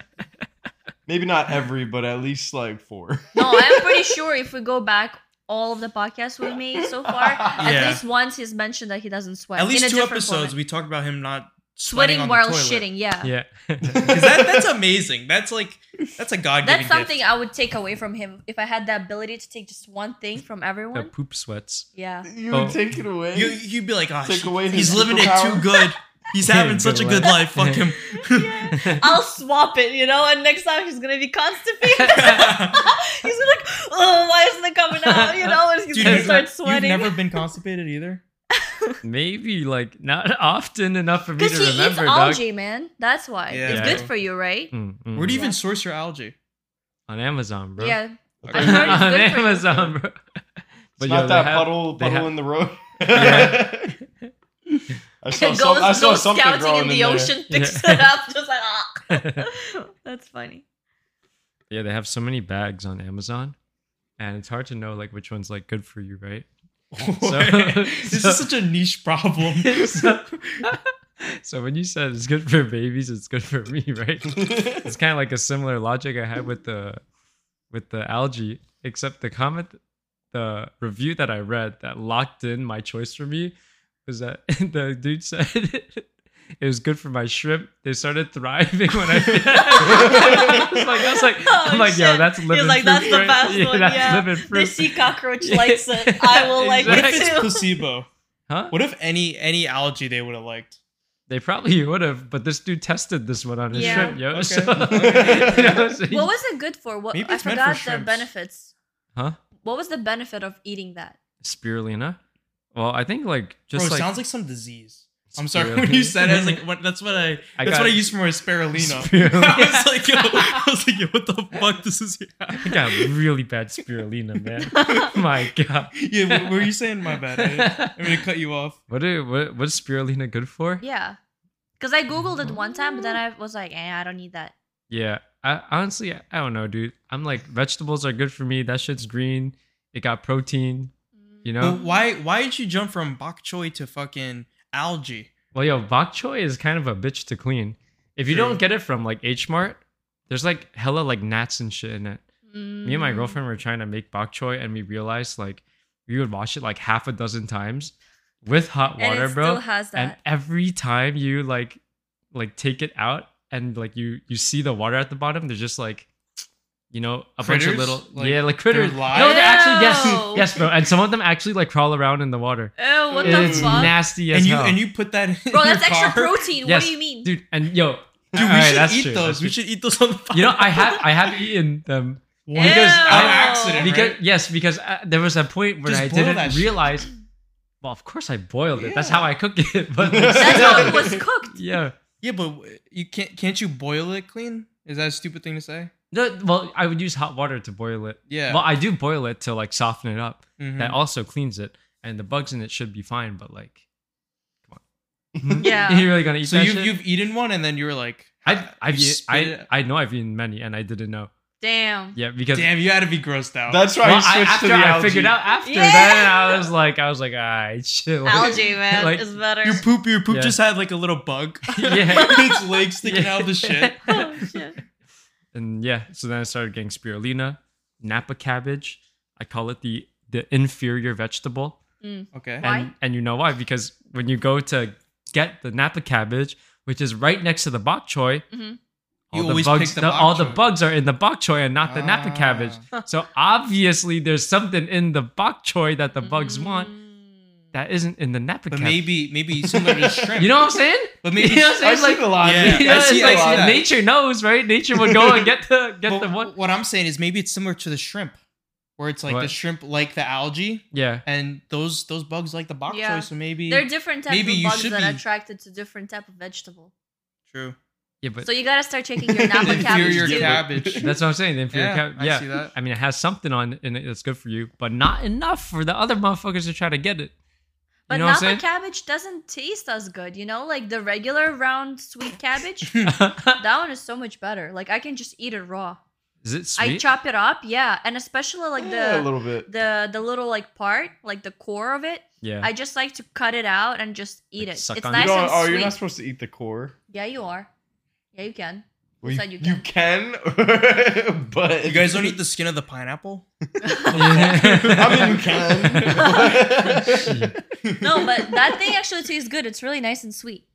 [SPEAKER 2] Maybe not every, but at least like four.
[SPEAKER 4] no, I'm pretty sure if we go back all of the podcasts we've made so far, at
[SPEAKER 1] <laughs> Yeah.
[SPEAKER 4] least once he's mentioned that he doesn't sweat.
[SPEAKER 1] At least
[SPEAKER 4] in a
[SPEAKER 1] two
[SPEAKER 4] different
[SPEAKER 1] episodes,
[SPEAKER 4] format.
[SPEAKER 1] we talked about him not sweating,
[SPEAKER 4] sweating
[SPEAKER 1] on
[SPEAKER 4] while
[SPEAKER 1] the toilet.
[SPEAKER 4] shitting.
[SPEAKER 3] <laughs>
[SPEAKER 4] Yeah.
[SPEAKER 3] yeah.
[SPEAKER 1] <laughs>
[SPEAKER 4] <laughs>
[SPEAKER 1] 'Cause that- that's amazing. That's like that's a god given
[SPEAKER 4] That's
[SPEAKER 1] gift.
[SPEAKER 4] something I would take away from him if I had the ability to take just one thing from
[SPEAKER 3] the
[SPEAKER 4] everyone.
[SPEAKER 3] poop
[SPEAKER 4] <laughs>
[SPEAKER 3] sweats.
[SPEAKER 1] <laughs>
[SPEAKER 4] Yeah.
[SPEAKER 2] <laughs> you
[SPEAKER 3] Oh.
[SPEAKER 2] take it away.
[SPEAKER 1] You, you'd be like, oh,
[SPEAKER 2] Take
[SPEAKER 1] shit,
[SPEAKER 2] away his
[SPEAKER 1] he's living it too
[SPEAKER 2] superpower."
[SPEAKER 1] good.
[SPEAKER 3] <laughs>
[SPEAKER 1] He's having such a good life. Fuck him. <laughs>
[SPEAKER 4] I'll swap it, you know, and next time <laughs> he's gonna be
[SPEAKER 1] <laughs>
[SPEAKER 4] constipated. he's gonna like, oh, why isn't it coming out? You know, and he's
[SPEAKER 1] Dude,
[SPEAKER 4] gonna
[SPEAKER 1] you've,
[SPEAKER 4] start
[SPEAKER 1] you've
[SPEAKER 4] sweating.
[SPEAKER 1] never been constipated either.
[SPEAKER 3] <laughs> Maybe like not often enough for me to
[SPEAKER 4] Because he eats
[SPEAKER 3] remember. dog.
[SPEAKER 4] algae, man. That's why.
[SPEAKER 1] Yeah.
[SPEAKER 4] It's
[SPEAKER 3] Yeah.
[SPEAKER 4] good for you, right?
[SPEAKER 3] Mm, mm.
[SPEAKER 1] Where do you
[SPEAKER 4] Yeah.
[SPEAKER 1] even source your algae? <laughs>
[SPEAKER 3] on Amazon, <laughs> bro?
[SPEAKER 4] Yeah.
[SPEAKER 2] Okay.
[SPEAKER 4] I
[SPEAKER 2] It's
[SPEAKER 4] heard it's
[SPEAKER 3] on
[SPEAKER 4] good for you.
[SPEAKER 3] Amazon, bro.
[SPEAKER 2] not
[SPEAKER 3] But yo, they
[SPEAKER 2] that
[SPEAKER 3] have-
[SPEAKER 2] puddle
[SPEAKER 3] they
[SPEAKER 2] puddle
[SPEAKER 3] have-
[SPEAKER 2] in the road.
[SPEAKER 3] <laughs> Yeah.
[SPEAKER 2] <laughs> I saw,
[SPEAKER 4] Okay,
[SPEAKER 2] some, I
[SPEAKER 4] goes,
[SPEAKER 2] saw
[SPEAKER 4] goes
[SPEAKER 2] something
[SPEAKER 4] scouting
[SPEAKER 2] growing
[SPEAKER 4] in the
[SPEAKER 2] there.
[SPEAKER 4] ocean, <laughs> picks
[SPEAKER 3] Yeah.
[SPEAKER 4] it up, just like,
[SPEAKER 3] <laughs>
[SPEAKER 4] ah. That's funny.
[SPEAKER 3] yeah, they have so many bags on Amazon, and it's hard to know like which one's like good for you, right? So- <laughs>
[SPEAKER 1] this
[SPEAKER 3] so-
[SPEAKER 1] is such a
[SPEAKER 3] <laughs>
[SPEAKER 1] niche problem.
[SPEAKER 3] so, so when you said it's good for babies, it's good for me, right? it's kind of like a similar logic I had with the with the algae, except the comment, the review that I read that locked in my choice for me was that <laughs> the dude said <laughs> it was good for my shrimp. They started thriving when
[SPEAKER 1] <laughs>
[SPEAKER 3] I. <laughs> I was like, I was like,
[SPEAKER 4] Oh,
[SPEAKER 3] I'm like, yo,
[SPEAKER 4] shit.
[SPEAKER 3] that's
[SPEAKER 4] He's
[SPEAKER 3] living
[SPEAKER 4] like,
[SPEAKER 3] proof.
[SPEAKER 4] that's the
[SPEAKER 3] right? <laughs>
[SPEAKER 4] best one,
[SPEAKER 3] that's
[SPEAKER 4] yeah.
[SPEAKER 3] living
[SPEAKER 4] The
[SPEAKER 3] proof.
[SPEAKER 4] sea
[SPEAKER 3] <laughs>
[SPEAKER 4] cockroach
[SPEAKER 3] Yeah.
[SPEAKER 4] likes it. I will like
[SPEAKER 1] What if
[SPEAKER 3] Exactly.
[SPEAKER 4] it
[SPEAKER 1] it's
[SPEAKER 4] too.
[SPEAKER 1] placebo?
[SPEAKER 3] Huh?
[SPEAKER 1] What if any any algae they would have liked?
[SPEAKER 3] They probably would have, but this dude tested this one on his
[SPEAKER 4] Yeah.
[SPEAKER 3] shrimp, yo.
[SPEAKER 1] Okay.
[SPEAKER 3] So, <laughs>
[SPEAKER 1] Okay.
[SPEAKER 3] you know, so he-
[SPEAKER 4] What was it good for? What
[SPEAKER 1] Maybe
[SPEAKER 4] I
[SPEAKER 1] it's meant
[SPEAKER 4] forgot
[SPEAKER 1] for
[SPEAKER 4] the
[SPEAKER 1] shrimps.
[SPEAKER 4] benefits.
[SPEAKER 3] huh?
[SPEAKER 4] <laughs> What was the benefit of eating that?
[SPEAKER 3] Spirulina. Well, I think like just
[SPEAKER 1] Bro, it
[SPEAKER 3] like,
[SPEAKER 1] sounds like some disease. I'm
[SPEAKER 3] Spirulina.
[SPEAKER 1] sorry <laughs> when you said it. I
[SPEAKER 3] <laughs>
[SPEAKER 1] was like, what, that's what I.
[SPEAKER 3] I
[SPEAKER 1] that's
[SPEAKER 3] got-
[SPEAKER 1] what I used for my spirulina. <laughs>
[SPEAKER 3] <laughs>
[SPEAKER 1] I
[SPEAKER 3] Spirulina.
[SPEAKER 1] was like, yo, I was like, yo, what the fuck? This is.
[SPEAKER 3] I got really bad spirulina, man. Oh My God.
[SPEAKER 1] yeah, what were you saying? My bad. eh? I, I'm gonna cut you off.
[SPEAKER 3] What, do- what what's spirulina good for?
[SPEAKER 4] Yeah. Because I Googled it one time, but then I was like, eh, I don't need that.
[SPEAKER 3] Yeah. I honestly I don't know, dude. I'm like vegetables are good for me. That shit's green. It got protein, you know?
[SPEAKER 1] But why? Why did you jump from bok choy to fucking algae?
[SPEAKER 3] Well, yo, bok choy is kind of a bitch to clean. If you
[SPEAKER 1] True.
[SPEAKER 3] don't get it from like H Mart, there's like hella like gnats and shit in it.
[SPEAKER 4] Mm.
[SPEAKER 3] Me and my girlfriend were trying to make bok choy, and we realized like we would wash it like half a dozen times with hot
[SPEAKER 4] And
[SPEAKER 3] water,
[SPEAKER 4] it
[SPEAKER 3] bro.
[SPEAKER 4] still has
[SPEAKER 3] and
[SPEAKER 4] that.
[SPEAKER 3] every time you like like take it out and like you you see the water at the bottom, there's just like you know a bunch
[SPEAKER 1] Critters?
[SPEAKER 3] of little
[SPEAKER 1] Like,
[SPEAKER 3] yeah like critters.
[SPEAKER 1] they're
[SPEAKER 3] No,
[SPEAKER 1] alive?
[SPEAKER 3] they're actually yes
[SPEAKER 4] No.
[SPEAKER 3] <laughs> yes bro, and some of them actually like crawl around in the water.
[SPEAKER 4] Ew, what the
[SPEAKER 3] it's
[SPEAKER 4] fuck?
[SPEAKER 3] nasty as
[SPEAKER 1] and you
[SPEAKER 3] hell.
[SPEAKER 1] and you put that <laughs> in
[SPEAKER 4] Bro,
[SPEAKER 1] your
[SPEAKER 4] that's extra
[SPEAKER 1] car?
[SPEAKER 4] protein. What
[SPEAKER 3] Yes,
[SPEAKER 4] do you mean?
[SPEAKER 3] dude and yo
[SPEAKER 1] Dude, we
[SPEAKER 3] All right,
[SPEAKER 1] should
[SPEAKER 3] that's
[SPEAKER 1] eat
[SPEAKER 3] true,
[SPEAKER 1] those.
[SPEAKER 3] that's
[SPEAKER 1] We
[SPEAKER 3] true.
[SPEAKER 1] should eat those on the
[SPEAKER 3] <laughs>
[SPEAKER 1] podcast.
[SPEAKER 3] you know i
[SPEAKER 1] <laughs>
[SPEAKER 3] have i have eaten them
[SPEAKER 1] What?
[SPEAKER 3] Because
[SPEAKER 4] Ew.
[SPEAKER 1] By accident,
[SPEAKER 3] because
[SPEAKER 1] right?
[SPEAKER 3] yes because uh, there was a point when
[SPEAKER 1] Just
[SPEAKER 3] i
[SPEAKER 1] boil that
[SPEAKER 3] didn't
[SPEAKER 1] shit.
[SPEAKER 3] realize well of course i boiled it that's
[SPEAKER 1] Yeah.
[SPEAKER 3] how i cook it <laughs> but
[SPEAKER 4] That's
[SPEAKER 2] Yeah.
[SPEAKER 4] how
[SPEAKER 3] <laughs>
[SPEAKER 4] it was cooked.
[SPEAKER 3] yeah
[SPEAKER 1] Yeah, but w- you can't. Can't you boil it clean? Is that a stupid thing to say?
[SPEAKER 3] no, well i would use hot water to boil it
[SPEAKER 1] Yeah.
[SPEAKER 3] well i do boil it to like soften it up
[SPEAKER 1] Mhm.
[SPEAKER 3] that also cleans it and the bugs in it should be fine but like
[SPEAKER 4] Yeah.
[SPEAKER 2] <laughs>
[SPEAKER 3] <laughs> you really gonna eat
[SPEAKER 1] Mm-hmm. so
[SPEAKER 3] that
[SPEAKER 1] you've
[SPEAKER 3] shit?
[SPEAKER 1] you've eaten one and then you were like,
[SPEAKER 3] I've, I've
[SPEAKER 1] you
[SPEAKER 3] eat-
[SPEAKER 1] spit
[SPEAKER 3] I,
[SPEAKER 1] it-
[SPEAKER 3] I know I've eaten many and I didn't know.
[SPEAKER 4] Damn.
[SPEAKER 3] Yeah, because
[SPEAKER 1] damn, you had to be grossed
[SPEAKER 4] Oh.
[SPEAKER 1] out.
[SPEAKER 2] That's why
[SPEAKER 3] Well,
[SPEAKER 2] I
[SPEAKER 3] I,
[SPEAKER 2] switched
[SPEAKER 3] after
[SPEAKER 2] to the
[SPEAKER 3] I
[SPEAKER 2] algae.
[SPEAKER 3] figured out after
[SPEAKER 4] Yeah.
[SPEAKER 3] that, I was like, I was like, all right, shit. like-
[SPEAKER 4] Algae, man,
[SPEAKER 3] like-
[SPEAKER 4] is better.
[SPEAKER 1] your poop. Your poop
[SPEAKER 3] Yeah.
[SPEAKER 1] just had like a little bug.
[SPEAKER 3] <laughs>
[SPEAKER 1] <laughs>
[SPEAKER 3] Yeah.
[SPEAKER 1] its legs sticking out of the shit.
[SPEAKER 4] oh, shit.
[SPEAKER 3] <laughs> and yeah, so then I started getting spirulina, Napa cabbage. I call it the the inferior vegetable.
[SPEAKER 1] Okay.
[SPEAKER 4] Why?
[SPEAKER 3] And and you know why? Because when you go to get the Napa cabbage, which is right next to the bok choy,
[SPEAKER 4] Mhm.
[SPEAKER 1] You
[SPEAKER 3] all the
[SPEAKER 1] always
[SPEAKER 3] bugs
[SPEAKER 1] pick the
[SPEAKER 3] the-
[SPEAKER 1] bok
[SPEAKER 3] all the
[SPEAKER 1] choy.
[SPEAKER 3] bugs are in the bok choy and not the Napa
[SPEAKER 1] Ah.
[SPEAKER 3] cabbage. So obviously there's something in the bok choy that the bugs
[SPEAKER 4] Mm-hmm.
[SPEAKER 3] want
[SPEAKER 4] Mm.
[SPEAKER 3] that isn't in the Napa
[SPEAKER 1] But
[SPEAKER 3] cabbage.
[SPEAKER 1] maybe maybe
[SPEAKER 3] <laughs>
[SPEAKER 1] similar to shrimp.
[SPEAKER 3] you know what I'm saying?
[SPEAKER 1] but <laughs>
[SPEAKER 3] <laughs>
[SPEAKER 1] maybe
[SPEAKER 3] you know what I'm
[SPEAKER 2] I
[SPEAKER 3] saying?
[SPEAKER 2] see
[SPEAKER 3] Like,
[SPEAKER 2] the logic.
[SPEAKER 1] Yeah.
[SPEAKER 3] you know,
[SPEAKER 1] I see-
[SPEAKER 3] it's
[SPEAKER 1] I
[SPEAKER 3] like
[SPEAKER 1] see that.
[SPEAKER 3] nature knows, right? Nature would go and get the get
[SPEAKER 1] but
[SPEAKER 3] the one.
[SPEAKER 1] What I'm saying is maybe it's similar to the shrimp, where it's like the
[SPEAKER 3] What?
[SPEAKER 1] shrimp like the algae,
[SPEAKER 3] Yeah.
[SPEAKER 1] and those those bugs like the bok
[SPEAKER 4] Yeah.
[SPEAKER 1] choy. So maybe
[SPEAKER 4] There are different types
[SPEAKER 1] Maybe
[SPEAKER 4] of
[SPEAKER 1] you
[SPEAKER 4] bugs
[SPEAKER 1] should
[SPEAKER 4] that
[SPEAKER 1] be-
[SPEAKER 4] are attracted to different type of vegetable.
[SPEAKER 1] <laughs> true.
[SPEAKER 3] Yeah, but
[SPEAKER 4] so you gotta start checking
[SPEAKER 3] <laughs>
[SPEAKER 4] your
[SPEAKER 1] The
[SPEAKER 4] Napa cabbage.
[SPEAKER 1] inferior
[SPEAKER 4] dude.
[SPEAKER 1] cabbage.
[SPEAKER 3] that's what I'm saying. The <laughs> inferior
[SPEAKER 1] Yeah,
[SPEAKER 3] yeah,
[SPEAKER 1] I
[SPEAKER 3] yeah.
[SPEAKER 1] see that.
[SPEAKER 3] <laughs> I mean, it has something on in it that's good for you, but not enough for the other motherfuckers to try to get it.
[SPEAKER 4] But
[SPEAKER 3] you know
[SPEAKER 4] Napa
[SPEAKER 3] what
[SPEAKER 4] cabbage doesn't taste as good, you know? Like the regular round sweet
[SPEAKER 3] <laughs>
[SPEAKER 4] cabbage.
[SPEAKER 3] I'm saying?
[SPEAKER 4] that one is so much better. Like I can just eat it raw.
[SPEAKER 3] Is it
[SPEAKER 4] I
[SPEAKER 3] sweet?
[SPEAKER 4] chop it up, yeah. And especially like
[SPEAKER 2] yeah, a
[SPEAKER 4] the
[SPEAKER 2] little bit.
[SPEAKER 4] the the little like part, like the core of it.
[SPEAKER 3] yeah. <laughs>
[SPEAKER 4] I just like to cut it out and just eat
[SPEAKER 3] Like,
[SPEAKER 4] it.
[SPEAKER 3] suck
[SPEAKER 4] It's
[SPEAKER 3] on
[SPEAKER 2] You
[SPEAKER 4] nice
[SPEAKER 2] don't,
[SPEAKER 4] and
[SPEAKER 2] oh,
[SPEAKER 4] sweet.
[SPEAKER 2] you're not supposed to eat the core.
[SPEAKER 4] yeah, you are. Yeah, you
[SPEAKER 2] <laughs>
[SPEAKER 4] can.
[SPEAKER 2] Well,
[SPEAKER 4] said you
[SPEAKER 2] you can, <laughs> but
[SPEAKER 1] You guys don't eat the skin of the pineapple.
[SPEAKER 2] I
[SPEAKER 3] <laughs>
[SPEAKER 2] mean, you
[SPEAKER 4] <laughs>
[SPEAKER 2] can.
[SPEAKER 4] No, but that thing actually tastes good. It's really nice and sweet.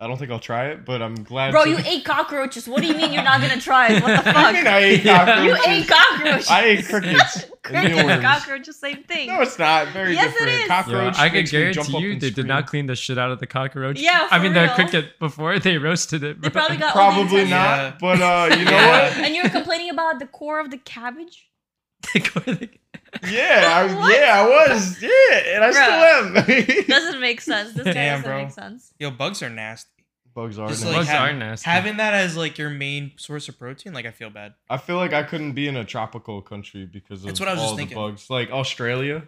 [SPEAKER 2] I don't think I'll try it, but I'm glad.
[SPEAKER 4] Bro,
[SPEAKER 2] to-
[SPEAKER 4] you ate cockroaches. What do you mean you're not gonna try it? What the
[SPEAKER 2] <laughs> I mean,
[SPEAKER 4] fuck?
[SPEAKER 2] I ate
[SPEAKER 3] Yeah.
[SPEAKER 4] You
[SPEAKER 2] cockroaches.
[SPEAKER 4] ate cockroaches.
[SPEAKER 2] I ate
[SPEAKER 4] <laughs>
[SPEAKER 2] crickets.
[SPEAKER 4] Crickets
[SPEAKER 2] mealworms.
[SPEAKER 4] and cockroaches, same thing.
[SPEAKER 2] No, it's not. Very
[SPEAKER 4] Yes, it
[SPEAKER 2] different.
[SPEAKER 4] is.
[SPEAKER 3] Yeah,
[SPEAKER 2] Cockroach.
[SPEAKER 3] I can
[SPEAKER 2] makes me jump
[SPEAKER 3] guarantee
[SPEAKER 2] up
[SPEAKER 3] you
[SPEAKER 2] and
[SPEAKER 3] they did
[SPEAKER 2] scream.
[SPEAKER 3] not clean the shit out of the cockroach.
[SPEAKER 4] <laughs> Yeah,
[SPEAKER 3] I mean
[SPEAKER 4] for
[SPEAKER 3] the
[SPEAKER 4] real.
[SPEAKER 3] cricket before they roasted it.
[SPEAKER 4] They
[SPEAKER 3] bro.
[SPEAKER 4] probably got all the
[SPEAKER 2] Probably
[SPEAKER 4] intestines.
[SPEAKER 1] Yeah.
[SPEAKER 2] not. But uh, you know
[SPEAKER 1] Yeah.
[SPEAKER 2] what?
[SPEAKER 4] And you were complaining about the core of
[SPEAKER 2] <laughs>
[SPEAKER 4] the cabbage.
[SPEAKER 3] <laughs> They go in the-
[SPEAKER 2] Yeah, I,
[SPEAKER 4] <laughs> What?
[SPEAKER 2] yeah, I was. Yeah, and I still am. <laughs>
[SPEAKER 4] Doesn't make sense. This guy
[SPEAKER 1] Damn,
[SPEAKER 4] doesn't
[SPEAKER 1] bro.
[SPEAKER 4] make sense.
[SPEAKER 1] Yo, bugs are nasty.
[SPEAKER 2] Bugs are.
[SPEAKER 1] Just
[SPEAKER 2] nice.
[SPEAKER 1] like
[SPEAKER 3] Bugs
[SPEAKER 1] having-
[SPEAKER 3] are nasty.
[SPEAKER 1] Having that as like your main source of protein, like I feel bad.
[SPEAKER 2] I feel like I couldn't be in a tropical country because of
[SPEAKER 1] That's what I was
[SPEAKER 2] all
[SPEAKER 1] just
[SPEAKER 2] the
[SPEAKER 1] thinking.
[SPEAKER 2] bugs. Like Australia,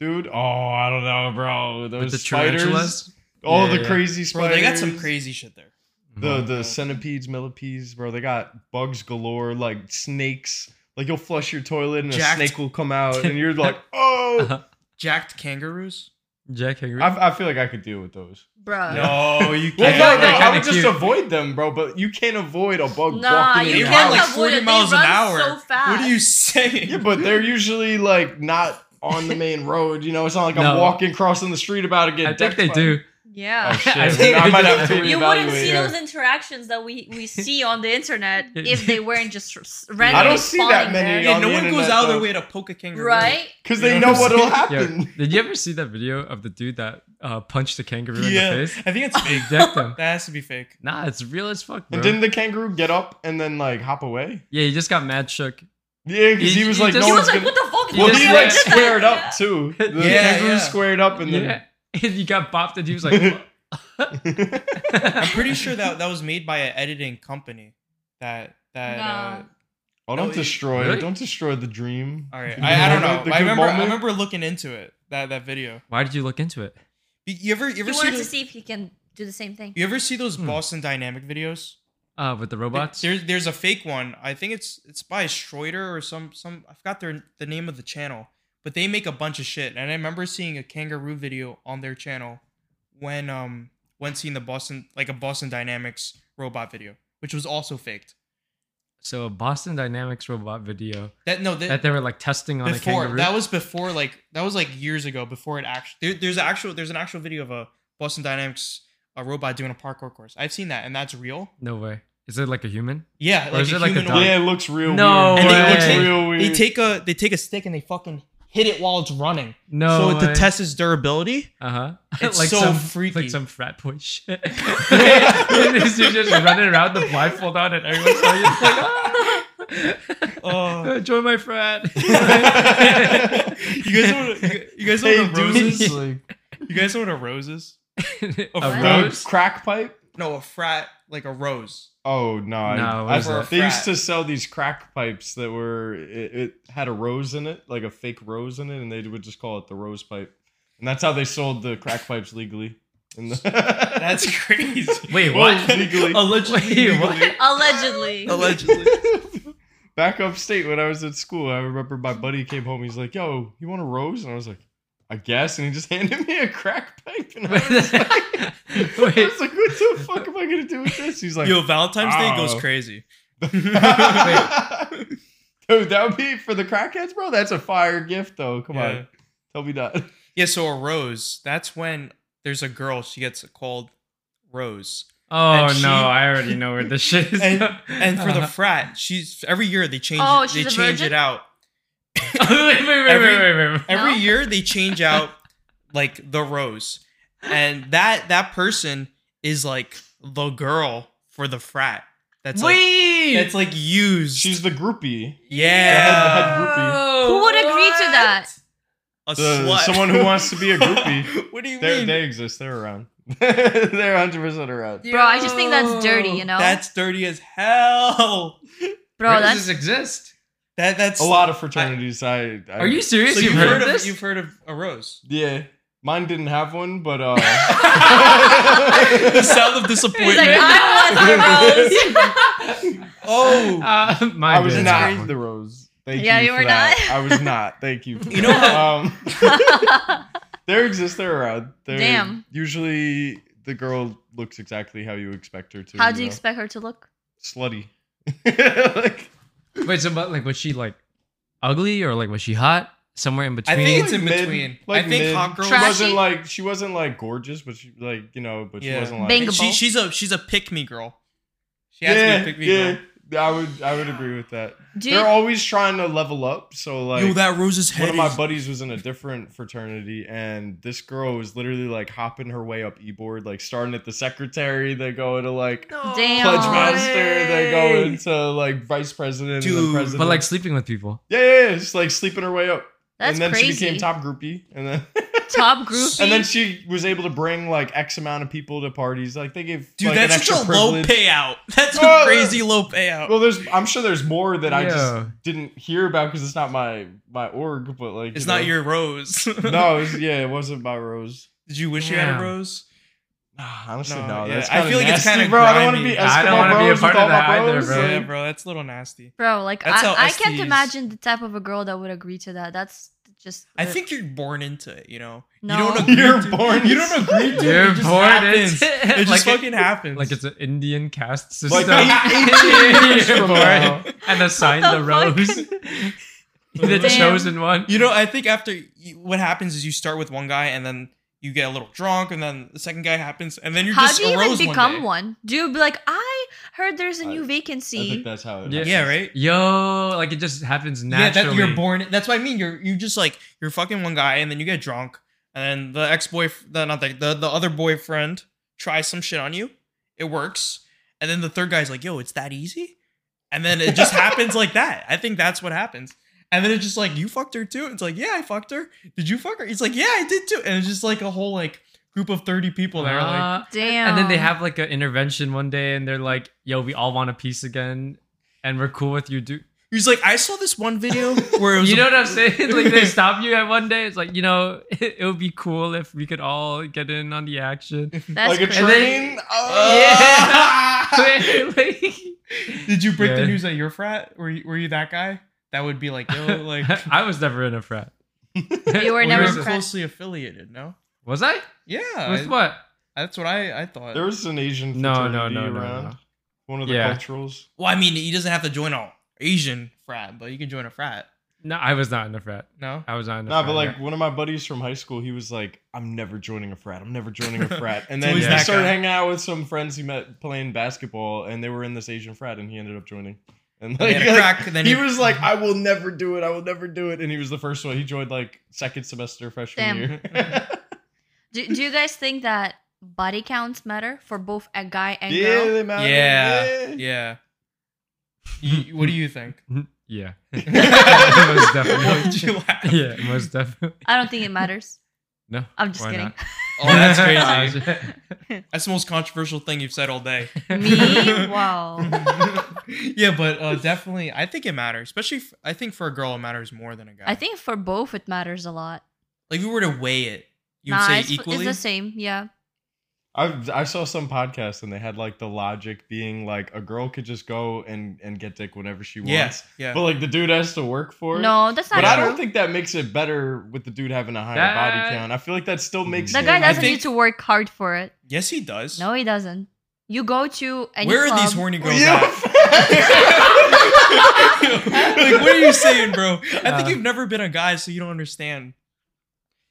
[SPEAKER 2] dude. Oh, I don't know, bro. Those
[SPEAKER 3] with the
[SPEAKER 2] spiders,
[SPEAKER 3] tarantulas.
[SPEAKER 2] all
[SPEAKER 3] Yeah,
[SPEAKER 2] the
[SPEAKER 3] yeah.
[SPEAKER 2] crazy
[SPEAKER 1] Bro,
[SPEAKER 2] spiders.
[SPEAKER 1] they got some crazy shit there.
[SPEAKER 3] Mm-hmm.
[SPEAKER 2] The the centipedes, millipedes, bro. They got bugs galore. Like snakes. Like you'll flush your toilet and
[SPEAKER 1] Jacked.
[SPEAKER 2] a snake will come out, and
[SPEAKER 1] <laughs>
[SPEAKER 2] you're like,
[SPEAKER 3] Uh-huh.
[SPEAKER 2] oh.
[SPEAKER 1] Jacked kangaroos.
[SPEAKER 3] Jack Henry.
[SPEAKER 2] I, I feel like I could deal with those.
[SPEAKER 4] Bro.
[SPEAKER 1] No, <laughs> you
[SPEAKER 2] Well,
[SPEAKER 3] I
[SPEAKER 1] can't.
[SPEAKER 3] feel
[SPEAKER 2] no,
[SPEAKER 3] like
[SPEAKER 2] no,
[SPEAKER 3] they're
[SPEAKER 2] I
[SPEAKER 3] kinda
[SPEAKER 2] would just
[SPEAKER 3] cute.
[SPEAKER 2] avoid them, bro. But you can't avoid a bug
[SPEAKER 4] Nah,
[SPEAKER 2] walking in
[SPEAKER 4] you
[SPEAKER 2] your
[SPEAKER 1] They
[SPEAKER 4] can't
[SPEAKER 1] run
[SPEAKER 2] house.
[SPEAKER 1] like
[SPEAKER 4] avoid it.
[SPEAKER 1] 40
[SPEAKER 4] They
[SPEAKER 1] miles an
[SPEAKER 4] run
[SPEAKER 1] hour.
[SPEAKER 4] so
[SPEAKER 1] What are
[SPEAKER 4] fast.
[SPEAKER 1] you saying?
[SPEAKER 2] Yeah, but they're usually like not on the
[SPEAKER 1] <laughs>
[SPEAKER 2] main road. You know, it's not like I'm
[SPEAKER 3] No.
[SPEAKER 2] walking crossing the street about to get.
[SPEAKER 3] I think
[SPEAKER 2] decked
[SPEAKER 3] they
[SPEAKER 2] by-
[SPEAKER 3] do.
[SPEAKER 2] Oh
[SPEAKER 4] Yeah.
[SPEAKER 2] shit!
[SPEAKER 3] <laughs> I
[SPEAKER 2] I,
[SPEAKER 3] think they
[SPEAKER 2] might
[SPEAKER 3] do.
[SPEAKER 2] have to
[SPEAKER 4] you
[SPEAKER 2] reevaluate.
[SPEAKER 4] wouldn't see
[SPEAKER 2] yeah.
[SPEAKER 4] those interactions that we, we see on the
[SPEAKER 2] <laughs>
[SPEAKER 4] internet if they weren't just r- s- randomly
[SPEAKER 2] I don't see that
[SPEAKER 4] spawning
[SPEAKER 2] many
[SPEAKER 4] there.
[SPEAKER 1] Yeah,
[SPEAKER 2] on
[SPEAKER 1] no
[SPEAKER 2] the
[SPEAKER 1] one goes
[SPEAKER 2] internet,
[SPEAKER 1] out of their
[SPEAKER 2] though.
[SPEAKER 1] way to poke a kangaroo.
[SPEAKER 4] Right?
[SPEAKER 2] because
[SPEAKER 1] You
[SPEAKER 2] they
[SPEAKER 1] know
[SPEAKER 2] know
[SPEAKER 1] what I'm
[SPEAKER 2] what'll
[SPEAKER 3] Yo,
[SPEAKER 2] happen.
[SPEAKER 3] did you ever see that video of the dude that uh, punched the kangaroo in
[SPEAKER 1] Yeah.
[SPEAKER 3] the face?
[SPEAKER 1] I think it's fake.
[SPEAKER 3] Decked him.
[SPEAKER 1] <laughs> That has to be fake.
[SPEAKER 3] <laughs> Nah, it's real as fuck, bro.
[SPEAKER 2] And didn't the kangaroo get up and then like hop away?
[SPEAKER 3] yeah, he just got mad shook.
[SPEAKER 2] Yeah, because
[SPEAKER 3] He-
[SPEAKER 2] he was
[SPEAKER 3] he
[SPEAKER 2] like,
[SPEAKER 3] just-
[SPEAKER 2] no
[SPEAKER 4] He
[SPEAKER 3] He
[SPEAKER 2] one's
[SPEAKER 4] was
[SPEAKER 2] gonna.
[SPEAKER 4] like, what the fuck
[SPEAKER 2] Well,
[SPEAKER 3] just
[SPEAKER 2] he
[SPEAKER 3] like-
[SPEAKER 2] like squared
[SPEAKER 4] <laughs>
[SPEAKER 2] up
[SPEAKER 3] <laughs>
[SPEAKER 2] too. The
[SPEAKER 1] Yeah,
[SPEAKER 2] kangaroo
[SPEAKER 1] yeah.
[SPEAKER 2] squared up and then.
[SPEAKER 3] yeah. <laughs> And you got bopped, and he was
[SPEAKER 1] <laughs>
[SPEAKER 3] like, <laughs>
[SPEAKER 1] I'm pretty sure that that was made by an editing company. That that. Uh,
[SPEAKER 4] No.
[SPEAKER 2] Oh,
[SPEAKER 1] No,
[SPEAKER 2] don't
[SPEAKER 1] it-
[SPEAKER 2] destroy!
[SPEAKER 3] Really?
[SPEAKER 2] Don't destroy the dream.
[SPEAKER 1] all right,
[SPEAKER 2] The
[SPEAKER 1] I, I don't
[SPEAKER 2] moment,
[SPEAKER 1] know.
[SPEAKER 2] the
[SPEAKER 1] I
[SPEAKER 2] good
[SPEAKER 1] remember I
[SPEAKER 2] moment.
[SPEAKER 1] remember looking into it that that video.
[SPEAKER 3] "Why did you look into it?"
[SPEAKER 1] You, you ever you
[SPEAKER 4] He
[SPEAKER 1] ever see
[SPEAKER 4] wanted to
[SPEAKER 1] those,
[SPEAKER 4] see if he can do the same thing.
[SPEAKER 1] you ever see those
[SPEAKER 3] Hmm.
[SPEAKER 1] Boston Dynamic videos?
[SPEAKER 3] Uh, with the robots.
[SPEAKER 1] There's there's a fake one. I think it's it's by Schroeder or some some. I forgot their the name of the channel, but they make a bunch of shit. And I remember seeing a kangaroo video on their channel when um when seeing the Boston like a Boston Dynamics robot video, which was also faked.
[SPEAKER 3] So a Boston Dynamics robot video
[SPEAKER 1] That no that,
[SPEAKER 3] that they were like testing on a
[SPEAKER 1] before
[SPEAKER 3] kangaroo.
[SPEAKER 1] that was before like that was like years ago before it actually there, there's actual there's an actual video of a Boston Dynamics a robot doing a parkour course. I've seen that and that's real.
[SPEAKER 3] no way. Is it like a human?
[SPEAKER 1] Yeah,
[SPEAKER 3] Or
[SPEAKER 1] like
[SPEAKER 3] is
[SPEAKER 1] a
[SPEAKER 3] it like a
[SPEAKER 1] human
[SPEAKER 3] dog?
[SPEAKER 2] Yeah, it looks real.
[SPEAKER 3] No
[SPEAKER 2] weird.
[SPEAKER 1] And
[SPEAKER 2] it
[SPEAKER 1] they-
[SPEAKER 2] looks
[SPEAKER 1] they-
[SPEAKER 2] real weird.
[SPEAKER 1] they
[SPEAKER 2] <laughs>
[SPEAKER 1] take <laughs> a they take a stick and they fucking hit it while it's running.
[SPEAKER 3] No.
[SPEAKER 1] so to test its <laughs> durability,
[SPEAKER 3] Uh huh.
[SPEAKER 1] It's so freaky.
[SPEAKER 3] <laughs> Like some frat boy shit. <laughs> It's you just running around the blindfold on and everyone's like, ah, <laughs>
[SPEAKER 1] uh,
[SPEAKER 3] join my frat. <laughs>
[SPEAKER 1] <laughs> you guys know what, you, you guys know
[SPEAKER 2] Hey,
[SPEAKER 1] what a roses?
[SPEAKER 2] dudes, like,
[SPEAKER 1] You guys know what a
[SPEAKER 3] <laughs>
[SPEAKER 1] rose is?
[SPEAKER 3] a
[SPEAKER 4] What?
[SPEAKER 2] the
[SPEAKER 3] rose?
[SPEAKER 2] crack pipe.
[SPEAKER 1] No, a frat like a rose.
[SPEAKER 2] Oh no! I-
[SPEAKER 3] No, what
[SPEAKER 2] I,
[SPEAKER 3] is
[SPEAKER 1] that?
[SPEAKER 2] they used to sell these crack pipes that were it, it had a rose in it, like a fake rose in it, and they would just call it the rose pipe, and that's how they sold the crack pipes legally. In the <laughs>
[SPEAKER 1] <laughs> That's crazy.
[SPEAKER 3] <laughs> Wait,
[SPEAKER 1] <laughs>
[SPEAKER 2] Well,
[SPEAKER 3] what? <laughs>
[SPEAKER 2] legally.
[SPEAKER 1] Allegedly,
[SPEAKER 3] Wait, what?
[SPEAKER 1] legally.
[SPEAKER 4] <laughs> Allegedly.
[SPEAKER 1] Allegedly.
[SPEAKER 2] Back upstate when I was at school, I remember my buddy came home. He's like, "Yo, you want a rose?" And I was like, "I guess." And he just <laughs> handed me a crack pipe, and I
[SPEAKER 1] <laughs>
[SPEAKER 2] was like, I
[SPEAKER 3] Wait.
[SPEAKER 2] was like, "What the fuck am I gonna do with this?" He's like,
[SPEAKER 1] <laughs> Yo, Valentine's Day goes
[SPEAKER 2] Oh.
[SPEAKER 1] <laughs> crazy.
[SPEAKER 2] Dude, that would be for the crackheads, bro. That's a fire gift, though. Come
[SPEAKER 1] Yeah.
[SPEAKER 2] on, tell me not.
[SPEAKER 1] Yeah, so a rose. That's when there's a girl. She gets called Rose.
[SPEAKER 3] Oh
[SPEAKER 1] And she-
[SPEAKER 3] no, I already know where this shit is.
[SPEAKER 1] And,
[SPEAKER 3] going.
[SPEAKER 1] and for the frat, she's every year they change.
[SPEAKER 4] Oh,
[SPEAKER 1] it, they
[SPEAKER 4] she's a
[SPEAKER 1] change
[SPEAKER 4] virgin?
[SPEAKER 1] it out.
[SPEAKER 3] <laughs>
[SPEAKER 1] <laughs>
[SPEAKER 3] wait, wait, wait,
[SPEAKER 1] Every-
[SPEAKER 3] wait, wait, wait.
[SPEAKER 1] Every
[SPEAKER 4] No?
[SPEAKER 1] year they change out like the rose, and that that person is like the girl for the frat. That's like
[SPEAKER 3] Wait. <laughs>
[SPEAKER 1] that's like used.
[SPEAKER 2] She's the groupie. <laughs>
[SPEAKER 1] yeah,
[SPEAKER 2] head groupie.
[SPEAKER 4] Who would agree to that?
[SPEAKER 1] a
[SPEAKER 2] The-
[SPEAKER 1] slut.
[SPEAKER 2] someone who wants to be a groupie.
[SPEAKER 1] <laughs> what do you
[SPEAKER 2] They're,
[SPEAKER 1] mean?
[SPEAKER 2] they exist. They're around. <laughs> They're hundred percent around.
[SPEAKER 4] Bro, I just think that's dirty, you know?
[SPEAKER 1] That's dirty as hell.
[SPEAKER 4] Bro,
[SPEAKER 3] Where
[SPEAKER 4] that's
[SPEAKER 3] does this exist?
[SPEAKER 1] That that's
[SPEAKER 2] A lot of fraternities. I, I
[SPEAKER 3] Are you serious?
[SPEAKER 1] So
[SPEAKER 3] you've, heard, of this?
[SPEAKER 1] you've heard of
[SPEAKER 2] <laughs>
[SPEAKER 1] a rose.
[SPEAKER 2] Yeah, mine didn't have one, but uh,
[SPEAKER 1] the sound of
[SPEAKER 4] He's
[SPEAKER 1] disappointment.
[SPEAKER 4] like, "Ah,
[SPEAKER 2] <laughs>
[SPEAKER 4] I was the rose.
[SPEAKER 3] <laughs>
[SPEAKER 1] oh,
[SPEAKER 3] Uh, my
[SPEAKER 2] I was
[SPEAKER 3] bad.
[SPEAKER 2] not the rose. Thank
[SPEAKER 4] Yeah,
[SPEAKER 2] you.
[SPEAKER 4] you
[SPEAKER 2] for
[SPEAKER 4] were
[SPEAKER 2] that.
[SPEAKER 4] not.
[SPEAKER 2] I was not. Thank you. for
[SPEAKER 1] You know
[SPEAKER 2] that. Um,
[SPEAKER 4] <laughs> Damn.
[SPEAKER 2] There exists. They're around. They're
[SPEAKER 4] Damn.
[SPEAKER 2] Usually, the girl looks exactly how you expect her to.
[SPEAKER 4] How do you
[SPEAKER 2] know?
[SPEAKER 4] expect her to look?
[SPEAKER 2] Slutty. <laughs> like,
[SPEAKER 3] Wait, so but like was she like ugly or like was she hot? Somewhere in
[SPEAKER 1] I
[SPEAKER 3] between.
[SPEAKER 1] think it's
[SPEAKER 2] Like
[SPEAKER 1] in
[SPEAKER 2] mid-
[SPEAKER 1] between.
[SPEAKER 2] like
[SPEAKER 1] I think
[SPEAKER 2] mid-
[SPEAKER 1] hot girls.
[SPEAKER 2] she
[SPEAKER 4] Trashy?
[SPEAKER 2] wasn't like she wasn't like gorgeous, but she like you know, but she
[SPEAKER 1] Yeah.
[SPEAKER 2] wasn't like.
[SPEAKER 4] Bang-
[SPEAKER 1] She,
[SPEAKER 4] Bangable.
[SPEAKER 1] she's a she's a pick me girl. She has
[SPEAKER 2] yeah,
[SPEAKER 1] to be a pick me
[SPEAKER 2] yeah.
[SPEAKER 1] girl.
[SPEAKER 2] I would I would agree with that.
[SPEAKER 4] Do you,
[SPEAKER 2] They're always trying to level up. So like,
[SPEAKER 1] Yo, that rose's
[SPEAKER 2] one
[SPEAKER 1] head.
[SPEAKER 2] of my
[SPEAKER 1] is-
[SPEAKER 2] buddies was in a different fraternity, and this girl was literally like hopping her way up e-board, like starting at the secretary, then going to like
[SPEAKER 4] damn.
[SPEAKER 2] pledge master, then going to like vice president, and
[SPEAKER 1] Dude,
[SPEAKER 2] then president.
[SPEAKER 3] but like sleeping with people.
[SPEAKER 2] Yeah, yeah, yeah. Just like sleeping her way up.
[SPEAKER 4] That's
[SPEAKER 2] and then
[SPEAKER 4] crazy.
[SPEAKER 2] she became top groupie. And then
[SPEAKER 4] <laughs>
[SPEAKER 2] <laughs>
[SPEAKER 4] Top groupie.
[SPEAKER 2] and then she was able to bring like X amount of people to parties. Like they gave
[SPEAKER 1] Dude,
[SPEAKER 2] like, an
[SPEAKER 1] that's
[SPEAKER 2] extra
[SPEAKER 1] such a low
[SPEAKER 2] privilege.
[SPEAKER 1] payout. <laughs> That's a
[SPEAKER 2] Oh,
[SPEAKER 1] crazy low payout.
[SPEAKER 2] Well, there's I'm sure there's more that I
[SPEAKER 3] Yeah.
[SPEAKER 2] just didn't hear about because it's not my my org, but like
[SPEAKER 1] it's
[SPEAKER 2] you know.
[SPEAKER 1] not your
[SPEAKER 2] <laughs>
[SPEAKER 1] rose. <laughs>
[SPEAKER 2] No, it was, yeah, it wasn't my
[SPEAKER 1] <sighs>
[SPEAKER 2] rose.
[SPEAKER 1] Did you wish you had
[SPEAKER 3] Damn.
[SPEAKER 1] a rose?
[SPEAKER 2] Ah, Honestly,
[SPEAKER 1] No,
[SPEAKER 2] no.
[SPEAKER 1] yeah,
[SPEAKER 2] That's
[SPEAKER 1] I
[SPEAKER 2] kinda
[SPEAKER 1] feel like it's
[SPEAKER 2] nasty,
[SPEAKER 1] kinda
[SPEAKER 2] bro. I don't want to
[SPEAKER 1] grimy.
[SPEAKER 2] be. Eskimo
[SPEAKER 3] I don't wanna be a
[SPEAKER 2] bros
[SPEAKER 3] part
[SPEAKER 2] with
[SPEAKER 3] of
[SPEAKER 2] all
[SPEAKER 3] that
[SPEAKER 2] my
[SPEAKER 3] either,
[SPEAKER 2] bros,
[SPEAKER 3] bro.
[SPEAKER 1] Yeah,
[SPEAKER 2] like-
[SPEAKER 1] bro, that's a little nasty.
[SPEAKER 4] Bro, like
[SPEAKER 1] That's how
[SPEAKER 4] I, I
[SPEAKER 1] STs.
[SPEAKER 4] can't imagine the type of a girl that would agree to that. That's just.
[SPEAKER 1] I think you're born into it, you know.
[SPEAKER 4] No.
[SPEAKER 1] You don't
[SPEAKER 2] <laughs>
[SPEAKER 1] agree
[SPEAKER 2] You're
[SPEAKER 1] to-
[SPEAKER 2] born-
[SPEAKER 1] You don't agree to <laughs> it.
[SPEAKER 3] You're
[SPEAKER 1] It
[SPEAKER 3] <laughs>
[SPEAKER 1] just
[SPEAKER 3] born
[SPEAKER 1] happens.
[SPEAKER 3] into it.
[SPEAKER 1] <laughs> It just
[SPEAKER 3] Like it-
[SPEAKER 1] fucking happens.
[SPEAKER 3] Like it's an Indian caste system.
[SPEAKER 1] <laughs>
[SPEAKER 2] Like
[SPEAKER 3] <laughs>
[SPEAKER 2] eight- 18 years
[SPEAKER 3] You're
[SPEAKER 2] from
[SPEAKER 3] born
[SPEAKER 2] now.
[SPEAKER 3] and assigned the,
[SPEAKER 4] <laughs> the fuck?
[SPEAKER 3] rose. <laughs> You're the
[SPEAKER 4] Damn.
[SPEAKER 3] chosen one.
[SPEAKER 1] You know, I think after you, what happens is you start with one guy and then you get a little drunk and then the second guy happens and then you're
[SPEAKER 4] How
[SPEAKER 1] just
[SPEAKER 4] do you
[SPEAKER 1] a
[SPEAKER 4] even
[SPEAKER 1] rose
[SPEAKER 4] become
[SPEAKER 1] one,
[SPEAKER 4] one,
[SPEAKER 1] day.
[SPEAKER 4] Do you be like, I heard there's a
[SPEAKER 2] I-
[SPEAKER 4] new
[SPEAKER 2] I think
[SPEAKER 4] vacancy?
[SPEAKER 2] that's how it.
[SPEAKER 3] Yeah.
[SPEAKER 1] Yeah, right?
[SPEAKER 3] Yo, like it just happens
[SPEAKER 1] Yeah,
[SPEAKER 3] naturally.
[SPEAKER 1] that you're born. That's what I mean. You're you just like you're fucking one guy, and then you get drunk, and then the ex boyfriend, not the, the the other boyfriend tries some shit on you. It works,
[SPEAKER 3] <laughs>
[SPEAKER 1] and then the third guy's like, "Yo, it's that easy," and then it just happens like that. I think that's what happens. And then it's just like, you fucked her too? It's like, yeah, I fucked her. Did you fuck her? It's like, yeah, I did too. And it's just like a whole like group of 30 people that are like,
[SPEAKER 3] Uh,
[SPEAKER 4] Damn.
[SPEAKER 3] and then they have like an intervention one day, and they're like, "Yo, we all want a piece again, and we're cool with you." Do
[SPEAKER 1] he's like, I saw this
[SPEAKER 3] <laughs>
[SPEAKER 1] one video where it was
[SPEAKER 3] you
[SPEAKER 1] a-
[SPEAKER 3] know what
[SPEAKER 1] <laughs>
[SPEAKER 3] I'm saying? <laughs> like they stop you at one day. It's like you know, <laughs> it, it would be cool if we could all get in on the
[SPEAKER 1] <laughs>
[SPEAKER 3] action. <laughs>
[SPEAKER 4] That's
[SPEAKER 2] like a
[SPEAKER 4] crazy.
[SPEAKER 3] And
[SPEAKER 1] Oh.
[SPEAKER 2] train. Ah!
[SPEAKER 3] then- <laughs> Clearly.
[SPEAKER 1] Did you break
[SPEAKER 3] Yeah.
[SPEAKER 1] the news at your frat? Were you, were you that guy? That would be like, <laughs> yo, like,
[SPEAKER 3] <laughs> I was never in a frat. <laughs>
[SPEAKER 4] You were
[SPEAKER 1] we
[SPEAKER 4] never in
[SPEAKER 1] were
[SPEAKER 4] a frat.
[SPEAKER 1] closely affiliated, no?
[SPEAKER 3] Was I?
[SPEAKER 1] Yeah.
[SPEAKER 3] With
[SPEAKER 1] I-
[SPEAKER 3] what?
[SPEAKER 1] That's what I, I thought.
[SPEAKER 2] There was an Asian
[SPEAKER 3] No, no,
[SPEAKER 2] fraternity
[SPEAKER 3] no, no,
[SPEAKER 2] around.
[SPEAKER 3] no.
[SPEAKER 2] One of the
[SPEAKER 3] Yeah.
[SPEAKER 2] culturals.
[SPEAKER 1] well, I mean, he doesn't have to join an Asian frat, but you can join a frat.
[SPEAKER 3] No, I was not in a frat.
[SPEAKER 1] No?
[SPEAKER 3] I was not in a
[SPEAKER 2] Nah,
[SPEAKER 3] frat.
[SPEAKER 2] but like
[SPEAKER 3] yeah.
[SPEAKER 2] one of my buddies from high school, he was like, "I'm never joining a frat. I'm never joining a
[SPEAKER 1] <laughs>
[SPEAKER 2] frat." And
[SPEAKER 1] It's
[SPEAKER 2] then he
[SPEAKER 1] always
[SPEAKER 3] that
[SPEAKER 2] started
[SPEAKER 1] guy.
[SPEAKER 2] hanging out with some friends he met playing basketball, and they were in this Asian frat, and he ended up joining. And
[SPEAKER 1] They
[SPEAKER 2] like,
[SPEAKER 1] had a crack, then
[SPEAKER 2] he
[SPEAKER 1] he-
[SPEAKER 2] was
[SPEAKER 1] <laughs>
[SPEAKER 2] like, "I will never do it. I will never do it." And he was the first one. He joined like second semester freshman
[SPEAKER 4] Damn.
[SPEAKER 2] year.
[SPEAKER 4] Do, do you guys think that body counts matter for both a guy and
[SPEAKER 2] <laughs> yeah,
[SPEAKER 4] girl?
[SPEAKER 2] they matter.
[SPEAKER 1] Yeah.
[SPEAKER 2] <laughs>
[SPEAKER 1] Yeah. You- what do you <laughs> think?
[SPEAKER 3] yeah, <laughs> most definitely. <laughs>
[SPEAKER 1] <laughs> Did you laugh?
[SPEAKER 3] Yeah, most definitely.
[SPEAKER 4] I don't think it matters.
[SPEAKER 3] No,
[SPEAKER 4] I'm just
[SPEAKER 3] why
[SPEAKER 4] kidding.
[SPEAKER 3] <laughs>
[SPEAKER 1] Oh, that's crazy.
[SPEAKER 3] crazy.
[SPEAKER 1] <laughs> That's the most controversial thing you've said all <laughs> day.
[SPEAKER 4] <laughs> Me? Wow.
[SPEAKER 1] yeah, but uh, definitely, I think it matters. Especially, f- I think for a girl, it matters more than a guy.
[SPEAKER 4] I think for both it matters a lot.
[SPEAKER 1] like if you were to weigh it, you would
[SPEAKER 4] nah,
[SPEAKER 1] say
[SPEAKER 4] it's,
[SPEAKER 1] equally.
[SPEAKER 4] it's the same. Yeah.
[SPEAKER 2] I I saw some podcast and they had like the logic being like a girl could just go and and get dick whenever she wants,
[SPEAKER 1] yeah, yeah.
[SPEAKER 2] but like the dude has to work for it.
[SPEAKER 4] No, that's not
[SPEAKER 2] But I
[SPEAKER 4] true.
[SPEAKER 2] don't think that makes it better with the dude having a higher
[SPEAKER 3] That-
[SPEAKER 2] body count. I feel like that still makes
[SPEAKER 4] the
[SPEAKER 2] him-
[SPEAKER 4] guy
[SPEAKER 1] I
[SPEAKER 4] doesn't
[SPEAKER 1] think-
[SPEAKER 4] need to work hard for it.
[SPEAKER 1] yes, he does.
[SPEAKER 4] No, he doesn't. You go to any
[SPEAKER 1] Where
[SPEAKER 4] club.
[SPEAKER 1] are these
[SPEAKER 3] <laughs>
[SPEAKER 1] horny girls
[SPEAKER 2] Yeah.
[SPEAKER 1] at?
[SPEAKER 2] <laughs>
[SPEAKER 1] like, what are you saying, bro? I
[SPEAKER 3] Uh,
[SPEAKER 1] think you've never been a guy, so you don't understand.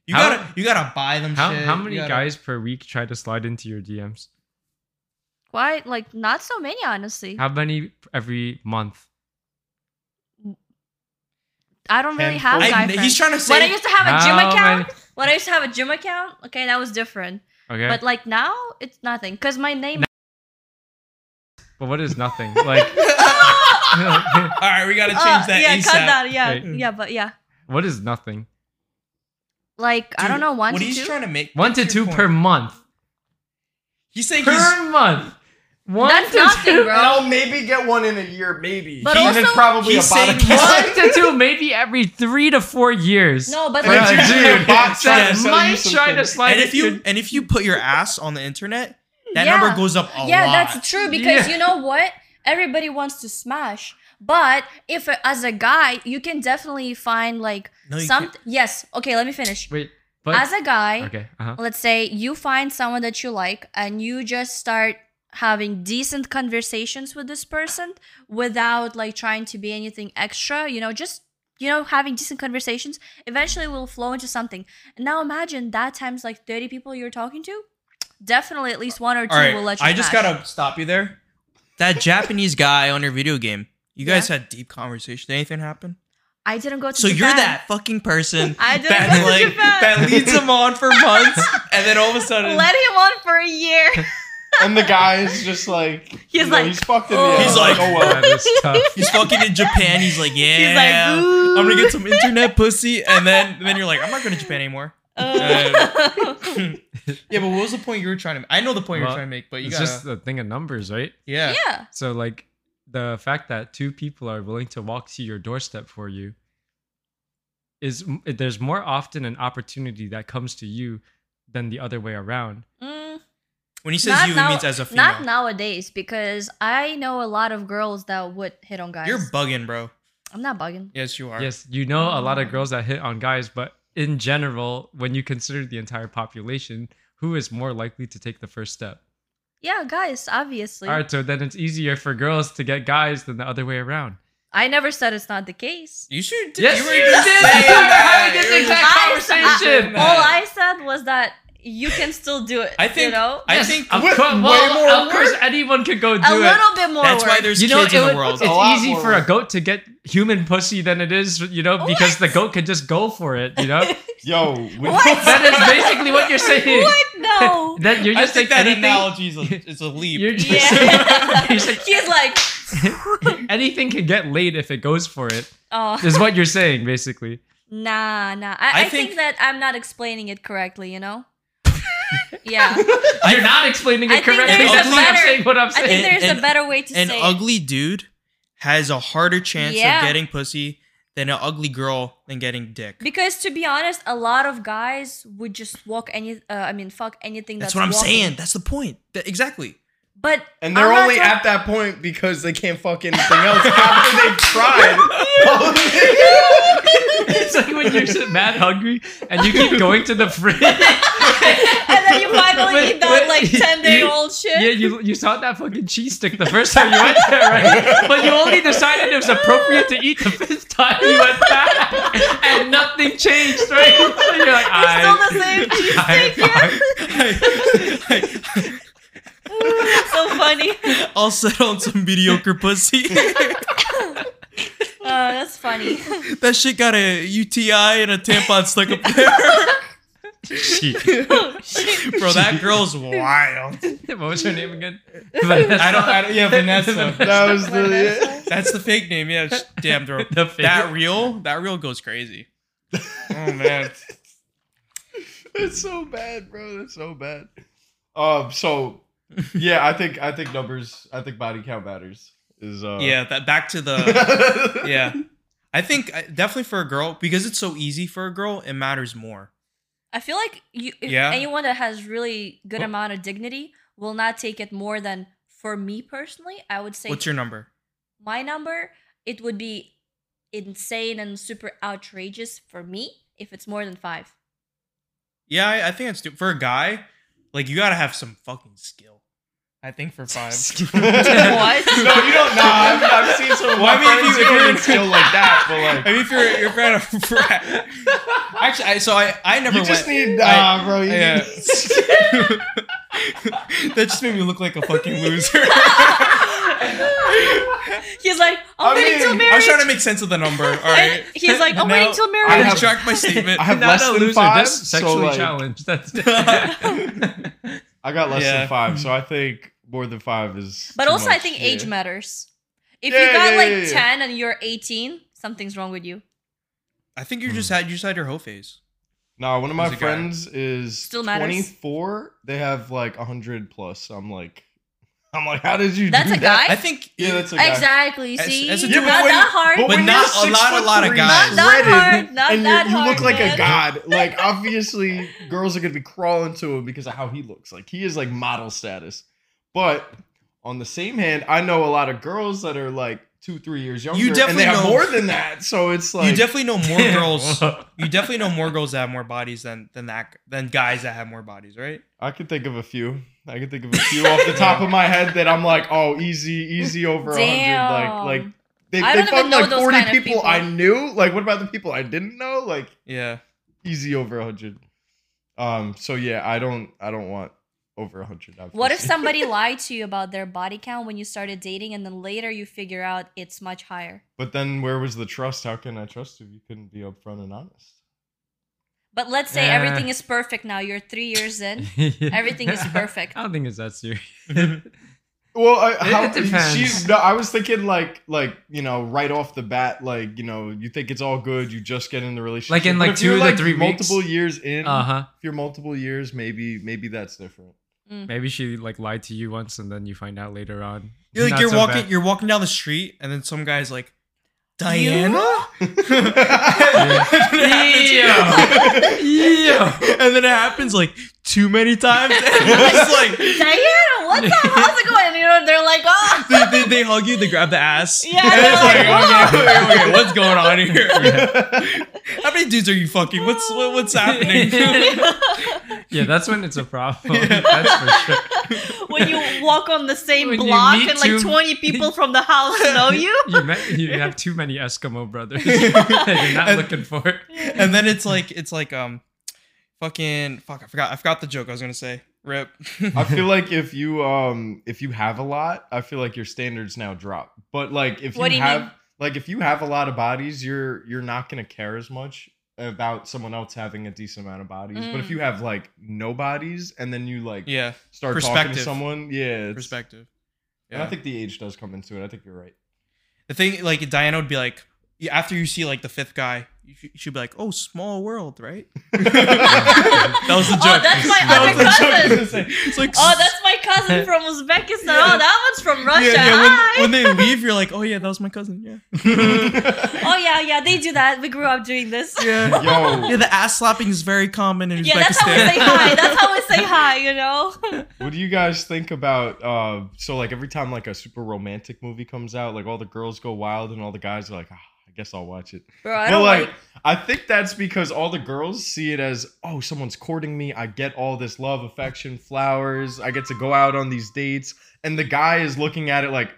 [SPEAKER 1] You
[SPEAKER 3] How-
[SPEAKER 1] gotta, you gotta buy them
[SPEAKER 3] How,
[SPEAKER 1] shit.
[SPEAKER 3] how
[SPEAKER 1] you
[SPEAKER 3] many
[SPEAKER 1] gotta-
[SPEAKER 3] guys per week try to slide into your DMs?
[SPEAKER 4] Why? Like, not so many, honestly.
[SPEAKER 3] How many every month?
[SPEAKER 4] I don't really have
[SPEAKER 2] Handful.
[SPEAKER 4] guy
[SPEAKER 1] I,
[SPEAKER 4] friends.
[SPEAKER 1] he's trying to
[SPEAKER 4] when I
[SPEAKER 1] say.
[SPEAKER 4] used to have a gym
[SPEAKER 3] How
[SPEAKER 4] account,
[SPEAKER 3] many-
[SPEAKER 4] when I used to have a gym account, okay, that was different.
[SPEAKER 3] Okay,
[SPEAKER 4] But
[SPEAKER 3] but,
[SPEAKER 4] like now, it's nothing because my
[SPEAKER 1] <laughs>
[SPEAKER 4] name. <laughs>
[SPEAKER 3] what is nothing? Like, <laughs>
[SPEAKER 1] All right, we gotta change
[SPEAKER 4] Uh,
[SPEAKER 1] that
[SPEAKER 4] yeah, cut
[SPEAKER 1] ASAP.
[SPEAKER 4] that. Yeah,
[SPEAKER 3] Right.
[SPEAKER 4] yeah, but yeah,
[SPEAKER 3] what is nothing?
[SPEAKER 4] like I don't
[SPEAKER 1] Dude,
[SPEAKER 4] know, one
[SPEAKER 1] What
[SPEAKER 4] to
[SPEAKER 1] he's
[SPEAKER 4] two.
[SPEAKER 1] trying to make
[SPEAKER 3] One to
[SPEAKER 1] that's your
[SPEAKER 3] two per
[SPEAKER 1] point.
[SPEAKER 3] month.
[SPEAKER 1] He's saying he's
[SPEAKER 3] Per month. One
[SPEAKER 4] That's
[SPEAKER 3] to
[SPEAKER 4] nothing,
[SPEAKER 3] two.
[SPEAKER 4] bro.
[SPEAKER 2] maybe get one in a year, maybe.
[SPEAKER 4] But He- also-
[SPEAKER 2] then probably
[SPEAKER 1] he's saying
[SPEAKER 2] body count.
[SPEAKER 3] <laughs> One to two, maybe every three to four years.
[SPEAKER 4] No, but
[SPEAKER 2] And
[SPEAKER 3] Bro,
[SPEAKER 2] if
[SPEAKER 4] like,
[SPEAKER 2] you do
[SPEAKER 3] dude,
[SPEAKER 2] a bot <laughs> trying to
[SPEAKER 3] that
[SPEAKER 2] sell you
[SPEAKER 3] might
[SPEAKER 2] some
[SPEAKER 3] try to
[SPEAKER 2] things.
[SPEAKER 3] slide.
[SPEAKER 1] and if
[SPEAKER 3] into your-
[SPEAKER 1] you and if you put your ass on the internet, that
[SPEAKER 4] Yeah.
[SPEAKER 1] number goes up a
[SPEAKER 4] yeah,
[SPEAKER 1] lot.
[SPEAKER 4] that's true because
[SPEAKER 3] Yeah.
[SPEAKER 4] you know what? Everybody wants to smash, but if uh, as a guy, you can definitely find like
[SPEAKER 1] No, you
[SPEAKER 4] some.
[SPEAKER 1] can't.
[SPEAKER 4] Yes, okay, let me finish.
[SPEAKER 3] wait, but
[SPEAKER 4] As a guy,
[SPEAKER 3] okay, uh-huh.
[SPEAKER 4] let's say you find someone that you like and you just start having decent conversations with this person without like trying to be anything extra you know just you know having decent conversations eventually will flow into something now imagine that times like 30 people you're talking to definitely at least one or two
[SPEAKER 1] All right,
[SPEAKER 4] will let you
[SPEAKER 1] I just
[SPEAKER 4] smash.
[SPEAKER 1] gotta stop you there.
[SPEAKER 4] <laughs>
[SPEAKER 1] That Japanese guy on your video game. You guys had deep conversation. Did anything happen?
[SPEAKER 4] i didn't go to
[SPEAKER 1] So you're
[SPEAKER 4] Japan.
[SPEAKER 1] that fucking person
[SPEAKER 4] <laughs> I didn't
[SPEAKER 1] that
[SPEAKER 4] go to
[SPEAKER 1] like
[SPEAKER 4] Japan.
[SPEAKER 1] that leads him on
[SPEAKER 4] <laughs>
[SPEAKER 1] for months, and then all of a sudden
[SPEAKER 4] let him on for a
[SPEAKER 1] <laughs>
[SPEAKER 4] year
[SPEAKER 2] <laughs> And the guy is just like,
[SPEAKER 4] <laughs> He's
[SPEAKER 2] you know,
[SPEAKER 4] like,
[SPEAKER 2] he's fucked in
[SPEAKER 4] oh.
[SPEAKER 2] the end.
[SPEAKER 1] He's like-
[SPEAKER 2] oh well.
[SPEAKER 3] that is tough.
[SPEAKER 1] <laughs> he's fucking in Japan. He's
[SPEAKER 4] <laughs>
[SPEAKER 1] like,
[SPEAKER 4] he's
[SPEAKER 1] yeah,
[SPEAKER 4] like Ooh.
[SPEAKER 1] I'm gonna get some internet pussy, and
[SPEAKER 4] <laughs>
[SPEAKER 1] then then you're like, I'm not going to Japan anymore.
[SPEAKER 4] Uh, <laughs>
[SPEAKER 1] Yeah, but what was the point you were trying to? make? I know the point
[SPEAKER 3] Well,
[SPEAKER 1] you're trying to make, but you
[SPEAKER 3] It's
[SPEAKER 1] gotta.
[SPEAKER 3] just the thing of numbers, right?
[SPEAKER 1] <laughs> yeah.
[SPEAKER 4] yeah
[SPEAKER 3] So like the fact that two people are willing to walk to your doorstep for you is there's more often an opportunity that comes to you than the other way around.
[SPEAKER 4] Mm.
[SPEAKER 1] When he says you,
[SPEAKER 4] now-
[SPEAKER 1] he means as a female.
[SPEAKER 4] Not nowadays, because I know a lot of girls that would hit on guys.
[SPEAKER 1] You're bugging, bro.
[SPEAKER 4] I'm not bugging.
[SPEAKER 1] Yes, you are.
[SPEAKER 3] Yes, you know a lot of girls that hit on guys, but in general, when you consider the entire population, who is more likely to take the first step?
[SPEAKER 4] Yeah, guys, obviously.
[SPEAKER 3] All right, so then it's easier for girls to get guys than the other way around.
[SPEAKER 4] I never said it's not the case.
[SPEAKER 1] You should.
[SPEAKER 3] Yes,
[SPEAKER 1] were
[SPEAKER 3] you
[SPEAKER 1] just
[SPEAKER 3] did.
[SPEAKER 1] <laughs> saying
[SPEAKER 3] You were
[SPEAKER 1] that.
[SPEAKER 3] having this
[SPEAKER 1] You were
[SPEAKER 3] exact
[SPEAKER 1] just-
[SPEAKER 4] I said-
[SPEAKER 3] conversation.
[SPEAKER 4] <laughs> all I said was that you can still do it.
[SPEAKER 1] I
[SPEAKER 4] you
[SPEAKER 1] think.
[SPEAKER 4] know,
[SPEAKER 1] I
[SPEAKER 3] Yes,
[SPEAKER 1] think.
[SPEAKER 3] of,
[SPEAKER 2] With
[SPEAKER 3] cour-
[SPEAKER 2] way
[SPEAKER 3] well,
[SPEAKER 2] more
[SPEAKER 3] of course,
[SPEAKER 2] work.
[SPEAKER 3] anyone could go do
[SPEAKER 4] a
[SPEAKER 3] it.
[SPEAKER 4] little bit more.
[SPEAKER 1] that's why
[SPEAKER 4] work.
[SPEAKER 1] there's
[SPEAKER 3] you know,
[SPEAKER 1] kids
[SPEAKER 3] it
[SPEAKER 1] in the
[SPEAKER 3] would-
[SPEAKER 1] world.
[SPEAKER 3] It's
[SPEAKER 2] A lot
[SPEAKER 3] easy
[SPEAKER 2] more
[SPEAKER 3] for a
[SPEAKER 2] work.
[SPEAKER 3] goat to get human pussy than it is, you know, because the goat can just go for it, you know?
[SPEAKER 2] Yo, we,
[SPEAKER 4] <laughs>
[SPEAKER 2] <laughs>
[SPEAKER 4] What?
[SPEAKER 3] that is basically what you're saying.
[SPEAKER 4] <laughs> What? <laughs> No.
[SPEAKER 1] <laughs>
[SPEAKER 3] <laughs> That you're
[SPEAKER 1] I
[SPEAKER 3] just
[SPEAKER 1] think
[SPEAKER 3] like
[SPEAKER 1] that
[SPEAKER 3] anything.
[SPEAKER 1] analogy is a, is a leap.
[SPEAKER 3] You're just,
[SPEAKER 4] Yeah.
[SPEAKER 3] you're just like,
[SPEAKER 4] <laughs> He's like,
[SPEAKER 3] Anything can get laid if it goes for it.
[SPEAKER 4] Oh.
[SPEAKER 3] Is what you're saying basically.
[SPEAKER 4] Nah, nah. I,
[SPEAKER 1] I
[SPEAKER 4] I think,
[SPEAKER 1] think-
[SPEAKER 4] that I'm not explaining it correctly, you
[SPEAKER 1] <laughs>
[SPEAKER 4] know? yeah.
[SPEAKER 3] You're not explaining
[SPEAKER 4] I
[SPEAKER 3] it
[SPEAKER 4] think
[SPEAKER 3] correctly.
[SPEAKER 1] there's a
[SPEAKER 3] That's why I'm
[SPEAKER 4] better-
[SPEAKER 3] saying what I'm
[SPEAKER 4] I think
[SPEAKER 3] saying.
[SPEAKER 1] And-
[SPEAKER 4] there's
[SPEAKER 1] and-
[SPEAKER 4] a better way to
[SPEAKER 1] An
[SPEAKER 4] say it.
[SPEAKER 1] ugly dude has a harder chance
[SPEAKER 4] Yeah.
[SPEAKER 1] of getting pussy than an ugly girl than getting dick.
[SPEAKER 4] Because to be honest, a lot of guys would just walk any, uh, I mean, fuck anything
[SPEAKER 1] That's
[SPEAKER 4] that's,
[SPEAKER 1] what I'm
[SPEAKER 4] walking.
[SPEAKER 1] saying. That's the point. That- exactly.
[SPEAKER 4] But
[SPEAKER 2] And they're
[SPEAKER 4] I'm not
[SPEAKER 2] only
[SPEAKER 4] talk-
[SPEAKER 2] at that point because they can't fuck anything else after they've <laughs> tried.
[SPEAKER 3] <laughs> it's like when you're
[SPEAKER 4] <laughs>
[SPEAKER 3] so mad hungry and you keep going to the fridge.
[SPEAKER 4] <laughs> and then you finally
[SPEAKER 3] Wait,
[SPEAKER 4] eat that
[SPEAKER 3] wait,
[SPEAKER 4] like
[SPEAKER 3] you-
[SPEAKER 4] ten day old shit.
[SPEAKER 3] Yeah, you you saw that fucking cheese stick the first time you went there, right? But you only decided it was appropriate to eat the fifth time you went back, and nothing changed, right? <laughs> You're like, I,
[SPEAKER 4] Still the same
[SPEAKER 3] <laughs>
[SPEAKER 4] cheese
[SPEAKER 3] I- <laughs>
[SPEAKER 4] so funny.
[SPEAKER 1] I'll settle on some mediocre pussy. <laughs>
[SPEAKER 4] Oh,
[SPEAKER 3] <laughs>
[SPEAKER 4] that's funny.
[SPEAKER 1] that shit got a UTI and a tampon stuck up there. <laughs> Bro, that girl's wild.
[SPEAKER 3] I- what was her name again?
[SPEAKER 1] <laughs> I don't, I don't yeah, <laughs> Vanessa.
[SPEAKER 2] that was the.
[SPEAKER 4] Vanessa?
[SPEAKER 1] That's the fake name. Yeah, sh- damn, bro.
[SPEAKER 3] The fake-
[SPEAKER 1] <laughs> That reel, that reel goes crazy. Oh man.
[SPEAKER 2] It's so bad, bro. That's so bad. Um. So, yeah, I think I think numbers. I think body count matters. Is uh.
[SPEAKER 1] <laughs> Yeah, that back
[SPEAKER 2] <laughs>
[SPEAKER 1] to the
[SPEAKER 2] yeah.
[SPEAKER 1] yeah. I think I- definitely for a girl because it's so easy for a girl, it matters more.
[SPEAKER 4] I feel like you, if
[SPEAKER 1] Yeah.
[SPEAKER 4] anyone that has really good
[SPEAKER 1] Well-
[SPEAKER 4] amount of dignity will not take it more than for me personally. I would say
[SPEAKER 1] What's your number?
[SPEAKER 4] my number. It would be insane and super outrageous for me if it's more
[SPEAKER 2] <laughs>
[SPEAKER 4] than five.
[SPEAKER 1] Yeah, I, I think it's for a guy. Like you gotta have some fucking skill. I
[SPEAKER 2] <laughs>
[SPEAKER 1] think for five. <laughs>
[SPEAKER 4] What?
[SPEAKER 2] No, you don't. Nah, I've, I've seen some.
[SPEAKER 1] Well, I mean, if
[SPEAKER 2] friends who
[SPEAKER 1] you- if you're
[SPEAKER 2] are
[SPEAKER 1] in-
[SPEAKER 2] still like that, but like.
[SPEAKER 1] <laughs> I mean, if you're you're kind of <laughs> actually, I, so I I never
[SPEAKER 2] You just
[SPEAKER 1] went.
[SPEAKER 2] need, nah, bro. You <laughs>
[SPEAKER 1] yeah. <laughs>
[SPEAKER 2] need-
[SPEAKER 1] that just made me look like a fucking loser.
[SPEAKER 4] He's like, I'm
[SPEAKER 2] I
[SPEAKER 4] waiting till
[SPEAKER 2] mean,
[SPEAKER 1] I
[SPEAKER 4] marriage.
[SPEAKER 1] was trying to make sense of the number. All right.
[SPEAKER 2] <laughs>
[SPEAKER 4] And he's like, I'm
[SPEAKER 1] Now,
[SPEAKER 4] waiting till
[SPEAKER 1] I
[SPEAKER 4] marriage.
[SPEAKER 2] have-
[SPEAKER 1] retract my statement.
[SPEAKER 2] I have
[SPEAKER 3] Not
[SPEAKER 2] less
[SPEAKER 3] a
[SPEAKER 2] than
[SPEAKER 3] loser,
[SPEAKER 2] five,
[SPEAKER 3] just
[SPEAKER 2] so,
[SPEAKER 3] sexually
[SPEAKER 2] like- <laughs>
[SPEAKER 3] challenged. That's
[SPEAKER 2] I got less
[SPEAKER 1] Yeah.
[SPEAKER 2] than five, so I think more than five is.
[SPEAKER 4] But
[SPEAKER 2] too
[SPEAKER 4] also, I
[SPEAKER 2] much.
[SPEAKER 4] think
[SPEAKER 2] Yeah.
[SPEAKER 4] age matters. If
[SPEAKER 2] Yeah,
[SPEAKER 4] you got
[SPEAKER 2] yeah,
[SPEAKER 4] like
[SPEAKER 2] yeah, yeah.
[SPEAKER 4] 10 and you're 18, something's wrong with you.
[SPEAKER 1] I think you just
[SPEAKER 2] Hmm.
[SPEAKER 1] had you just had your hoe phase.
[SPEAKER 2] Nah, one of my
[SPEAKER 1] Who's the guy?
[SPEAKER 2] friends is
[SPEAKER 4] Still matters.
[SPEAKER 2] twenty four. They have like hundred plus. I'm like, I'm like, how did you?
[SPEAKER 4] That's
[SPEAKER 2] do
[SPEAKER 4] a
[SPEAKER 2] that?
[SPEAKER 1] I
[SPEAKER 4] guy?
[SPEAKER 1] think
[SPEAKER 2] Yeah, that's a guy.
[SPEAKER 4] Exactly. You
[SPEAKER 1] As-
[SPEAKER 4] see,
[SPEAKER 1] as a
[SPEAKER 4] not
[SPEAKER 1] dude, but when-
[SPEAKER 4] that hard.
[SPEAKER 1] but
[SPEAKER 2] when
[SPEAKER 1] not
[SPEAKER 2] you're
[SPEAKER 1] a
[SPEAKER 2] six
[SPEAKER 1] lot- a
[SPEAKER 2] foot
[SPEAKER 1] lot of
[SPEAKER 2] three,
[SPEAKER 4] Not
[SPEAKER 1] guys.
[SPEAKER 4] that
[SPEAKER 2] shredded,
[SPEAKER 4] hard, not
[SPEAKER 2] and
[SPEAKER 4] that
[SPEAKER 2] you, you look
[SPEAKER 4] hard,
[SPEAKER 2] like a
[SPEAKER 4] man.
[SPEAKER 2] god. Like obviously, girls are gonna be crawling to him because of how he looks. Like he is like model status. But on the same hand, I know a lot of girls that are like two, three years younger, and
[SPEAKER 1] definitely
[SPEAKER 2] they have
[SPEAKER 1] know-
[SPEAKER 2] more than that. So it's like
[SPEAKER 1] you definitely know
[SPEAKER 2] <laughs>
[SPEAKER 3] <laughs>
[SPEAKER 1] more girls.
[SPEAKER 3] Whoa.
[SPEAKER 1] You definitely know more girls that have more bodies than than that than guys that have more bodies, right?
[SPEAKER 2] I can think of a few. I can think of a few off
[SPEAKER 1] <laughs>
[SPEAKER 2] the top of my head that I'm like, oh, easy, easy over hundred.
[SPEAKER 4] Damn.
[SPEAKER 2] Like, like they,
[SPEAKER 4] I
[SPEAKER 2] they
[SPEAKER 4] don't even
[SPEAKER 2] fucked
[SPEAKER 4] know
[SPEAKER 2] like
[SPEAKER 4] those
[SPEAKER 2] forty
[SPEAKER 4] kind of
[SPEAKER 2] people,
[SPEAKER 4] people.
[SPEAKER 2] I knew. Like, what about the people I didn't know? Like,
[SPEAKER 1] Yeah.
[SPEAKER 2] easy over hundred. Um. So yeah, I don't. I don't want over hundred.
[SPEAKER 4] What if somebody lied to you about their body count when you started dating and then later you figure out it's much higher?
[SPEAKER 2] But then, where was the trust? How can I trust if you couldn't be upfront and honest?
[SPEAKER 4] But let's say
[SPEAKER 1] Uh.
[SPEAKER 3] Yeah.
[SPEAKER 4] everything is perfect now. You're three years
[SPEAKER 1] <laughs>
[SPEAKER 4] in. Everything is perfect.
[SPEAKER 3] I don't think it's that
[SPEAKER 2] <laughs>
[SPEAKER 3] serious. Uh-huh.
[SPEAKER 2] Well, I, how,
[SPEAKER 3] It depends.
[SPEAKER 2] She, no, I was thinking like, like you know, right off the bat, like you know, you think it's all good, you just get in the relationship.
[SPEAKER 3] Like in,
[SPEAKER 2] But
[SPEAKER 3] like,
[SPEAKER 2] if
[SPEAKER 3] two
[SPEAKER 2] you're,
[SPEAKER 3] to
[SPEAKER 2] like,
[SPEAKER 3] three weeks?
[SPEAKER 2] multiple years in,
[SPEAKER 3] Uh huh.
[SPEAKER 2] if you're multiple years, maybe maybe that's
[SPEAKER 3] <laughs>
[SPEAKER 2] different. <laughs>
[SPEAKER 3] Maybe she like lied to you once, and then you find out later on.
[SPEAKER 1] You're like
[SPEAKER 3] Not
[SPEAKER 1] you're
[SPEAKER 3] so
[SPEAKER 1] walking
[SPEAKER 3] bad.
[SPEAKER 1] you're walking down the street and then some guy's like Diana?
[SPEAKER 3] Yeah.
[SPEAKER 1] <laughs> and then it happens like too many times. <laughs> And you're just like
[SPEAKER 4] Diana, what's up? How's it going? You know, they're like, oh.
[SPEAKER 1] <laughs> they, they, they hug you, they grab the ass.
[SPEAKER 4] Yeah,
[SPEAKER 1] And it's
[SPEAKER 4] they're
[SPEAKER 1] like, okay, okay, okay, what's going
[SPEAKER 3] <laughs>
[SPEAKER 1] on here? How many dudes are you fucking? What's what, what's happening? <laughs>
[SPEAKER 3] <laughs> yeah, that's when it's a problem.
[SPEAKER 1] Yeah.
[SPEAKER 3] That's for sure.
[SPEAKER 4] "Oh,
[SPEAKER 1] "Oh,
[SPEAKER 4] when you walk on the same
[SPEAKER 3] When you
[SPEAKER 4] block
[SPEAKER 3] meet
[SPEAKER 4] and like
[SPEAKER 3] two-
[SPEAKER 4] 20 people from the house know you.
[SPEAKER 3] You met, you have too many Eskimo
[SPEAKER 1] <laughs>
[SPEAKER 3] brothers that you're not
[SPEAKER 1] And-
[SPEAKER 3] looking for.
[SPEAKER 1] and then it's like it's like um fucking fuck I forgot I forgot the joke I was gonna say. Rip. <laughs>
[SPEAKER 2] I feel like if you um if you have a lot, I feel like your standards now drop. But like if
[SPEAKER 4] What do
[SPEAKER 2] you
[SPEAKER 4] you
[SPEAKER 2] have
[SPEAKER 4] mean?
[SPEAKER 2] like if you have a lot of bodies, you're you're not gonna care as much about someone else having a decent amount of bodies. But if
[SPEAKER 4] Mm.
[SPEAKER 2] you have like no bodies and then you like
[SPEAKER 1] yeah.
[SPEAKER 2] start talking to
[SPEAKER 1] Perspective.
[SPEAKER 2] someone, yeah, it's-
[SPEAKER 1] Perspective.
[SPEAKER 2] And I think the age does come into it. I think you're
[SPEAKER 4] <laughs>
[SPEAKER 2] right.
[SPEAKER 1] The thing, like Diana would be like, y- after you see like the fifth guy, you sh- she'd be like, "Oh, small world, right?" <laughs> <laughs>
[SPEAKER 2] <laughs>
[SPEAKER 1] That was the joke.
[SPEAKER 4] Oh, that's my
[SPEAKER 1] That was
[SPEAKER 4] other
[SPEAKER 1] the
[SPEAKER 4] cousin.
[SPEAKER 1] <laughs> joke. It's like- it's like,
[SPEAKER 4] <laughs> Oh, that's my cousin from Uzbekistan.
[SPEAKER 1] Yeah.
[SPEAKER 4] Oh, that one's from Russia.
[SPEAKER 1] Yeah, yeah.
[SPEAKER 4] Hi.
[SPEAKER 1] When, when they leave, you're
[SPEAKER 4] <laughs>
[SPEAKER 1] like, "Oh yeah, that was my cousin." Yeah,
[SPEAKER 4] oh yeah, yeah, they do that. We grew up doing this.
[SPEAKER 1] <laughs> yeah.
[SPEAKER 2] <laughs> Yo,
[SPEAKER 1] Yeah, the ass slapping is very common in
[SPEAKER 4] Yeah, that's how we
[SPEAKER 1] Uzbekistan.
[SPEAKER 4] say hi.
[SPEAKER 1] <laughs>
[SPEAKER 4] That's how we say hi, you know?
[SPEAKER 2] what do you guys think about? Uh, so like every time like a super romantic movie comes out, like all the girls go wild and all the guys are like, "Ah, I guess I'll watch it.
[SPEAKER 4] Bro, I
[SPEAKER 2] but
[SPEAKER 4] don't
[SPEAKER 2] like,
[SPEAKER 4] like.
[SPEAKER 2] I think that's because all the girls see it as, oh, someone's courting me. I get all this love, affection, flowers. I get to go out on these dates, and the guy is looking at it like,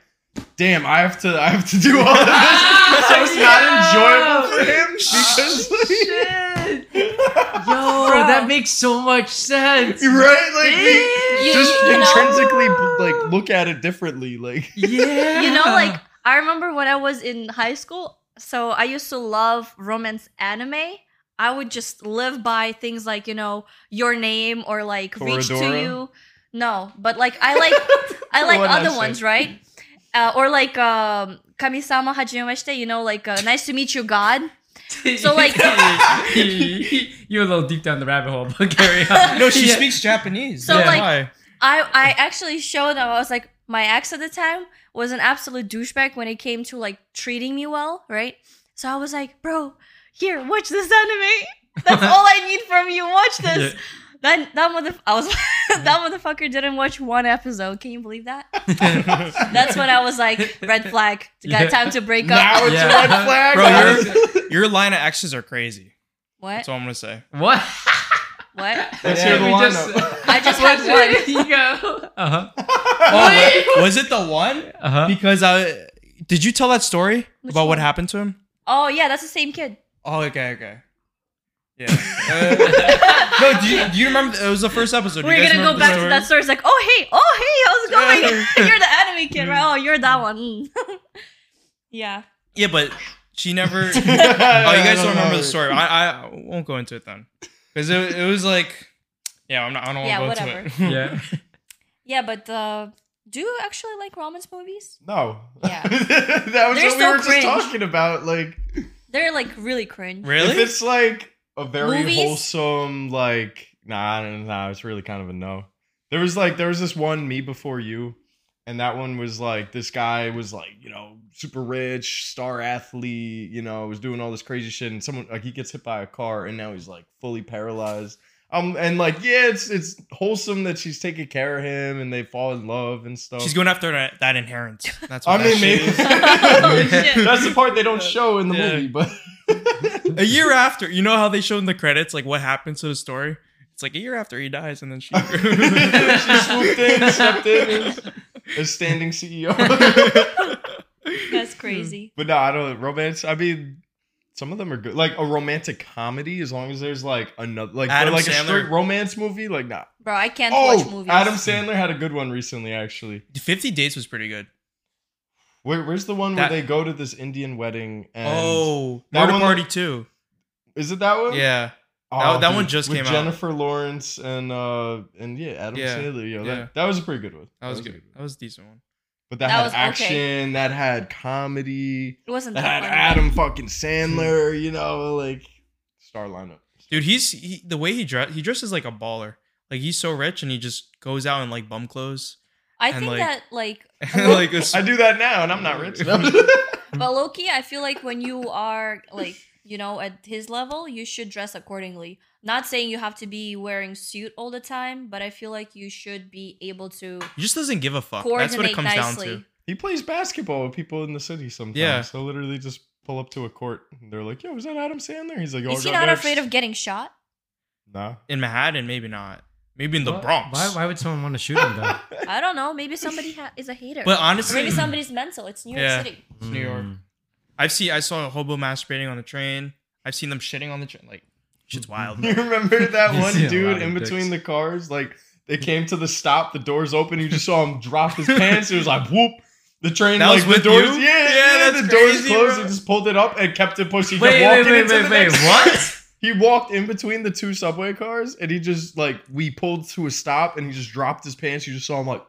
[SPEAKER 2] damn, I have to, I have to do all of
[SPEAKER 4] <laughs>
[SPEAKER 2] this, so it's not enjoyable for
[SPEAKER 4] Oh,
[SPEAKER 2] him because,
[SPEAKER 3] Shit. Yo, that makes so much sense.
[SPEAKER 2] right? Like, we
[SPEAKER 4] You
[SPEAKER 2] just
[SPEAKER 4] know-
[SPEAKER 2] intrinsically like look at it differently, like.
[SPEAKER 4] <laughs>
[SPEAKER 3] Yeah.
[SPEAKER 4] You know, like, I remember when I was in high school, so I used to love romance anime. I would just live by things like, you know, your name or like reach to
[SPEAKER 2] Toradora?
[SPEAKER 4] you. No, but like, I like. I like
[SPEAKER 2] What I
[SPEAKER 4] other
[SPEAKER 2] say.
[SPEAKER 4] ones, right? Uh, or like um, Kamisama Hajimemashite, you know, like uh, nice to meet you, God.
[SPEAKER 2] <laughs>
[SPEAKER 4] So, like-
[SPEAKER 3] <laughs> you're a little deep down the rabbit hole, but carry
[SPEAKER 2] <laughs>
[SPEAKER 3] on.
[SPEAKER 1] no, she
[SPEAKER 3] Yeah.
[SPEAKER 1] speaks Japanese.
[SPEAKER 4] So,
[SPEAKER 1] Yeah.
[SPEAKER 4] like-
[SPEAKER 1] Hi.
[SPEAKER 4] I I actually showed them. I was like, my ex at the time was an absolute douchebag when it came to like treating me well, right? So I was like, bro, here, watch this anime. That's all I need from you. Watch this. Then that mother, I was <laughs> that motherfucker didn't watch one episode. Can you believe that? That's when I was like, red flag. Got
[SPEAKER 3] Yeah.
[SPEAKER 4] time to break up.
[SPEAKER 2] Now it's
[SPEAKER 3] Yeah.
[SPEAKER 4] <laughs>
[SPEAKER 2] a red flag. <laughs> Bro,
[SPEAKER 1] Bro, Your line of exes are crazy.
[SPEAKER 4] what?
[SPEAKER 1] That's all I'm gonna
[SPEAKER 4] <laughs>
[SPEAKER 1] say.
[SPEAKER 3] <laughs> What?
[SPEAKER 4] What?
[SPEAKER 2] Let's hear the
[SPEAKER 3] We
[SPEAKER 2] lineup. <laughs>
[SPEAKER 4] I just had
[SPEAKER 3] What's- You go. Uh
[SPEAKER 2] Uh-huh.
[SPEAKER 3] huh.
[SPEAKER 1] Oh, was it the one?
[SPEAKER 3] Uh huh.
[SPEAKER 1] Because I did you tell that story
[SPEAKER 4] Which
[SPEAKER 1] about
[SPEAKER 4] one?
[SPEAKER 1] what happened to him?
[SPEAKER 4] Oh yeah, that's the same kid.
[SPEAKER 1] Oh, okay, okay. Yeah.
[SPEAKER 4] <laughs>
[SPEAKER 1] Uh, no, do you, do you remember? It was the first episode. Do you
[SPEAKER 4] We're
[SPEAKER 1] guys
[SPEAKER 4] gonna go
[SPEAKER 1] remember
[SPEAKER 4] back to
[SPEAKER 1] the story?
[SPEAKER 4] that story. It's like, oh hey, oh hey, how's it going? <laughs> you're the anime kid, right? Oh, you're that one. <laughs> Mm. yeah.
[SPEAKER 1] Yeah, but
[SPEAKER 4] <laughs>
[SPEAKER 1] she never. <laughs> oh,
[SPEAKER 2] <laughs>
[SPEAKER 1] you
[SPEAKER 2] oh,
[SPEAKER 1] guys don't remember the story. I, I won't go into it then, because it, it was like, yeah, I'm not. I don't want to
[SPEAKER 4] Yeah,
[SPEAKER 1] go
[SPEAKER 4] whatever.
[SPEAKER 1] <laughs> into it.
[SPEAKER 3] <laughs> Yeah.
[SPEAKER 4] Yeah, but uh, do you actually like romance movies?
[SPEAKER 2] No.
[SPEAKER 4] Yeah.
[SPEAKER 2] <laughs> that was
[SPEAKER 4] They're
[SPEAKER 2] what we
[SPEAKER 4] so
[SPEAKER 2] were
[SPEAKER 4] cringe.
[SPEAKER 2] just talking about. Like,
[SPEAKER 4] They're like really cringe.
[SPEAKER 2] if
[SPEAKER 1] really?
[SPEAKER 2] it's like a very
[SPEAKER 4] Movies?
[SPEAKER 2] wholesome, like, nah, nah, nah, it's really kind of a no. There was like, there was this one, Me Before You, and that one was like, this guy was like, you know, super rich, star athlete, you know, was doing all this crazy shit, and someone, like, he gets hit by a car, and now he's like fully paralyzed. Um, and like, yeah, it's it's wholesome that she's taking care of him, and they fall in love and stuff.
[SPEAKER 1] She's going after that, that inheritance. That's
[SPEAKER 2] I
[SPEAKER 1] what
[SPEAKER 2] mean,
[SPEAKER 1] that
[SPEAKER 2] maybe.
[SPEAKER 4] <laughs>
[SPEAKER 1] shit
[SPEAKER 4] Oh,
[SPEAKER 2] <laughs>
[SPEAKER 4] shit.
[SPEAKER 2] That's the part they don't
[SPEAKER 1] <laughs>
[SPEAKER 2] show in the
[SPEAKER 1] Yeah.
[SPEAKER 2] movie, but
[SPEAKER 1] <laughs> is. A year after, you know how they show in the credits like what happens to the story. It's like a year after he dies, and then
[SPEAKER 2] <laughs> <laughs>
[SPEAKER 1] she. <laughs>
[SPEAKER 2] she swooped in, stepped in as, as standing
[SPEAKER 4] <laughs>
[SPEAKER 2] CEO.
[SPEAKER 4] That's crazy.
[SPEAKER 2] but no, I don't romance. I mean, some of them are good. Like a romantic comedy, as long as there's like another, like but
[SPEAKER 1] Adam
[SPEAKER 2] like a
[SPEAKER 1] Sandler.
[SPEAKER 2] straight romance movie, like not.
[SPEAKER 1] Hmm.
[SPEAKER 4] Bro, I can't watch
[SPEAKER 2] Oh,
[SPEAKER 4] movies.
[SPEAKER 2] Adam Sandler had a good one recently, actually.
[SPEAKER 1] Fifty Dates was pretty good.
[SPEAKER 2] Where, where's the one where
[SPEAKER 1] That-
[SPEAKER 2] they go to this Indian wedding? And
[SPEAKER 1] oh,
[SPEAKER 2] that
[SPEAKER 1] Murder
[SPEAKER 2] one-
[SPEAKER 1] Party Two.
[SPEAKER 2] is it that one?
[SPEAKER 1] Yeah.
[SPEAKER 2] Oh,
[SPEAKER 1] That- that
[SPEAKER 2] dude,
[SPEAKER 1] one just
[SPEAKER 2] with
[SPEAKER 1] came out.
[SPEAKER 2] Jennifer Lawrence and uh and yeah, Adam
[SPEAKER 1] Yeah,
[SPEAKER 2] Sandler. Yo,
[SPEAKER 1] yeah.
[SPEAKER 2] that, that was a pretty good one.
[SPEAKER 1] That was
[SPEAKER 2] a
[SPEAKER 1] good. That was a decent one.
[SPEAKER 2] But that,
[SPEAKER 4] That
[SPEAKER 2] had
[SPEAKER 4] was okay.
[SPEAKER 2] action, that had comedy,
[SPEAKER 4] It wasn't
[SPEAKER 2] that
[SPEAKER 4] that
[SPEAKER 2] had
[SPEAKER 4] funny.
[SPEAKER 2] Adam fucking Sandler, you know, like star lineup.
[SPEAKER 1] Dude, he's he, the way he dress. He dresses like a baller. Like he's so rich, and he just goes out in like
[SPEAKER 2] <laughs>
[SPEAKER 1] bum clothes.
[SPEAKER 4] I
[SPEAKER 1] and,
[SPEAKER 4] think
[SPEAKER 1] like-
[SPEAKER 4] that like,
[SPEAKER 1] like it's-
[SPEAKER 2] I do that now and I'm not
[SPEAKER 1] <laughs>
[SPEAKER 2] rich.
[SPEAKER 4] but Loki, I feel like when you are like, you know, at his level, you should dress accordingly. Not saying you have to be wearing suit all the time, but I feel like you should be able to
[SPEAKER 1] he just doesn't give a fuck.
[SPEAKER 4] coordinate
[SPEAKER 1] That's what it comes
[SPEAKER 4] nicely.
[SPEAKER 1] down to.
[SPEAKER 2] he plays basketball with people in the city sometimes.
[SPEAKER 1] Yeah.
[SPEAKER 2] So literally just pull up to a court and they're like, yo, is that Adam Sandler? He's like, oh,
[SPEAKER 4] Is he not afraid of getting shot?
[SPEAKER 2] <laughs>
[SPEAKER 1] <laughs>
[SPEAKER 2] Nah.
[SPEAKER 1] In Manhattan, maybe not. Maybe in the
[SPEAKER 3] Why-
[SPEAKER 1] Bronx.
[SPEAKER 3] Why, why would someone want to shoot
[SPEAKER 2] <laughs>
[SPEAKER 3] him though?
[SPEAKER 4] I don't know. Maybe somebody ha- is a hater.
[SPEAKER 1] But
[SPEAKER 4] or
[SPEAKER 1] honestly,
[SPEAKER 4] maybe somebody's mental. It's New York
[SPEAKER 1] Yeah.
[SPEAKER 4] City.
[SPEAKER 1] It's New York.
[SPEAKER 3] Mm.
[SPEAKER 1] I've seen. I saw a hobo masturbating on the train. I've seen them shitting on the train. Like shit's wild.
[SPEAKER 2] You remember that
[SPEAKER 3] You
[SPEAKER 2] one
[SPEAKER 3] see a lot
[SPEAKER 2] dude
[SPEAKER 3] of
[SPEAKER 2] in between
[SPEAKER 3] dicks.
[SPEAKER 2] the cars? Like they came to the stop, the doors open, you just saw him drop his pants. It was like whoop. The train
[SPEAKER 1] That
[SPEAKER 2] like
[SPEAKER 1] was
[SPEAKER 2] the
[SPEAKER 1] with
[SPEAKER 2] doors. Yeah,
[SPEAKER 1] you? Yeah,
[SPEAKER 2] yeah,
[SPEAKER 1] that's
[SPEAKER 2] the doors
[SPEAKER 1] crazy,
[SPEAKER 2] closed.
[SPEAKER 1] bro.
[SPEAKER 2] He just pulled it up and kept it pushing.
[SPEAKER 3] Wait, wait,
[SPEAKER 2] walking
[SPEAKER 3] wait,
[SPEAKER 2] into
[SPEAKER 3] wait,
[SPEAKER 2] the
[SPEAKER 3] wait.
[SPEAKER 2] next- <laughs>
[SPEAKER 3] What?
[SPEAKER 2] He walked in between the two subway cars and he just like we pulled to a stop and he just dropped his pants. You just saw him like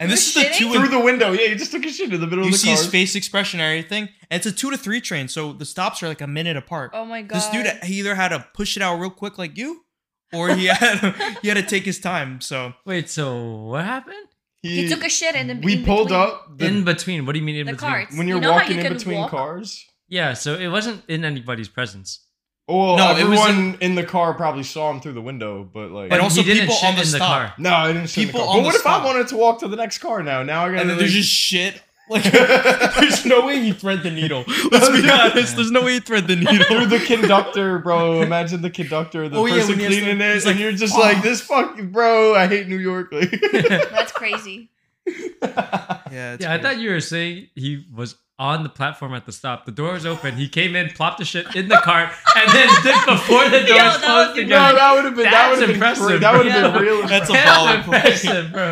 [SPEAKER 1] And
[SPEAKER 4] You're
[SPEAKER 1] this is the
[SPEAKER 4] shitting?
[SPEAKER 1] two
[SPEAKER 2] Through
[SPEAKER 1] and,
[SPEAKER 2] the window. Yeah, he just took his shit in the middle
[SPEAKER 1] you
[SPEAKER 2] of the
[SPEAKER 1] see
[SPEAKER 2] car.
[SPEAKER 1] his face expression and everything. And it's a two to three train, so the stops are like a minute apart.
[SPEAKER 4] Oh my god.
[SPEAKER 1] this dude he either had to push it out real quick like you, or he had he had <laughs> to take his time. So
[SPEAKER 3] Wait, so what happened?
[SPEAKER 4] he took a shit in the
[SPEAKER 2] We
[SPEAKER 4] in
[SPEAKER 2] pulled
[SPEAKER 4] between
[SPEAKER 2] up the,
[SPEAKER 3] in between. What do you mean in
[SPEAKER 4] the
[SPEAKER 3] between?
[SPEAKER 4] carts.
[SPEAKER 2] when you're
[SPEAKER 4] you know how
[SPEAKER 2] walking
[SPEAKER 4] you
[SPEAKER 2] in
[SPEAKER 4] can
[SPEAKER 2] between
[SPEAKER 4] walk?
[SPEAKER 2] cars.
[SPEAKER 3] Yeah, so it wasn't in anybody's presence.
[SPEAKER 2] Well,
[SPEAKER 1] No, it was
[SPEAKER 2] everyone in the car probably saw him through the window, but like.
[SPEAKER 1] But also
[SPEAKER 3] he didn't
[SPEAKER 1] people
[SPEAKER 3] shit
[SPEAKER 1] on the
[SPEAKER 3] in the
[SPEAKER 1] stop.
[SPEAKER 3] car.
[SPEAKER 2] no, I didn't see
[SPEAKER 1] people
[SPEAKER 2] the car.
[SPEAKER 1] on
[SPEAKER 2] But
[SPEAKER 1] the
[SPEAKER 2] what if
[SPEAKER 1] spot.
[SPEAKER 2] I wanted to walk to the next car now? Now I gotta.
[SPEAKER 1] and then
[SPEAKER 2] like,
[SPEAKER 1] there's just <laughs> shit. Like
[SPEAKER 2] There's
[SPEAKER 1] there's no way you thread the needle. <laughs> Let's be honest. There's no way you thread the needle.
[SPEAKER 2] through the conductor, bro. Imagine the conductor, the
[SPEAKER 1] Oh, yeah,
[SPEAKER 2] person
[SPEAKER 1] when he has to-
[SPEAKER 2] cleaning it,
[SPEAKER 1] he's
[SPEAKER 2] and
[SPEAKER 1] like,
[SPEAKER 2] you're just
[SPEAKER 1] "Fuck."
[SPEAKER 2] like, this fucking bro. I hate New York. <laughs> Like,
[SPEAKER 4] That's <laughs> crazy.
[SPEAKER 1] Yeah, it's
[SPEAKER 3] yeah, I
[SPEAKER 1] crazy.
[SPEAKER 3] thought you were saying he was on the platform at the stop. The door was open. He came in, plopped the shit in the cart, and then did before the
[SPEAKER 4] Yo,
[SPEAKER 3] door
[SPEAKER 4] that
[SPEAKER 3] closed
[SPEAKER 4] would be
[SPEAKER 2] no,
[SPEAKER 3] again.
[SPEAKER 4] bad.
[SPEAKER 2] that would have been that
[SPEAKER 3] That's
[SPEAKER 2] would have been
[SPEAKER 3] impressive,
[SPEAKER 2] great. That
[SPEAKER 3] bro.
[SPEAKER 2] would have been
[SPEAKER 4] Yeah.
[SPEAKER 2] real.
[SPEAKER 1] That's a
[SPEAKER 3] That's
[SPEAKER 1] follow-up.
[SPEAKER 3] impressive,
[SPEAKER 2] <laughs>
[SPEAKER 3] bro.
[SPEAKER 4] Wow.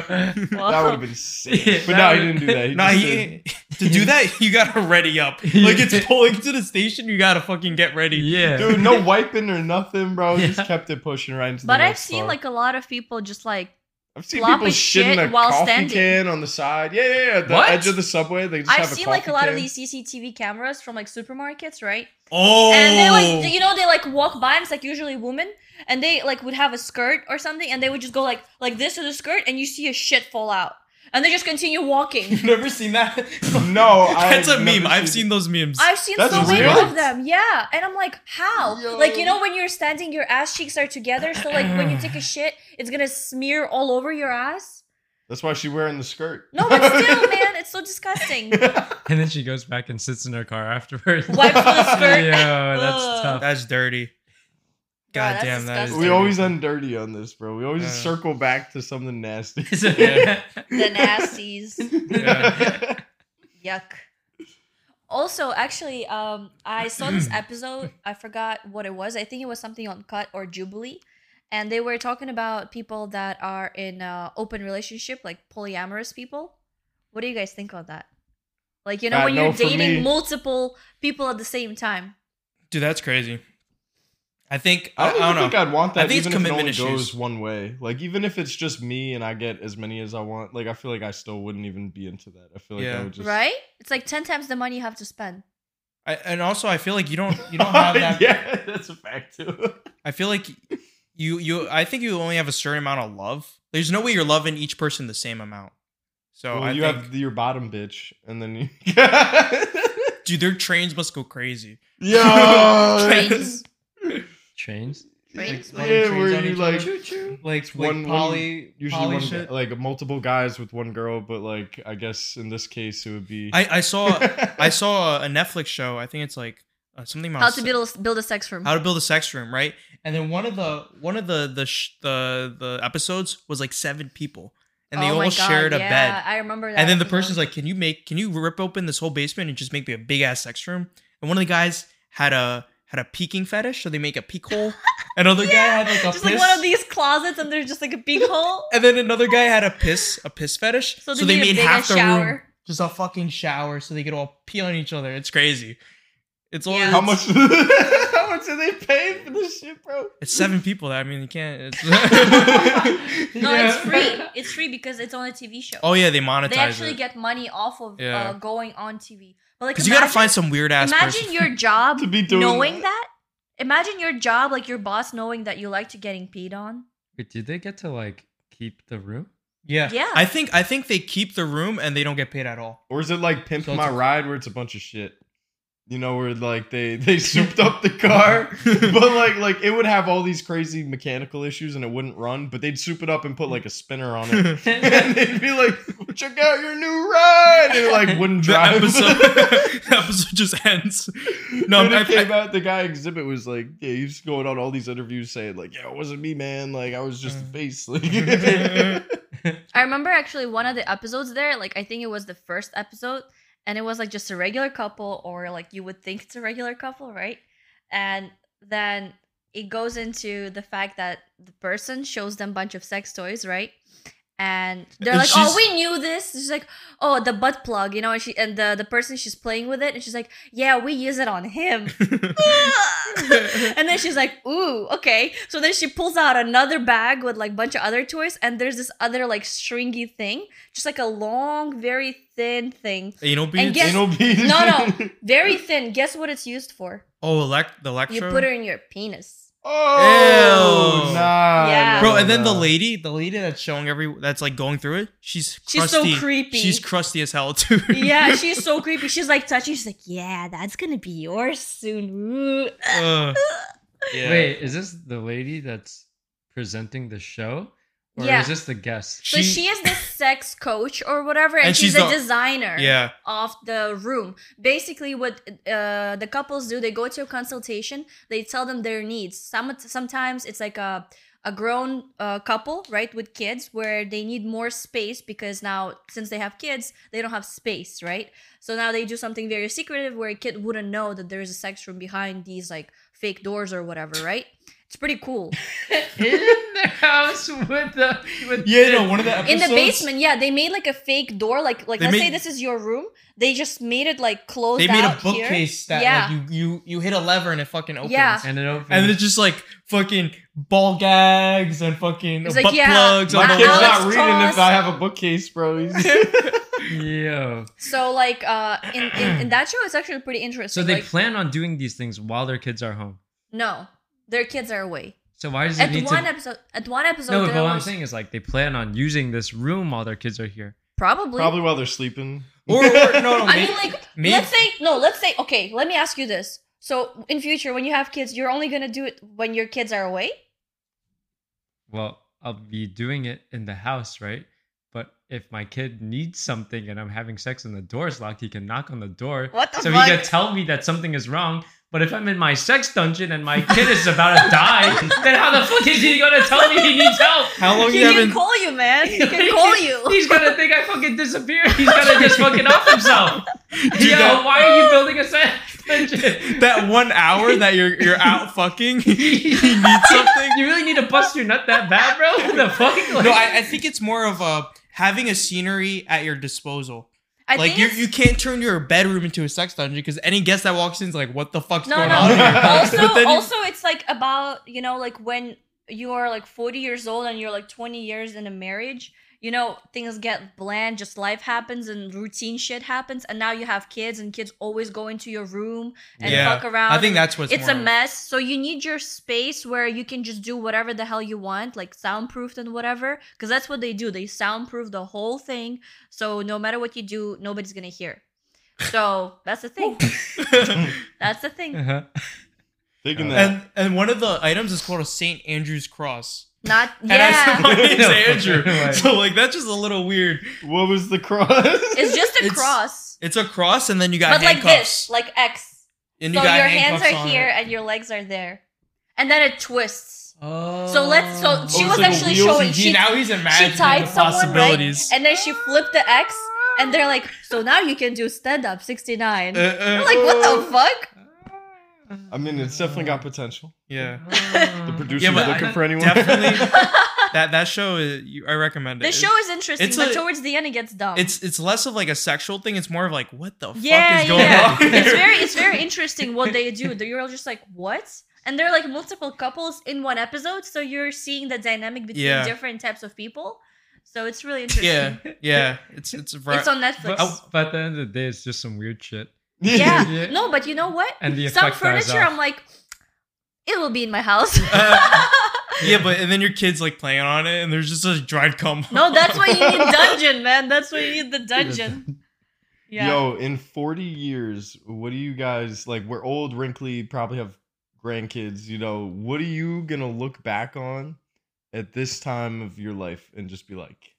[SPEAKER 2] That would have been sick.
[SPEAKER 3] Yeah,
[SPEAKER 2] but
[SPEAKER 3] that
[SPEAKER 2] no, he
[SPEAKER 3] would've-
[SPEAKER 2] didn't do that. He
[SPEAKER 1] Nah,
[SPEAKER 2] just
[SPEAKER 1] he, to <laughs> do that, you gotta ready <laughs> up. Like it's pulling to the station, you gotta fucking get ready.
[SPEAKER 3] Yeah.
[SPEAKER 2] did- dude, no wiping or nothing, bro. He
[SPEAKER 3] Yeah.
[SPEAKER 2] Just kept it pushing right into
[SPEAKER 4] But
[SPEAKER 2] the
[SPEAKER 4] I've
[SPEAKER 2] next
[SPEAKER 4] seen
[SPEAKER 2] car.
[SPEAKER 4] like a lot of people just like
[SPEAKER 2] I've seen
[SPEAKER 4] flop
[SPEAKER 2] people
[SPEAKER 4] his
[SPEAKER 2] shitting
[SPEAKER 4] shit
[SPEAKER 2] a
[SPEAKER 4] while
[SPEAKER 2] coffee
[SPEAKER 4] standing.
[SPEAKER 2] can on the side. Yeah, yeah, yeah. at The
[SPEAKER 3] What?
[SPEAKER 2] edge of the subway. They just
[SPEAKER 4] I've
[SPEAKER 2] have a
[SPEAKER 4] seen like a
[SPEAKER 2] coffee
[SPEAKER 4] lot of
[SPEAKER 2] can.
[SPEAKER 4] these CCTV cameras from like supermarkets, right?
[SPEAKER 1] Oh,
[SPEAKER 4] And they like you know they like walk by and it's like usually women and they like would have a skirt or something and they would just go like like this to the skirt and you see a shit fall out and they just continue walking.
[SPEAKER 1] you've <laughs> never seen that?
[SPEAKER 2] <laughs> No,
[SPEAKER 1] <laughs> that's
[SPEAKER 2] I've
[SPEAKER 1] a
[SPEAKER 2] never
[SPEAKER 1] meme. I've
[SPEAKER 2] seen
[SPEAKER 1] seen those memes.
[SPEAKER 4] I've seen
[SPEAKER 2] That's
[SPEAKER 4] so many
[SPEAKER 2] real?
[SPEAKER 4] of them, yeah. And I'm like, how?
[SPEAKER 2] Yo.
[SPEAKER 4] Like you know when you're standing, your ass cheeks are together, so like when you take a shit, it's gonna smear all over your ass.
[SPEAKER 2] That's why she's wearing the skirt.
[SPEAKER 4] No, but
[SPEAKER 2] <laughs>
[SPEAKER 4] still, man, it's so disgusting.
[SPEAKER 3] And then she goes back and sits in her car afterwards.
[SPEAKER 4] Wipes the skirt.
[SPEAKER 3] <laughs> Yo,
[SPEAKER 4] Ugh.
[SPEAKER 3] that's tough.
[SPEAKER 1] That's dirty.
[SPEAKER 4] God,
[SPEAKER 1] God
[SPEAKER 4] that's
[SPEAKER 1] damn, that is.
[SPEAKER 4] disgusting.
[SPEAKER 2] we
[SPEAKER 1] dirty.
[SPEAKER 2] always end dirty on this, bro. We always
[SPEAKER 1] Yeah.
[SPEAKER 2] circle back to something nasty.
[SPEAKER 1] Yeah.
[SPEAKER 4] The nasties.
[SPEAKER 1] <laughs> Yeah.
[SPEAKER 4] Yuck. Also, actually, um, I saw
[SPEAKER 1] <clears throat>
[SPEAKER 4] this episode. I forgot what it was. I think it was something on Cut or Jubilee, and they were talking about people that are in uh, open relationship, like polyamorous people. What do you guys think of that? Like you know,
[SPEAKER 2] Uh,
[SPEAKER 4] when
[SPEAKER 2] no,
[SPEAKER 4] you're
[SPEAKER 2] for me-
[SPEAKER 4] dating multiple people at the same time.
[SPEAKER 1] Dude, that's crazy. I think
[SPEAKER 2] <laughs> I
[SPEAKER 1] I,
[SPEAKER 2] don't,
[SPEAKER 1] I
[SPEAKER 2] even
[SPEAKER 1] don't
[SPEAKER 2] think
[SPEAKER 1] know.
[SPEAKER 2] I'd want that.
[SPEAKER 1] I think it's
[SPEAKER 2] even if it only
[SPEAKER 1] commitment issues.
[SPEAKER 2] goes one way. Like even if it's just me and I get as many as I want, like I feel like I still wouldn't even be into that. I feel like
[SPEAKER 1] Yeah.
[SPEAKER 2] I would just <laughs>
[SPEAKER 4] right? It's like ten times the money you have to spend.
[SPEAKER 1] I, and also, I feel like you don't
[SPEAKER 2] <laughs>
[SPEAKER 1] you don't have that.
[SPEAKER 2] yeah,
[SPEAKER 1] <laughs>
[SPEAKER 2] that's a fact too.
[SPEAKER 1] I feel like you you I think you only have a certain amount of love. There's no way you're loving each person the same amount. So
[SPEAKER 2] well,
[SPEAKER 1] I
[SPEAKER 2] you
[SPEAKER 1] think,
[SPEAKER 2] have your bottom bitch, and then
[SPEAKER 1] <laughs>
[SPEAKER 2] you. <laughs>
[SPEAKER 1] dude, their trains must go crazy.
[SPEAKER 2] yeah.
[SPEAKER 4] Trains.
[SPEAKER 3] <laughs> Trains.
[SPEAKER 4] Trains.
[SPEAKER 1] Like,
[SPEAKER 2] Yeah,
[SPEAKER 1] trains
[SPEAKER 2] where
[SPEAKER 1] on
[SPEAKER 2] you,
[SPEAKER 1] each
[SPEAKER 2] like-
[SPEAKER 1] other. like like
[SPEAKER 2] one- one-
[SPEAKER 1] poly
[SPEAKER 2] Usually,
[SPEAKER 1] poly
[SPEAKER 2] one,
[SPEAKER 1] shit.
[SPEAKER 2] like multiple guys with one girl, but like I guess in this case it would be.
[SPEAKER 1] I
[SPEAKER 2] <laughs>
[SPEAKER 1] I saw I saw a Netflix show. I think it's like uh, something about
[SPEAKER 4] How to
[SPEAKER 1] se-
[SPEAKER 4] build build a sex room.
[SPEAKER 1] how to build a sex room, right? And then one of the one of the the sh- the the episodes was like seven people, and they
[SPEAKER 4] Oh my
[SPEAKER 1] all
[SPEAKER 4] God,
[SPEAKER 1] shared a
[SPEAKER 4] yeah,
[SPEAKER 1] bed.
[SPEAKER 4] I remember that.
[SPEAKER 1] And then the
[SPEAKER 4] episode.
[SPEAKER 1] person's like, "Can you make? Can you rip open this whole basement and just make me a big ass sex room?" And one of the guys had a had a peeking fetish, so they make a peek hole.
[SPEAKER 4] <laughs>
[SPEAKER 1] Another guy had like a
[SPEAKER 4] just
[SPEAKER 1] piss.
[SPEAKER 4] like one of these closets, and there's just like a big
[SPEAKER 1] <laughs>
[SPEAKER 4] hole.
[SPEAKER 1] and then another guy had a piss a piss fetish, so,
[SPEAKER 4] So,
[SPEAKER 1] they made half the
[SPEAKER 4] shower.
[SPEAKER 1] room just a fucking shower, so they could all pee on each other. It's crazy. It's all
[SPEAKER 4] Yeah.
[SPEAKER 2] how much? <laughs> how much are they paying for this shit,
[SPEAKER 1] <laughs>
[SPEAKER 2] bro?
[SPEAKER 1] It's seven people. I mean, you can't.
[SPEAKER 2] <laughs>
[SPEAKER 1] It's, <laughs>
[SPEAKER 4] <laughs> No, it's free. It's free because it's on a TV show.
[SPEAKER 1] Oh yeah, they
[SPEAKER 4] they
[SPEAKER 1] monetize
[SPEAKER 4] actually
[SPEAKER 1] it
[SPEAKER 4] get money off of
[SPEAKER 1] Yeah.
[SPEAKER 4] uh, going on TV. But like,
[SPEAKER 1] because you gotta
[SPEAKER 4] imagine-
[SPEAKER 1] find some weird ass.
[SPEAKER 4] Imagine
[SPEAKER 1] person.
[SPEAKER 2] <laughs>
[SPEAKER 4] your job
[SPEAKER 2] To be doing
[SPEAKER 4] knowing that. Imagine your job, like your boss knowing that you like to getting peed on.
[SPEAKER 3] Wait, did they get to like keep the room?
[SPEAKER 1] Yeah.
[SPEAKER 4] Yeah.
[SPEAKER 1] I think I think they keep the room and they don't get paid
[SPEAKER 2] <laughs>
[SPEAKER 1] at all.
[SPEAKER 2] Or is it like Pimp
[SPEAKER 1] So it's
[SPEAKER 2] My
[SPEAKER 1] a-
[SPEAKER 2] Ride, where it's a bunch of shit? You know, where like they they souped up the
[SPEAKER 1] <laughs>
[SPEAKER 2] car, <laughs> but like like it would have all these crazy mechanical issues and it wouldn't run. But they'd soup it up and put like a spinner on
[SPEAKER 1] <laughs>
[SPEAKER 2] it, <laughs> and they'd be like, "Check out your new ride," and it like wouldn't
[SPEAKER 1] The
[SPEAKER 2] drive.
[SPEAKER 1] episode, <laughs>
[SPEAKER 2] <laughs>
[SPEAKER 1] the episode just ends. No,
[SPEAKER 2] when
[SPEAKER 1] I-
[SPEAKER 2] it came out, the guy exhibit was like, yeah, he's going on all these interviews saying like, yeah, it wasn't me, man. Like I was just the
[SPEAKER 4] Mm.
[SPEAKER 2] face. <laughs> Like,
[SPEAKER 4] <laughs>
[SPEAKER 1] <laughs>
[SPEAKER 4] I remember actually one of the episodes there, like I think it was the first episode, and it was like just a regular couple, or like you would think it's a regular couple, right? And then it goes into the fact that the person shows them bunch of sex toys, right? And they're
[SPEAKER 1] And
[SPEAKER 4] like, "Oh,
[SPEAKER 1] she's-
[SPEAKER 4] we knew this." She's like, "Oh, the butt plug," you know. And she and the the person she's playing with it, <laughs> and she's like, "Yeah, we use it on him." and then then she's like, ooh, okay. So then she pulls out another bag with like bunch of other toys, and there's this other like stringy thing, just like a long, very thin thing.
[SPEAKER 1] You know,
[SPEAKER 4] And
[SPEAKER 1] beads.
[SPEAKER 4] guess-
[SPEAKER 2] Anal beads.
[SPEAKER 4] No, no, very thin. Guess what it's used for?
[SPEAKER 1] oh, elect- the electro.
[SPEAKER 4] You put her in your penis.
[SPEAKER 2] <laughs> Oh,
[SPEAKER 1] Ew.
[SPEAKER 2] nah.
[SPEAKER 4] Yeah.
[SPEAKER 1] Bro, and then the
[SPEAKER 2] nah.
[SPEAKER 1] lady, the lady that's showing every, that's like going through it, she's
[SPEAKER 4] She's so
[SPEAKER 1] crusty.
[SPEAKER 4] creepy.
[SPEAKER 1] She's crusty as hell too. <laughs>
[SPEAKER 4] Yeah, she's so creepy. She's like touching. She's like, yeah, that's gonna be yours soon. Ooh.
[SPEAKER 1] Ugh. yeah.
[SPEAKER 3] Wait, is this the lady that's presenting the show, or
[SPEAKER 4] Yeah.
[SPEAKER 3] is this the guest?
[SPEAKER 4] So she is the sex coach or whatever, and,
[SPEAKER 1] And
[SPEAKER 4] she's,
[SPEAKER 1] she's
[SPEAKER 4] a
[SPEAKER 1] the-
[SPEAKER 4] designer.
[SPEAKER 1] Yeah.
[SPEAKER 4] of the room. Basically, what uh, the couples do, they go to a consultation. They tell them their needs. Some sometimes it's like a a grown uh, couple, right, with kids, where they need more space because now since they have kids, they don't have space, right? So now they do something very secretive where a kid wouldn't know that there is a sex room behind these like fake doors or whatever, right? It's pretty
[SPEAKER 1] <laughs>
[SPEAKER 4] cool.
[SPEAKER 3] in the house with the with
[SPEAKER 2] Yeah, no, one of the
[SPEAKER 4] in the
[SPEAKER 2] episodes-
[SPEAKER 4] basement yeah they made like a fake door like like
[SPEAKER 1] They
[SPEAKER 4] let's
[SPEAKER 1] made-
[SPEAKER 4] say this is your room they just made it like closed
[SPEAKER 1] They made a
[SPEAKER 4] out here.
[SPEAKER 1] bookcase that
[SPEAKER 4] yeah
[SPEAKER 1] like you you you hit a lever and it fucking opens.
[SPEAKER 4] Yeah.
[SPEAKER 3] and it opens.
[SPEAKER 1] And it's just like fucking ball gags and fuking
[SPEAKER 4] It's
[SPEAKER 1] butt
[SPEAKER 4] like, yeah,
[SPEAKER 1] plugs.
[SPEAKER 2] My
[SPEAKER 1] on
[SPEAKER 4] Wow.
[SPEAKER 1] the
[SPEAKER 2] kid's
[SPEAKER 1] wall.
[SPEAKER 4] Alex
[SPEAKER 2] not reading
[SPEAKER 4] Cross.
[SPEAKER 2] if I have a bookcase,
[SPEAKER 4] <laughs>
[SPEAKER 2] bro. He's-
[SPEAKER 3] Yo.
[SPEAKER 4] so like uh in, in in that show it's actually pretty interesting
[SPEAKER 3] So they
[SPEAKER 4] like,
[SPEAKER 3] plan on doing these things while their kids are home.
[SPEAKER 4] no their kids are away
[SPEAKER 3] So why does it
[SPEAKER 4] at
[SPEAKER 3] need
[SPEAKER 4] one
[SPEAKER 3] to?
[SPEAKER 4] episode at one episode
[SPEAKER 3] no,
[SPEAKER 4] there
[SPEAKER 3] but what I'm
[SPEAKER 4] was-
[SPEAKER 3] saying is like they plan on using this room while their kids are here.
[SPEAKER 4] probably,
[SPEAKER 2] Probably while they're sleeping.
[SPEAKER 1] Or, or no,
[SPEAKER 4] <laughs> i
[SPEAKER 1] no, may-
[SPEAKER 4] mean like
[SPEAKER 1] may-
[SPEAKER 4] let's say no let's say okay let me ask you this so in future when you have kids you're only gonna do it when your kids are away
[SPEAKER 3] Well, I'll be doing it in the house, right? But if my kid needs something and I'm having sex and the door is locked, he can knock on the door.
[SPEAKER 4] What the
[SPEAKER 3] so
[SPEAKER 4] fuck?
[SPEAKER 3] he can tell me that something is wrong. But if I'm in my sex dungeon and my kid is about to die,
[SPEAKER 4] <laughs>
[SPEAKER 3] then how the fuck is he gonna tell me he needs help?
[SPEAKER 1] how long
[SPEAKER 4] he
[SPEAKER 1] Oh, you
[SPEAKER 4] can
[SPEAKER 1] haven't?
[SPEAKER 4] call you man he
[SPEAKER 1] <laughs>
[SPEAKER 4] can call you
[SPEAKER 3] He's gonna think I fucking disappeared. He's gonna <laughs> just fucking off himself. Yo,
[SPEAKER 1] that-
[SPEAKER 3] why are you building a sex dungeon?
[SPEAKER 1] <laughs>
[SPEAKER 3] <laughs>
[SPEAKER 1] That one hour that you're
[SPEAKER 4] <laughs>
[SPEAKER 1] you're out fucking, <laughs> he needs something.
[SPEAKER 3] You really need to bust your nut that bad, bro? What the fuck? Like,
[SPEAKER 1] No, I, I think it's more of a having a scenery at your disposal.
[SPEAKER 4] i
[SPEAKER 1] like
[SPEAKER 4] think
[SPEAKER 1] you,
[SPEAKER 4] it's-
[SPEAKER 1] you can't turn your bedroom into a sex dungeon because any guest that walks in is like, "What the fuck's
[SPEAKER 4] No,
[SPEAKER 1] going
[SPEAKER 4] no.
[SPEAKER 1] on?" Here?
[SPEAKER 4] also,
[SPEAKER 1] <laughs> But then you-
[SPEAKER 4] also, it's like about you know, like when you are like forty years old and you're like twenty years in a marriage. You know, things get bland. Just life happens and routine shit happens, and now you have kids, and kids always go into your room and
[SPEAKER 1] Yeah.
[SPEAKER 4] fuck around.
[SPEAKER 1] I think
[SPEAKER 4] and
[SPEAKER 1] that's what's
[SPEAKER 4] it's
[SPEAKER 1] more
[SPEAKER 4] a
[SPEAKER 1] of it.
[SPEAKER 4] mess. So you need your space where you can just do whatever the hell you want, like soundproofed and whatever, because that's what they do. They soundproof the whole thing, so no matter what you do, nobody's gonna hear. So that's the
[SPEAKER 1] <laughs>
[SPEAKER 4] thing. that's the thing.
[SPEAKER 3] Uh-huh.
[SPEAKER 2] <laughs> Thinking that.
[SPEAKER 1] <laughs> and and one of the items is called a Saint Andrew's cross.
[SPEAKER 4] Not
[SPEAKER 1] And I
[SPEAKER 4] yeah.
[SPEAKER 1] said, my <laughs> name's
[SPEAKER 3] No,
[SPEAKER 1] Andrew.
[SPEAKER 3] right.
[SPEAKER 1] So like that's just a little weird.
[SPEAKER 2] what was the cross?
[SPEAKER 4] It's just a
[SPEAKER 1] It's-
[SPEAKER 4] cross,
[SPEAKER 1] It's a cross, and then you got
[SPEAKER 4] but like
[SPEAKER 1] handcuffs.
[SPEAKER 4] this, like X.
[SPEAKER 1] and
[SPEAKER 4] So your hands
[SPEAKER 1] handcuffs
[SPEAKER 4] are
[SPEAKER 1] on
[SPEAKER 4] here
[SPEAKER 1] it.
[SPEAKER 4] and your legs are there, and then it twists.
[SPEAKER 1] Oh.
[SPEAKER 4] So let's. So she
[SPEAKER 2] Oh, so
[SPEAKER 4] was
[SPEAKER 2] the
[SPEAKER 4] actually
[SPEAKER 2] wheels
[SPEAKER 4] showing.
[SPEAKER 1] He-
[SPEAKER 4] She,
[SPEAKER 1] now he's
[SPEAKER 4] she
[SPEAKER 1] imagining
[SPEAKER 4] tied
[SPEAKER 1] the
[SPEAKER 4] someone right,
[SPEAKER 1] possibilities.
[SPEAKER 4] and then she flipped the X, and they're like, "So now you can do stand up 69."
[SPEAKER 1] Uh, uh,
[SPEAKER 4] I'm like, what the fuck?
[SPEAKER 2] I mean, it's definitely got potential.
[SPEAKER 1] yeah.
[SPEAKER 3] <laughs>
[SPEAKER 2] The
[SPEAKER 1] Mm. Yeah,
[SPEAKER 2] producer's
[SPEAKER 1] but
[SPEAKER 2] looking
[SPEAKER 1] I-
[SPEAKER 2] for anyone.
[SPEAKER 1] <laughs>
[SPEAKER 4] <laughs>
[SPEAKER 1] Definitely
[SPEAKER 2] <laughs>
[SPEAKER 1] that that show is, you, I recommend it.
[SPEAKER 4] The show is interesting,
[SPEAKER 1] it's
[SPEAKER 4] but
[SPEAKER 1] a-
[SPEAKER 4] towards the end it gets dumb.
[SPEAKER 1] It's it's less of like a sexual thing. It's more of like what the
[SPEAKER 4] yeah,
[SPEAKER 1] fuck is going
[SPEAKER 4] yeah.
[SPEAKER 1] on.
[SPEAKER 4] it's very it's very interesting what they do. You're all just like, what? And they're like multiple couples in one episode, so you're seeing the dynamic between
[SPEAKER 1] Yeah.
[SPEAKER 4] different types of people. So it's really interesting.
[SPEAKER 1] <laughs> yeah, yeah. It's it's a
[SPEAKER 4] It's on Netflix.
[SPEAKER 3] But, Oh, but at the end of the day, it's just some weird shit.
[SPEAKER 4] <laughs>
[SPEAKER 2] <laughs>
[SPEAKER 4] yeah.
[SPEAKER 3] Yeah.
[SPEAKER 4] No, but you know what?
[SPEAKER 3] And the
[SPEAKER 4] Some
[SPEAKER 3] effect dies
[SPEAKER 4] furniture
[SPEAKER 3] off.
[SPEAKER 4] I'm like, it will be in my house. <laughs>
[SPEAKER 1] Uh, yeah, but and then your kids like playing on it, and there's just a dried cum. <laughs>
[SPEAKER 4] no, that's why you need dungeon, man. That's why you need the dungeon. Yeah.
[SPEAKER 2] Yo, in 40 years, what do you guys like? We're old, wrinkly, probably have grandkids, you know. What are you gonna look back on at this time of your life and just be like,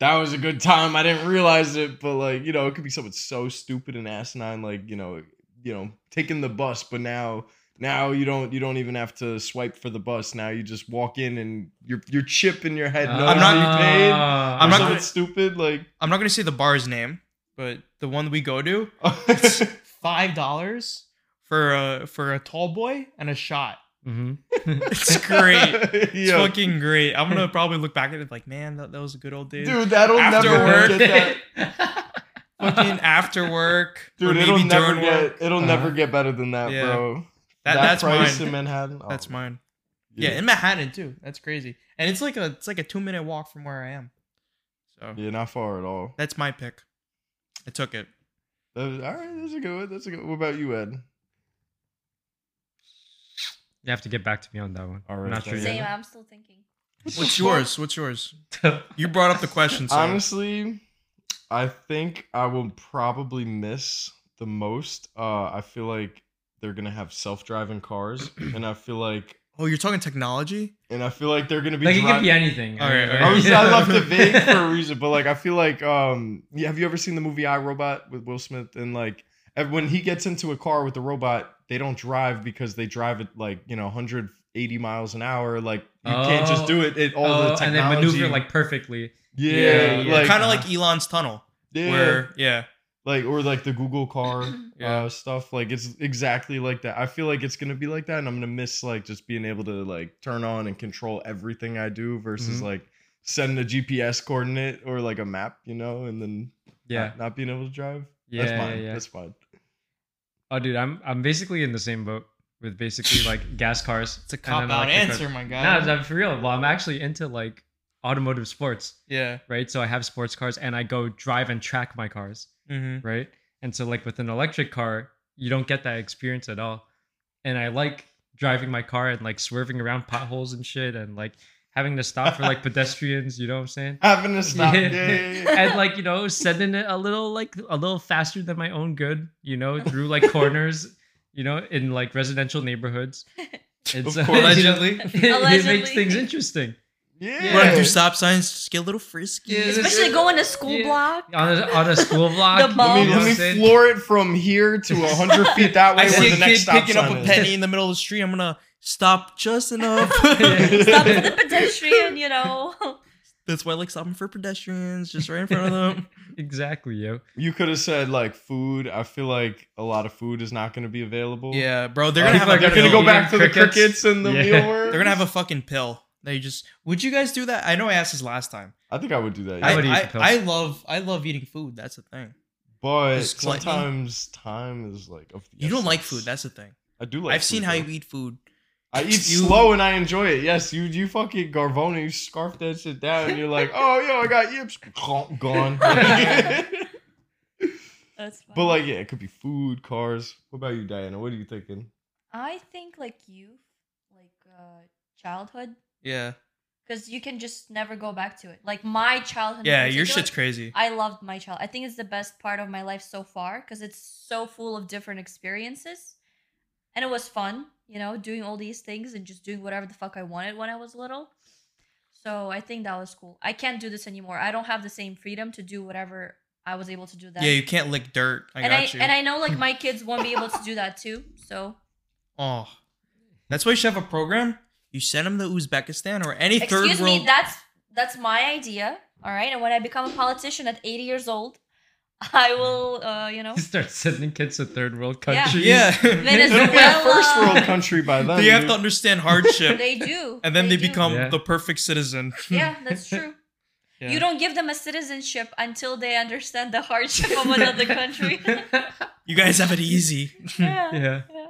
[SPEAKER 2] that was a good time. I didn't realize it, but like, you know, it could be something so stupid and asinine, like, you know, you know, taking the bus, but now now you don't you don't even have to swipe for the bus. Now you just walk in and your your chip in your head knows
[SPEAKER 1] I'm not-
[SPEAKER 3] Ah.
[SPEAKER 2] you paid. or
[SPEAKER 1] Uh, I'm not
[SPEAKER 2] something
[SPEAKER 1] gonna-
[SPEAKER 2] stupid,
[SPEAKER 1] <laughs>
[SPEAKER 2] like <laughs>
[SPEAKER 1] I'm not gonna say the bar's name, but the one we
[SPEAKER 2] <laughs>
[SPEAKER 1] go to, it's five dollars for a for a tall boy and
[SPEAKER 2] <laughs>
[SPEAKER 1] a shot.
[SPEAKER 3] hmm
[SPEAKER 1] It's great. It's
[SPEAKER 2] Yo.
[SPEAKER 1] fucking great.
[SPEAKER 2] <laughs>
[SPEAKER 1] I'm gonna probably look back at it like, man, that, that was a good old day.
[SPEAKER 2] Dude, that'll
[SPEAKER 1] After
[SPEAKER 2] never
[SPEAKER 1] work.
[SPEAKER 2] get
[SPEAKER 1] <laughs>
[SPEAKER 2] that.
[SPEAKER 3] <laughs>
[SPEAKER 1] Fucking after work, or
[SPEAKER 2] Dude,
[SPEAKER 1] maybe
[SPEAKER 2] it'll never <laughs>
[SPEAKER 1] during work.
[SPEAKER 2] get it'll never
[SPEAKER 3] Uh-huh.
[SPEAKER 2] get better than that,
[SPEAKER 1] Yeah.
[SPEAKER 2] bro.
[SPEAKER 1] That, that's
[SPEAKER 2] price
[SPEAKER 1] mine.
[SPEAKER 2] in Manhattan. Oh,
[SPEAKER 1] <laughs> That's mine. Yeah. in Manhattan too. That's crazy. And it's like a it's like a two minute walk from where I am. So
[SPEAKER 2] yeah, not far at all.
[SPEAKER 1] that's my pick. I took it.
[SPEAKER 2] That was- all right, that's a good one. That's a good. What about you, Ed?
[SPEAKER 3] You have to get back to me on that one.
[SPEAKER 2] All
[SPEAKER 3] All
[SPEAKER 2] right,
[SPEAKER 3] right, not sure
[SPEAKER 2] thank
[SPEAKER 4] Same,
[SPEAKER 3] yet.
[SPEAKER 4] I'm still thinking.
[SPEAKER 1] What's yours? What's yours?
[SPEAKER 3] <laughs>
[SPEAKER 1] You brought up the question. So
[SPEAKER 2] Honestly, I think I will probably miss the most. Uh, I feel like they're gonna have self-driving cars, and I feel like,
[SPEAKER 1] oh, you're talking technology.
[SPEAKER 2] and I feel like they're gonna be.
[SPEAKER 3] like it
[SPEAKER 2] dri-
[SPEAKER 3] could be anything.
[SPEAKER 1] All right, all right.
[SPEAKER 2] I, was, I left it vague <laughs> for
[SPEAKER 3] <laughs>
[SPEAKER 2] a reason, but like I feel like um, yeah, have you ever seen the movie I Robot with Will Smith and like ev- when he gets into a car with the robot, they don't drive because they drive at like you know 180 miles an hour. Like you can't just
[SPEAKER 3] Oh.
[SPEAKER 2] do it. It all the
[SPEAKER 3] Oh, and
[SPEAKER 2] technology.
[SPEAKER 3] they maneuver like perfectly.
[SPEAKER 2] yeah,
[SPEAKER 3] yeah, yeah.
[SPEAKER 2] like
[SPEAKER 1] kind of like Elon's tunnel.
[SPEAKER 2] yeah,
[SPEAKER 1] Where yeah,
[SPEAKER 2] like or like the Google car.
[SPEAKER 1] <clears throat> yeah.
[SPEAKER 2] uh, stuff. Like it's exactly like that. I feel like it's gonna be like that, and I'm gonna miss like just being able to like turn on and control everything I do versus
[SPEAKER 1] Mm-hmm.
[SPEAKER 3] Mhm.
[SPEAKER 2] like send a GPS coordinate or like a map, you know, and then yeah,
[SPEAKER 3] Yeah.
[SPEAKER 2] not, not being able to drive.
[SPEAKER 3] Yeah,
[SPEAKER 2] that's fine.
[SPEAKER 3] yeah, yeah.
[SPEAKER 2] That's fine.
[SPEAKER 3] Oh, dude, I'm I'm basically in the same boat
[SPEAKER 2] <laughs>
[SPEAKER 3] with basically like gas cars.
[SPEAKER 1] It's a
[SPEAKER 3] and then
[SPEAKER 1] cop out
[SPEAKER 3] electric cars.
[SPEAKER 1] answer, my
[SPEAKER 3] No,
[SPEAKER 1] guy.
[SPEAKER 3] no, for real. Well, I'm actually into like automotive sports,
[SPEAKER 1] yeah.
[SPEAKER 3] right? So I have sports cars and I go drive and track my cars,
[SPEAKER 1] Mm-hmm.
[SPEAKER 3] right? And so like with an electric car, you don't get that experience at all. And I like driving my car and like swerving around potholes and shit and like having to stop
[SPEAKER 2] <laughs>
[SPEAKER 3] for like pedestrians, you know what I'm saying?
[SPEAKER 2] Having
[SPEAKER 1] <laughs>
[SPEAKER 2] to stop. Yeah,
[SPEAKER 3] Yeah.
[SPEAKER 2] yeah, yeah, yeah.
[SPEAKER 3] and like you know sending it a little like a little faster than my own good you
[SPEAKER 4] <laughs>
[SPEAKER 3] know through like corners you know in like residential
[SPEAKER 4] <laughs>
[SPEAKER 3] neighborhoods it's
[SPEAKER 2] Of course.
[SPEAKER 3] <laughs>
[SPEAKER 1] Allegedly. <laughs>
[SPEAKER 3] it, it
[SPEAKER 4] Allegedly.
[SPEAKER 3] makes things interesting
[SPEAKER 2] Yeah.
[SPEAKER 1] Run through stop signs, just get a little frisky.
[SPEAKER 3] Yeah, this-
[SPEAKER 4] Especially going to school
[SPEAKER 3] Yeah.
[SPEAKER 4] block.
[SPEAKER 3] <laughs> on a, on a school block
[SPEAKER 4] <laughs> The
[SPEAKER 2] Let
[SPEAKER 4] ball.
[SPEAKER 3] you
[SPEAKER 2] me,
[SPEAKER 3] know
[SPEAKER 2] let
[SPEAKER 3] what
[SPEAKER 2] me
[SPEAKER 3] I'm saying? <laughs>
[SPEAKER 2] floor it from here to hundred feet that way.
[SPEAKER 1] <laughs> I see
[SPEAKER 2] where
[SPEAKER 1] a
[SPEAKER 2] the next
[SPEAKER 1] kid
[SPEAKER 2] stop
[SPEAKER 1] picking up
[SPEAKER 2] sign
[SPEAKER 1] a
[SPEAKER 2] is.
[SPEAKER 1] penny in the middle of the street. I'm gonna stop just enough. <laughs>
[SPEAKER 4] Stop for the pedestrian, you know. <laughs>
[SPEAKER 1] That's why I like stopping for pedestrians, just right in front of them.
[SPEAKER 3] exactly yo
[SPEAKER 2] You could have said like food. I feel like a lot of food is not going to be available.
[SPEAKER 1] <laughs> Yeah, bro, they're
[SPEAKER 2] Uh,
[SPEAKER 1] gonna have a
[SPEAKER 2] they're
[SPEAKER 3] like,
[SPEAKER 2] gonna
[SPEAKER 1] pill.
[SPEAKER 2] go back to the
[SPEAKER 3] Crickets.
[SPEAKER 2] crickets and the
[SPEAKER 3] Yeah.
[SPEAKER 2] mealworms.
[SPEAKER 1] They're gonna have a fucking pill. They just would you guys do that? I know I asked this last time.
[SPEAKER 2] I think I would do that.
[SPEAKER 1] I,
[SPEAKER 2] Yeah.
[SPEAKER 3] I would eat
[SPEAKER 1] I,
[SPEAKER 3] the pill.
[SPEAKER 1] I love I love eating food. That's the thing.
[SPEAKER 2] but
[SPEAKER 1] Just gluttony.
[SPEAKER 2] sometimes time is like of the
[SPEAKER 1] You don't like
[SPEAKER 2] essence.
[SPEAKER 1] food. That's the thing.
[SPEAKER 2] I do like.
[SPEAKER 1] I've seen
[SPEAKER 2] food,
[SPEAKER 1] how
[SPEAKER 2] though.
[SPEAKER 1] you eat food.
[SPEAKER 2] I eat
[SPEAKER 1] you-
[SPEAKER 2] slow and I enjoy it. Yes, you you fucking Garvona, you scarf that shit down. and You're like,
[SPEAKER 1] <laughs>
[SPEAKER 2] oh yo, I got yips <laughs> gone. but
[SPEAKER 4] That's fine.
[SPEAKER 2] like, yeah, it could be food, cars. What about you, Diana? What are you thinking?
[SPEAKER 4] I think like youth, like uh, childhood,
[SPEAKER 1] Yeah.
[SPEAKER 4] because you can just never go back to it. Like my childhood. in
[SPEAKER 1] Yeah, your
[SPEAKER 4] particular,
[SPEAKER 1] shit's crazy.
[SPEAKER 4] I loved my child. I think it's the best part of my life so far because it's so full of different experiences, and it was fun. You know, doing all these things and just doing whatever the fuck I wanted when I was little. So I think that was cool. I can't do this anymore. I don't have the same freedom to do whatever I was able to do then.
[SPEAKER 1] Yeah, you can't lick dirt. I
[SPEAKER 4] and
[SPEAKER 1] got
[SPEAKER 4] I
[SPEAKER 1] you.
[SPEAKER 4] and I know
[SPEAKER 1] <laughs>
[SPEAKER 4] like my kids won't be able to do that too. So
[SPEAKER 1] oh, that's why you should have a program. You send them to Uzbekistan or any
[SPEAKER 4] excuse
[SPEAKER 1] third world.
[SPEAKER 4] me, that's that's my idea. All right, and when I become a politician at 80 years old, <laughs> I will, uh, you know,
[SPEAKER 3] start sending kids to third world
[SPEAKER 4] Yeah.
[SPEAKER 3] countries
[SPEAKER 4] <laughs>
[SPEAKER 1] yeah.
[SPEAKER 2] It'll be a first
[SPEAKER 4] Venezuela. <laughs>
[SPEAKER 2] world country by then.
[SPEAKER 1] <laughs> they uh, have to
[SPEAKER 2] dude.
[SPEAKER 1] understand hardship,
[SPEAKER 4] They do,
[SPEAKER 1] and then they,
[SPEAKER 4] do.
[SPEAKER 1] become <laughs>
[SPEAKER 3] Yeah.
[SPEAKER 1] the perfect citizen.
[SPEAKER 4] Yeah, that's true.
[SPEAKER 1] Yeah.
[SPEAKER 4] You don't give them a citizenship until they
[SPEAKER 1] <laughs>
[SPEAKER 4] understand the hardship of another country. <laughs>
[SPEAKER 1] You guys have it easy.
[SPEAKER 3] <laughs>
[SPEAKER 4] yeah.
[SPEAKER 3] yeah